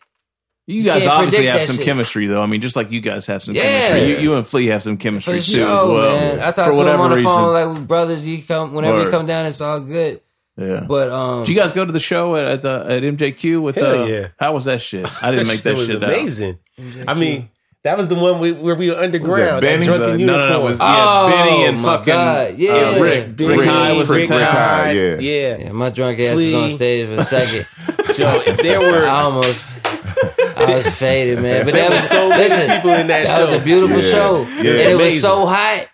S1: You guys
S4: can't
S1: obviously
S4: predict
S1: have
S4: that
S1: some
S4: shit.
S1: chemistry, though. I mean, just like you guys have some
S4: Yeah.
S1: chemistry. You, you and Flea have some chemistry
S4: For
S1: too,
S4: sure,
S1: as well.
S4: man. I talked
S1: for
S4: to him
S1: whatever
S4: on the
S1: reason.
S4: phone like we brothers. He come whenever he
S1: Word.
S4: come down, it's all good.
S1: yeah.
S4: But um,
S1: Do you guys go to the show at, at the at MJQ with
S3: Hell
S1: uh,
S3: yeah.
S1: How was that shit? I didn't make that
S3: it was
S1: shit up.
S3: amazing. I mean, that was the one we, where we were underground. That
S2: Benny's?
S3: drunken
S1: no, no,
S3: unicorn.
S1: no. It was,
S4: Oh,
S1: yeah, Benny and
S4: my
S1: fucking
S4: God.
S1: uh,
S4: Yeah.
S1: Rick.
S4: Benny,
S1: Rick High was in
S3: Rick
S1: town.
S2: High, yeah.
S3: yeah.
S4: yeah, my drunk ass was
S3: Flea.
S4: on stage for a second.
S3: Joe, if there were
S4: I almost, I was faded, man. But that was
S3: so many
S4: listen,
S3: people in that,
S4: That
S3: show,
S4: was a beautiful
S2: Yeah.
S4: show.
S2: Yeah.
S4: And it was so hot.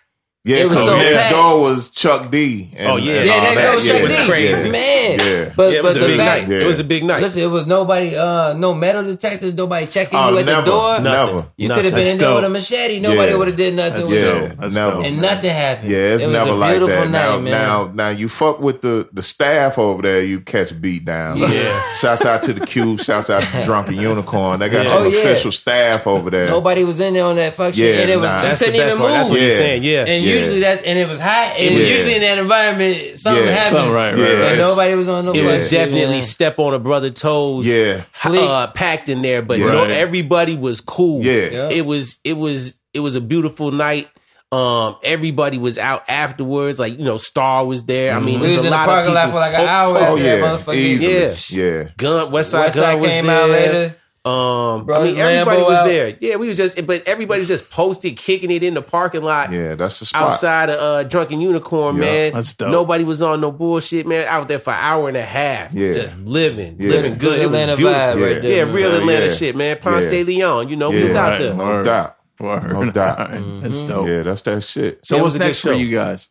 S2: yeah.
S4: It was
S2: Because
S4: so
S2: next
S4: packed.
S2: door was Chuck D. And,
S3: Oh, yeah.
S2: and
S3: Yeah,
S2: all
S4: Yeah, that
S3: that
S4: goes
S3: shit
S4: Chuck
S3: was
S4: D.
S3: crazy.
S4: man.
S2: Yeah.
S4: But
S3: yeah, it
S4: but
S3: was a
S4: the
S3: big
S4: fact,
S3: night. It was a big night.
S4: listen, it was nobody, uh, no metal detectors, nobody checking
S2: Oh,
S4: you at
S2: never,
S4: the door.
S2: never.
S4: You
S3: Nothing.
S4: could have been
S1: That's
S4: in there with a
S1: dope.
S4: machete. Nobody
S2: Yeah.
S4: would have did nothing
S1: That's
S4: with
S1: dope.
S4: it.
S2: Yeah,
S1: That's
S2: never.
S1: dope.
S4: And nothing happened.
S2: Yeah, it's
S4: it was
S2: never
S4: a
S2: like
S4: beautiful
S2: that. Now,
S4: night, man.
S2: now, now, you fuck with the the staff over there, you catch beat down.
S4: Yeah.
S2: shouts out to the Q. Shouts out to Drunken Unicorn. They got
S3: Yeah.
S2: some
S4: Oh, yeah.
S2: official staff over there.
S4: Nobody was in there on that fuck shit,
S2: Yeah,
S4: and it was
S2: nah.
S4: you
S3: that's the
S4: couldn't
S3: best
S4: even
S3: part. That's
S4: move.
S3: what he's
S2: Yeah.
S3: saying. Yeah.
S4: And
S2: Yeah.
S4: usually that, and it was hot, and
S2: Yeah.
S4: usually in that environment, something
S2: Yeah.
S4: happens.
S1: Something, right, right,
S2: Yeah.
S1: right.
S4: And
S2: Yes.
S4: nobody was on no.
S3: it
S4: fuck
S3: was
S4: shit,
S3: definitely
S4: man.
S3: step on a brother toes.
S2: Yeah.
S3: uh, packed in there, but
S2: Yeah.
S3: no,
S1: Right.
S3: everybody was cool.
S2: Yeah.
S4: Yeah.
S3: it was it was it was a beautiful night. Um, everybody was out afterwards. Like you know, Star was there. I mean,
S4: We
S3: there's
S4: was
S3: a
S4: in the
S3: lot of
S4: parking
S3: people.
S4: lot for like an hour.
S2: Mm-hmm. Oh,
S4: after that
S2: yeah.
S4: motherfucker.
S2: Easily.
S3: Yeah.
S2: Yeah.
S3: Gun Westside
S4: West
S3: Gun
S4: Side
S3: was
S4: came
S3: there.
S4: out later.
S3: Um, I
S4: Brothers
S3: mean, everybody
S4: Lambo
S3: was
S4: out.
S3: there. Yeah, we was just, but everybody was just posted, kicking it in the parking lot.
S2: Yeah, that's the spot.
S3: Outside of uh, Drunken Unicorn,
S2: Yeah,
S3: man.
S1: that's dope.
S3: Nobody was on no bullshit, man. Out there for an hour and a half.
S2: Yeah.
S3: Just living.
S2: Yeah.
S3: Living good.
S4: Good
S3: It was
S4: Atlanta
S3: beautiful.
S4: vibe
S2: Yeah.
S4: right there.
S3: Yeah,
S4: man.
S3: real
S2: Yeah,
S3: Atlanta
S2: yeah.
S3: shit, man. Ponce
S2: Yeah.
S3: de Leon, you know,
S2: Yeah.
S3: he's out
S1: Right.
S3: there.
S2: No
S1: Word.
S2: doubt.
S1: Word.
S2: No doubt.
S1: All right. That's dope.
S2: Yeah, that's that shit.
S1: So
S3: Mm-hmm. Yeah,
S1: what's
S3: it was a good
S1: next for
S3: show.
S1: you guys?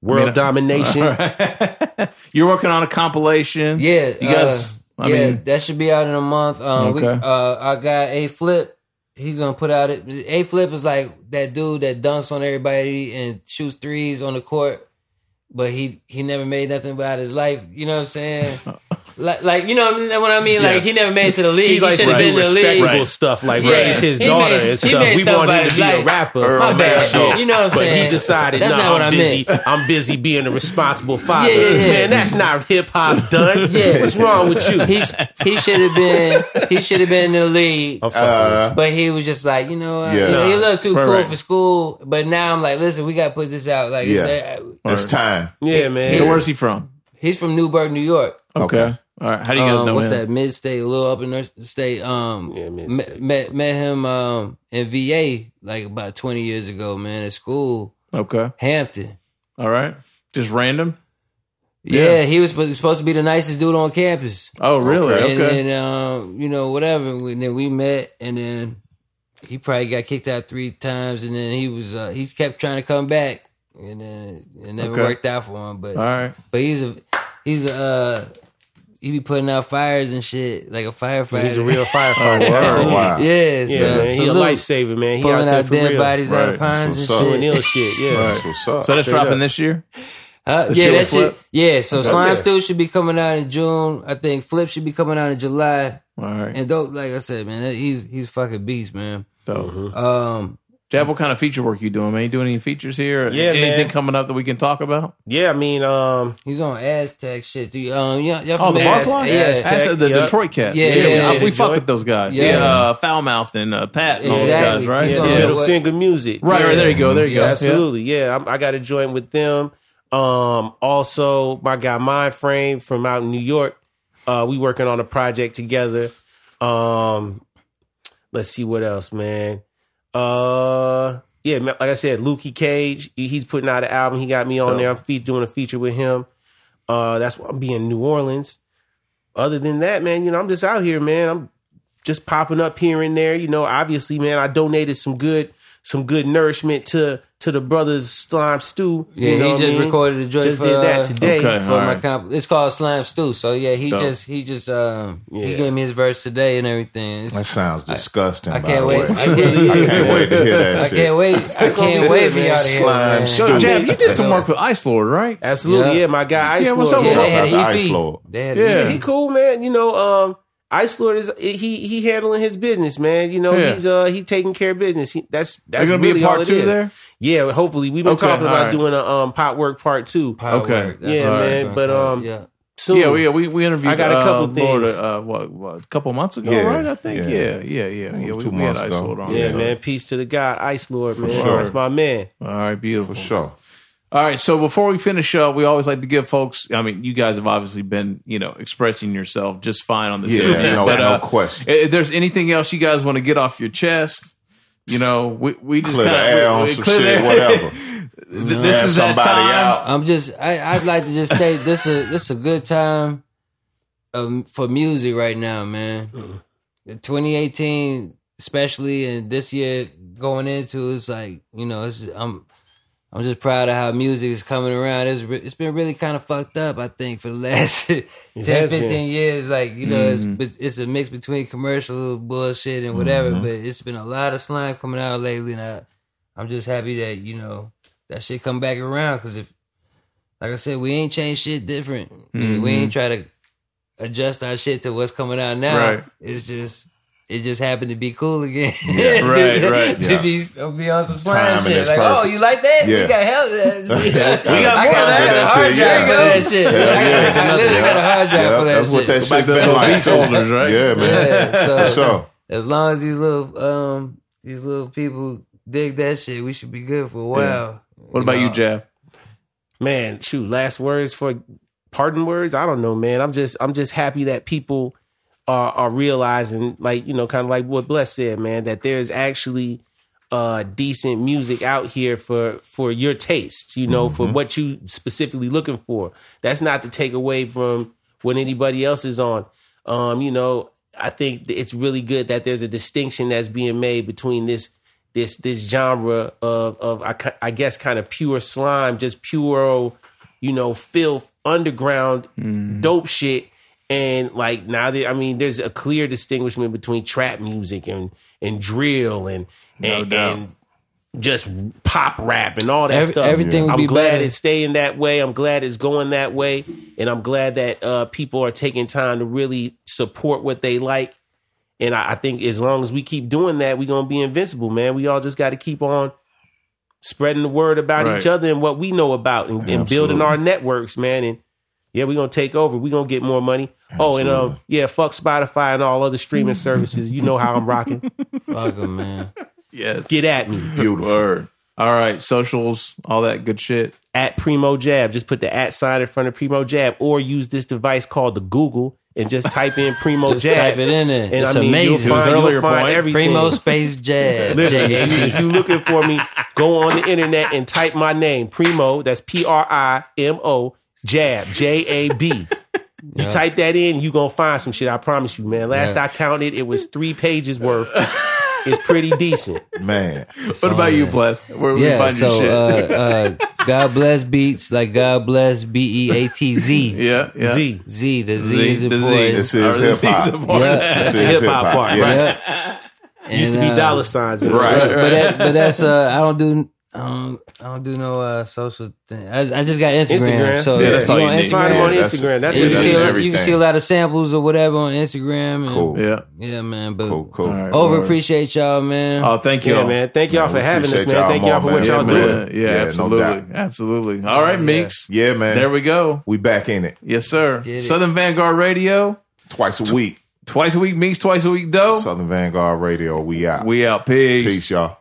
S3: World
S1: I mean,
S3: domination.
S1: All right. You're working on a compilation.
S4: Yeah, uh,
S1: You guys I
S4: yeah,
S1: mean,
S4: that should be out in a month. Um, we,
S1: Okay.
S4: uh, I got a flip. He's gonna put out it. A flip is like that dude that dunks on everybody and shoots threes on the court, but he he never made nothing about his life. You know what I'm saying? like, like you know what I mean? What I mean? Like
S3: Yes.
S4: he never made it to the league. He,
S3: He likes
S4: should
S3: to
S4: have been
S3: do
S4: in the league.
S3: respectable
S1: Right.
S3: stuff, like
S4: Yeah.
S3: raise his
S4: He
S3: daughter
S4: made- he
S3: and stuff.
S4: made
S3: We
S4: stuff
S3: want
S4: about
S3: him to
S4: his
S3: be a
S4: life.
S3: rapper.
S2: My
S3: but
S2: bad,
S3: shit,
S2: shit.
S4: You know what I'm
S3: But
S4: saying?
S3: he decided,
S4: That's not
S3: nah,
S4: what I
S3: I'm busy.
S4: meant.
S3: I'm busy being a responsible father.
S4: Yeah, yeah, yeah.
S3: Man, that's not hip hop done.
S4: Yeah.
S3: What's wrong with you?
S4: He he should have been he should have been in the league.
S3: I'm fucking with
S2: Uh,
S4: But he was just like, you know, what?
S2: Yeah.
S4: you know, he looked too
S1: Right,
S4: cool
S1: right.
S4: for school. But now I'm like, listen, we got to put this out. Like,
S2: Yeah.
S4: it's- uh,
S2: it's time.
S3: you. yeah, man.
S1: so where's he from?
S4: he's from Newburgh, New York.
S1: Okay.
S2: Okay.
S1: All right. How do you guys
S4: Um,
S1: know
S4: what's
S1: him?
S4: that mid state, a little up in the state? Um,
S3: Yeah,
S4: met,
S3: mid-state.
S4: met met him um in VA like about 20 years ago, man, at school,
S1: Okay.
S4: Hampton.
S1: All right. Just random.
S4: Yeah,
S1: Yeah.
S4: he was sp- supposed to be the nicest dude on campus.
S1: Oh, really?
S2: Okay.
S1: Okay.
S4: And then, um, you know, whatever. And then we met, and then he probably got kicked out three times, and then he was uh, he kept trying to come back, and then it never
S1: Okay.
S4: worked out for him. But
S1: All right.
S4: but he's a he's a uh, he be putting out fires and shit like a firefighter.
S3: He's a real
S1: Oh,
S3: firefighter.
S1: word.
S3: Absolutely.
S2: Wow.
S4: yeah.
S3: Yeah,
S4: so,
S3: man. He a
S4: salute.
S3: lifesaver, man. He out
S4: pulling
S3: there
S4: out
S3: for
S4: dead
S3: real.
S4: bodies out of
S1: Right.
S4: ponds and
S2: That's what's up.
S3: Doing
S4: shit.
S3: ill shit. Yeah.
S2: That's what's up.
S1: So that's
S3: Straight
S1: dropping
S3: up.
S1: this year.
S4: Huh?
S1: The
S4: Uh, yeah,
S1: shit
S4: that
S1: with
S4: shit.
S1: Flip?
S4: Yeah, so Slime
S3: yeah.
S4: Stew should be coming out in June. I think Flip should be coming out in July.
S1: All right.
S4: And dope, like I said, man, that- he's he's fucking beast, man.
S1: So,
S3: Mm-hmm.
S4: Um,
S1: Jab, what kind of feature work you doing, man? You doing any features here?
S3: Yeah,
S1: Anything
S3: man.
S1: coming up that we can talk about?
S3: Yeah, I mean, um,
S4: He's on Aztec shit. Do you, um, y'all, y'all
S1: Oh, the
S4: familiar-
S1: Barfly?
S4: Yeah,
S3: Aztec.
S1: Aztec, the
S3: yeah.
S1: Detroit Cats.
S4: Yeah,
S1: we-
S4: yeah,
S1: I-
S4: yeah.
S1: we fuck
S3: Detroit.
S1: with those guys.
S4: Yeah.
S1: Yeah, uh, Foulmouth and uh, Pat and all those guys,
S4: Exactly.
S1: right?
S3: yeah,
S4: He's
S3: the
S4: on
S1: Yeah.
S4: the
S3: middle
S4: way-
S3: finger music.
S1: Right,
S3: Yeah.
S1: right. There you go. There you go.
S3: Absolutely, yeah. I'm, I got a joint with them. Um, also, my guy Mind Frame from out in New York. Uh, we working on a project together. Um, let's see what else, man. Uh, yeah, ma- like I said, Lukey Cage. he- He's putting out an album. He got me on
S4: Oh.
S3: there. I'm fe- doing a feature with him. Uh, that's why I'm being in New Orleans. Other than that, man, you know, I'm just out here, man. I'm just popping up here and there. You know, obviously, man, I donated some good some good nourishment to to the brothers slime stew.
S4: Yeah,
S3: you know
S4: he
S3: what I
S4: just
S3: mean?
S4: recorded a joint
S3: Just
S4: for,
S3: did
S4: uh,
S3: that today.
S1: Okay.
S4: for my
S1: Alright.
S4: comp. It's called Slime Stew. So yeah, he
S1: Dope.
S4: just he just um he
S3: Yeah.
S4: gave me his verse today and everything. It's-
S2: That sounds disgusting.
S4: I
S2: by
S4: can't
S2: the
S4: wait.
S2: way.
S4: I can't,
S2: I can't wait to hear that
S4: I
S2: shit.
S4: can't wait. I
S3: gonna be
S4: can't wait
S3: good,
S4: for
S3: man.
S4: y'all to hear
S2: Slime
S4: it,
S2: Stew.
S1: So,
S4: man.
S1: Jab, you did some work with Ice Lord, right?
S3: Absolutely,
S4: Yeah.
S3: yeah. My guy Ice
S1: Yeah, what's
S3: Lord.
S1: up with
S3: yeah.
S4: Yeah,
S2: Shouts
S4: they had
S2: out
S4: an
S2: to Ice
S4: EP.
S2: Lord.
S4: They had
S1: Yeah.
S4: yeah.
S3: Yeah, he cool, man. You know, um, Ice Lord is he he handling his business, man. You know,
S1: Yeah.
S3: he's uh he taking care of business. He, that's that's
S1: There's gonna
S3: really
S1: be a
S3: all
S1: part
S3: it
S1: two
S3: is.
S1: there.
S3: Yeah, hopefully we've been
S1: Okay,
S3: talking about
S1: alright.
S3: doing a um pot work part two
S1: Okay.
S3: Yeah, man, but, um,
S4: yeah.
S3: soon.
S1: Yeah, we we, we interviewed.
S3: I got a couple
S1: uh, Lord,
S3: things.
S1: uh, what, what a couple months ago,
S2: Yeah,
S1: right? I think.
S2: yeah.
S1: Yeah, yeah, yeah, yeah.
S2: was
S1: we,
S2: two
S1: we had
S2: months
S1: Ice
S2: ago.
S1: Lord on.
S3: yeah,
S1: there.
S3: man. Peace to the God, Ice Lord, man.
S2: sure.
S3: That's my man.
S1: All right, beautiful.
S2: Sure.
S1: All right, so before we finish up, we always like to give folks. I mean, you guys have obviously been, you know, expressing yourself just fine on this.
S2: Yeah,
S1: interview,
S2: no-
S1: but,
S2: no
S1: uh,
S2: question.
S1: If there's anything else you guys want to get off your chest, you know, we we just
S2: Clear the
S1: kinda-
S2: air
S1: we-
S2: on
S1: we
S2: some
S1: clear the
S2: shit,
S1: air.
S2: whatever.
S1: Th- this
S2: Air
S1: is that
S2: somebody
S1: time.
S2: out.
S4: I'm just I, I'd like to just say this a this a good time um, for music right now, man.
S3: Mm-hmm.
S4: 2018, especially and this year going into it's like you know it's I'm I'm just proud of how music is coming around. It's re- it's been really kind of fucked up, I think, for the last 10,
S3: has
S4: 15
S3: been. Mm-hmm.
S4: years. Like you know, it's it's a mix between commercial bullshit and whatever. But it's been a lot of slime coming out lately, and I I'm just happy that you know that shit come back around because if like I said, we ain't changed shit different.
S2: Mm-hmm.
S4: We ain't try to adjust our shit to what's coming out now.
S1: Right.
S4: It's just it just happened to be cool again. to,
S1: right, right,
S4: To
S2: yeah.
S4: be to be on some
S2: Timing
S4: slime shit.
S2: is
S4: Like,
S2: perfect.
S4: oh, you like that?
S2: Yeah.
S4: We got hell.
S1: We got
S4: I
S1: more of
S4: got, I
S1: that.
S4: got a hard
S2: That's it, yeah.
S4: drive for that shit.
S2: Yeah, yeah.
S4: I, I literally got a hard drive
S2: Yeah,
S4: for that
S2: that's
S4: shit.
S2: what that
S1: Back
S2: shit's
S1: to
S2: been
S1: those
S2: like
S1: beef
S2: too.
S1: folders, right?
S2: Yeah, man.
S4: yeah, so
S2: For sure.
S4: as long as these little um these little people dig that shit, we should be good for a while.
S1: What about you, Jeff?
S3: man shoot last words for pardon words i don't know man i'm just i'm just happy that people are are realizing like you know kind of like what bless said man that there's actually uh decent music out here for for your taste you know for what you specifically looking for that's not to take away from what anybody else is on um you know i think th- it's really good that there's a distinction that's being made between this this this genre of of i, ki- I guess kind of pure
S4: Mm.
S3: slime just pure you know filth underground dope shit And like now, there, I mean, there's a clear distinguishment between trap music and and drill and and,
S1: doubt.
S3: and just pop rap and all that
S4: Every-
S3: stuff.
S4: everything would
S3: I'm
S4: be
S3: glad
S4: better.
S3: it's staying that way. I'm glad it's going that way, and I'm glad that uh, people are taking time to really support what they like. And I, I think as long as we keep doing that, we're gonna be invincible, man. We all just got to keep on spreading the word about
S1: Right.
S3: each other and what we know about, and, and building
S2: Absolutely.
S3: our networks, man. And yeah, we're gonna take over. We're gonna get more money. Oh, and um, yeah, fuck Spotify and all other streaming services. You know how I'm rocking.
S4: Fuck 'em, man.
S1: Yes.
S3: Get at me.
S2: Beautiful.
S1: Word. All right, socials, all that good shit.
S3: at Primo Jab. Just put the at sign in front of Primo Jab, or use this device called the Google and just type in Primo
S4: Just
S3: Jab.
S4: type it in there.
S3: And
S4: it's
S3: I mean, you'll
S4: amazing.
S3: find,
S1: It was
S3: you'll
S1: earlier
S3: find
S1: point.
S3: everything.
S4: Primo Space Jazz.
S3: Literally, if you-
S4: J-A-Z.
S3: if you looking for me, go on the internet and type my name, Primo. That's P R I M O Jab J A B. You
S4: Yeah.
S3: type that in, you gonna find some shit. I promise you, man. Last
S4: Yeah.
S3: I counted, it was three pages worth. It's pretty decent.
S2: Man.
S1: What about you,
S4: yeah.
S1: Bless? Where we
S4: Yeah,
S1: find your
S4: so
S1: shit?
S4: uh, uh, God bless beats like God bless B E A T Z
S1: yeah, yeah.
S3: Z.
S4: Z the Z,
S1: Z,
S4: is
S1: the Z.
S4: important.
S2: This is
S1: Or the
S2: hip hop.
S1: Z's important.
S4: Yeah.
S2: This
S3: the
S2: is
S3: hip-hop part,
S2: Yeah.
S4: Yep.
S3: Used to
S4: And,
S3: be
S4: uh,
S3: dollar signs. in it.
S2: Right.
S4: but, but that, but that's uh, I don't do I don't, I don't do no uh, social thing. I, I just got Instagram.
S3: Instagram.
S4: So
S1: Yeah,
S4: if
S1: that's all
S4: you
S1: you
S4: on
S1: need.
S3: Find 'em
S2: Yeah,
S4: Instagram.
S3: on
S2: that's-
S3: Instagram. That's
S2: yeah,
S4: you, can
S3: what it
S2: that's
S4: see a, you
S2: everything.
S4: can see a lot of samples or whatever on Instagram. and-
S2: Cool.
S1: Yeah.
S4: Yeah, man. But
S2: Cool, cool.
S1: All right,
S4: over
S1: word.
S4: appreciate y'all, man.
S1: Oh, thank you,
S3: Yeah,
S1: all.
S3: man. Thank y'all for
S2: we
S3: having us,
S2: appreciate
S3: man.
S2: y'all
S3: Thank y'all for
S2: more,
S3: what
S2: man.
S3: y'all
S1: Yeah,
S2: do
S3: doing.
S1: man.
S2: it.
S1: yeah,
S2: Yeah, no
S1: absolutely,
S2: doubt.
S1: absolutely. All right, Meeks.
S2: Yeah, man.
S1: There we go.
S2: we back in it
S1: Yes, sir.
S4: get it.
S1: Southern Vanguard Radio,
S2: twice a week.
S1: twice a week. Meeks, twice a week. Doe.
S2: Southern Vanguard Radio. We out.
S1: we out.
S2: Peace, y'all.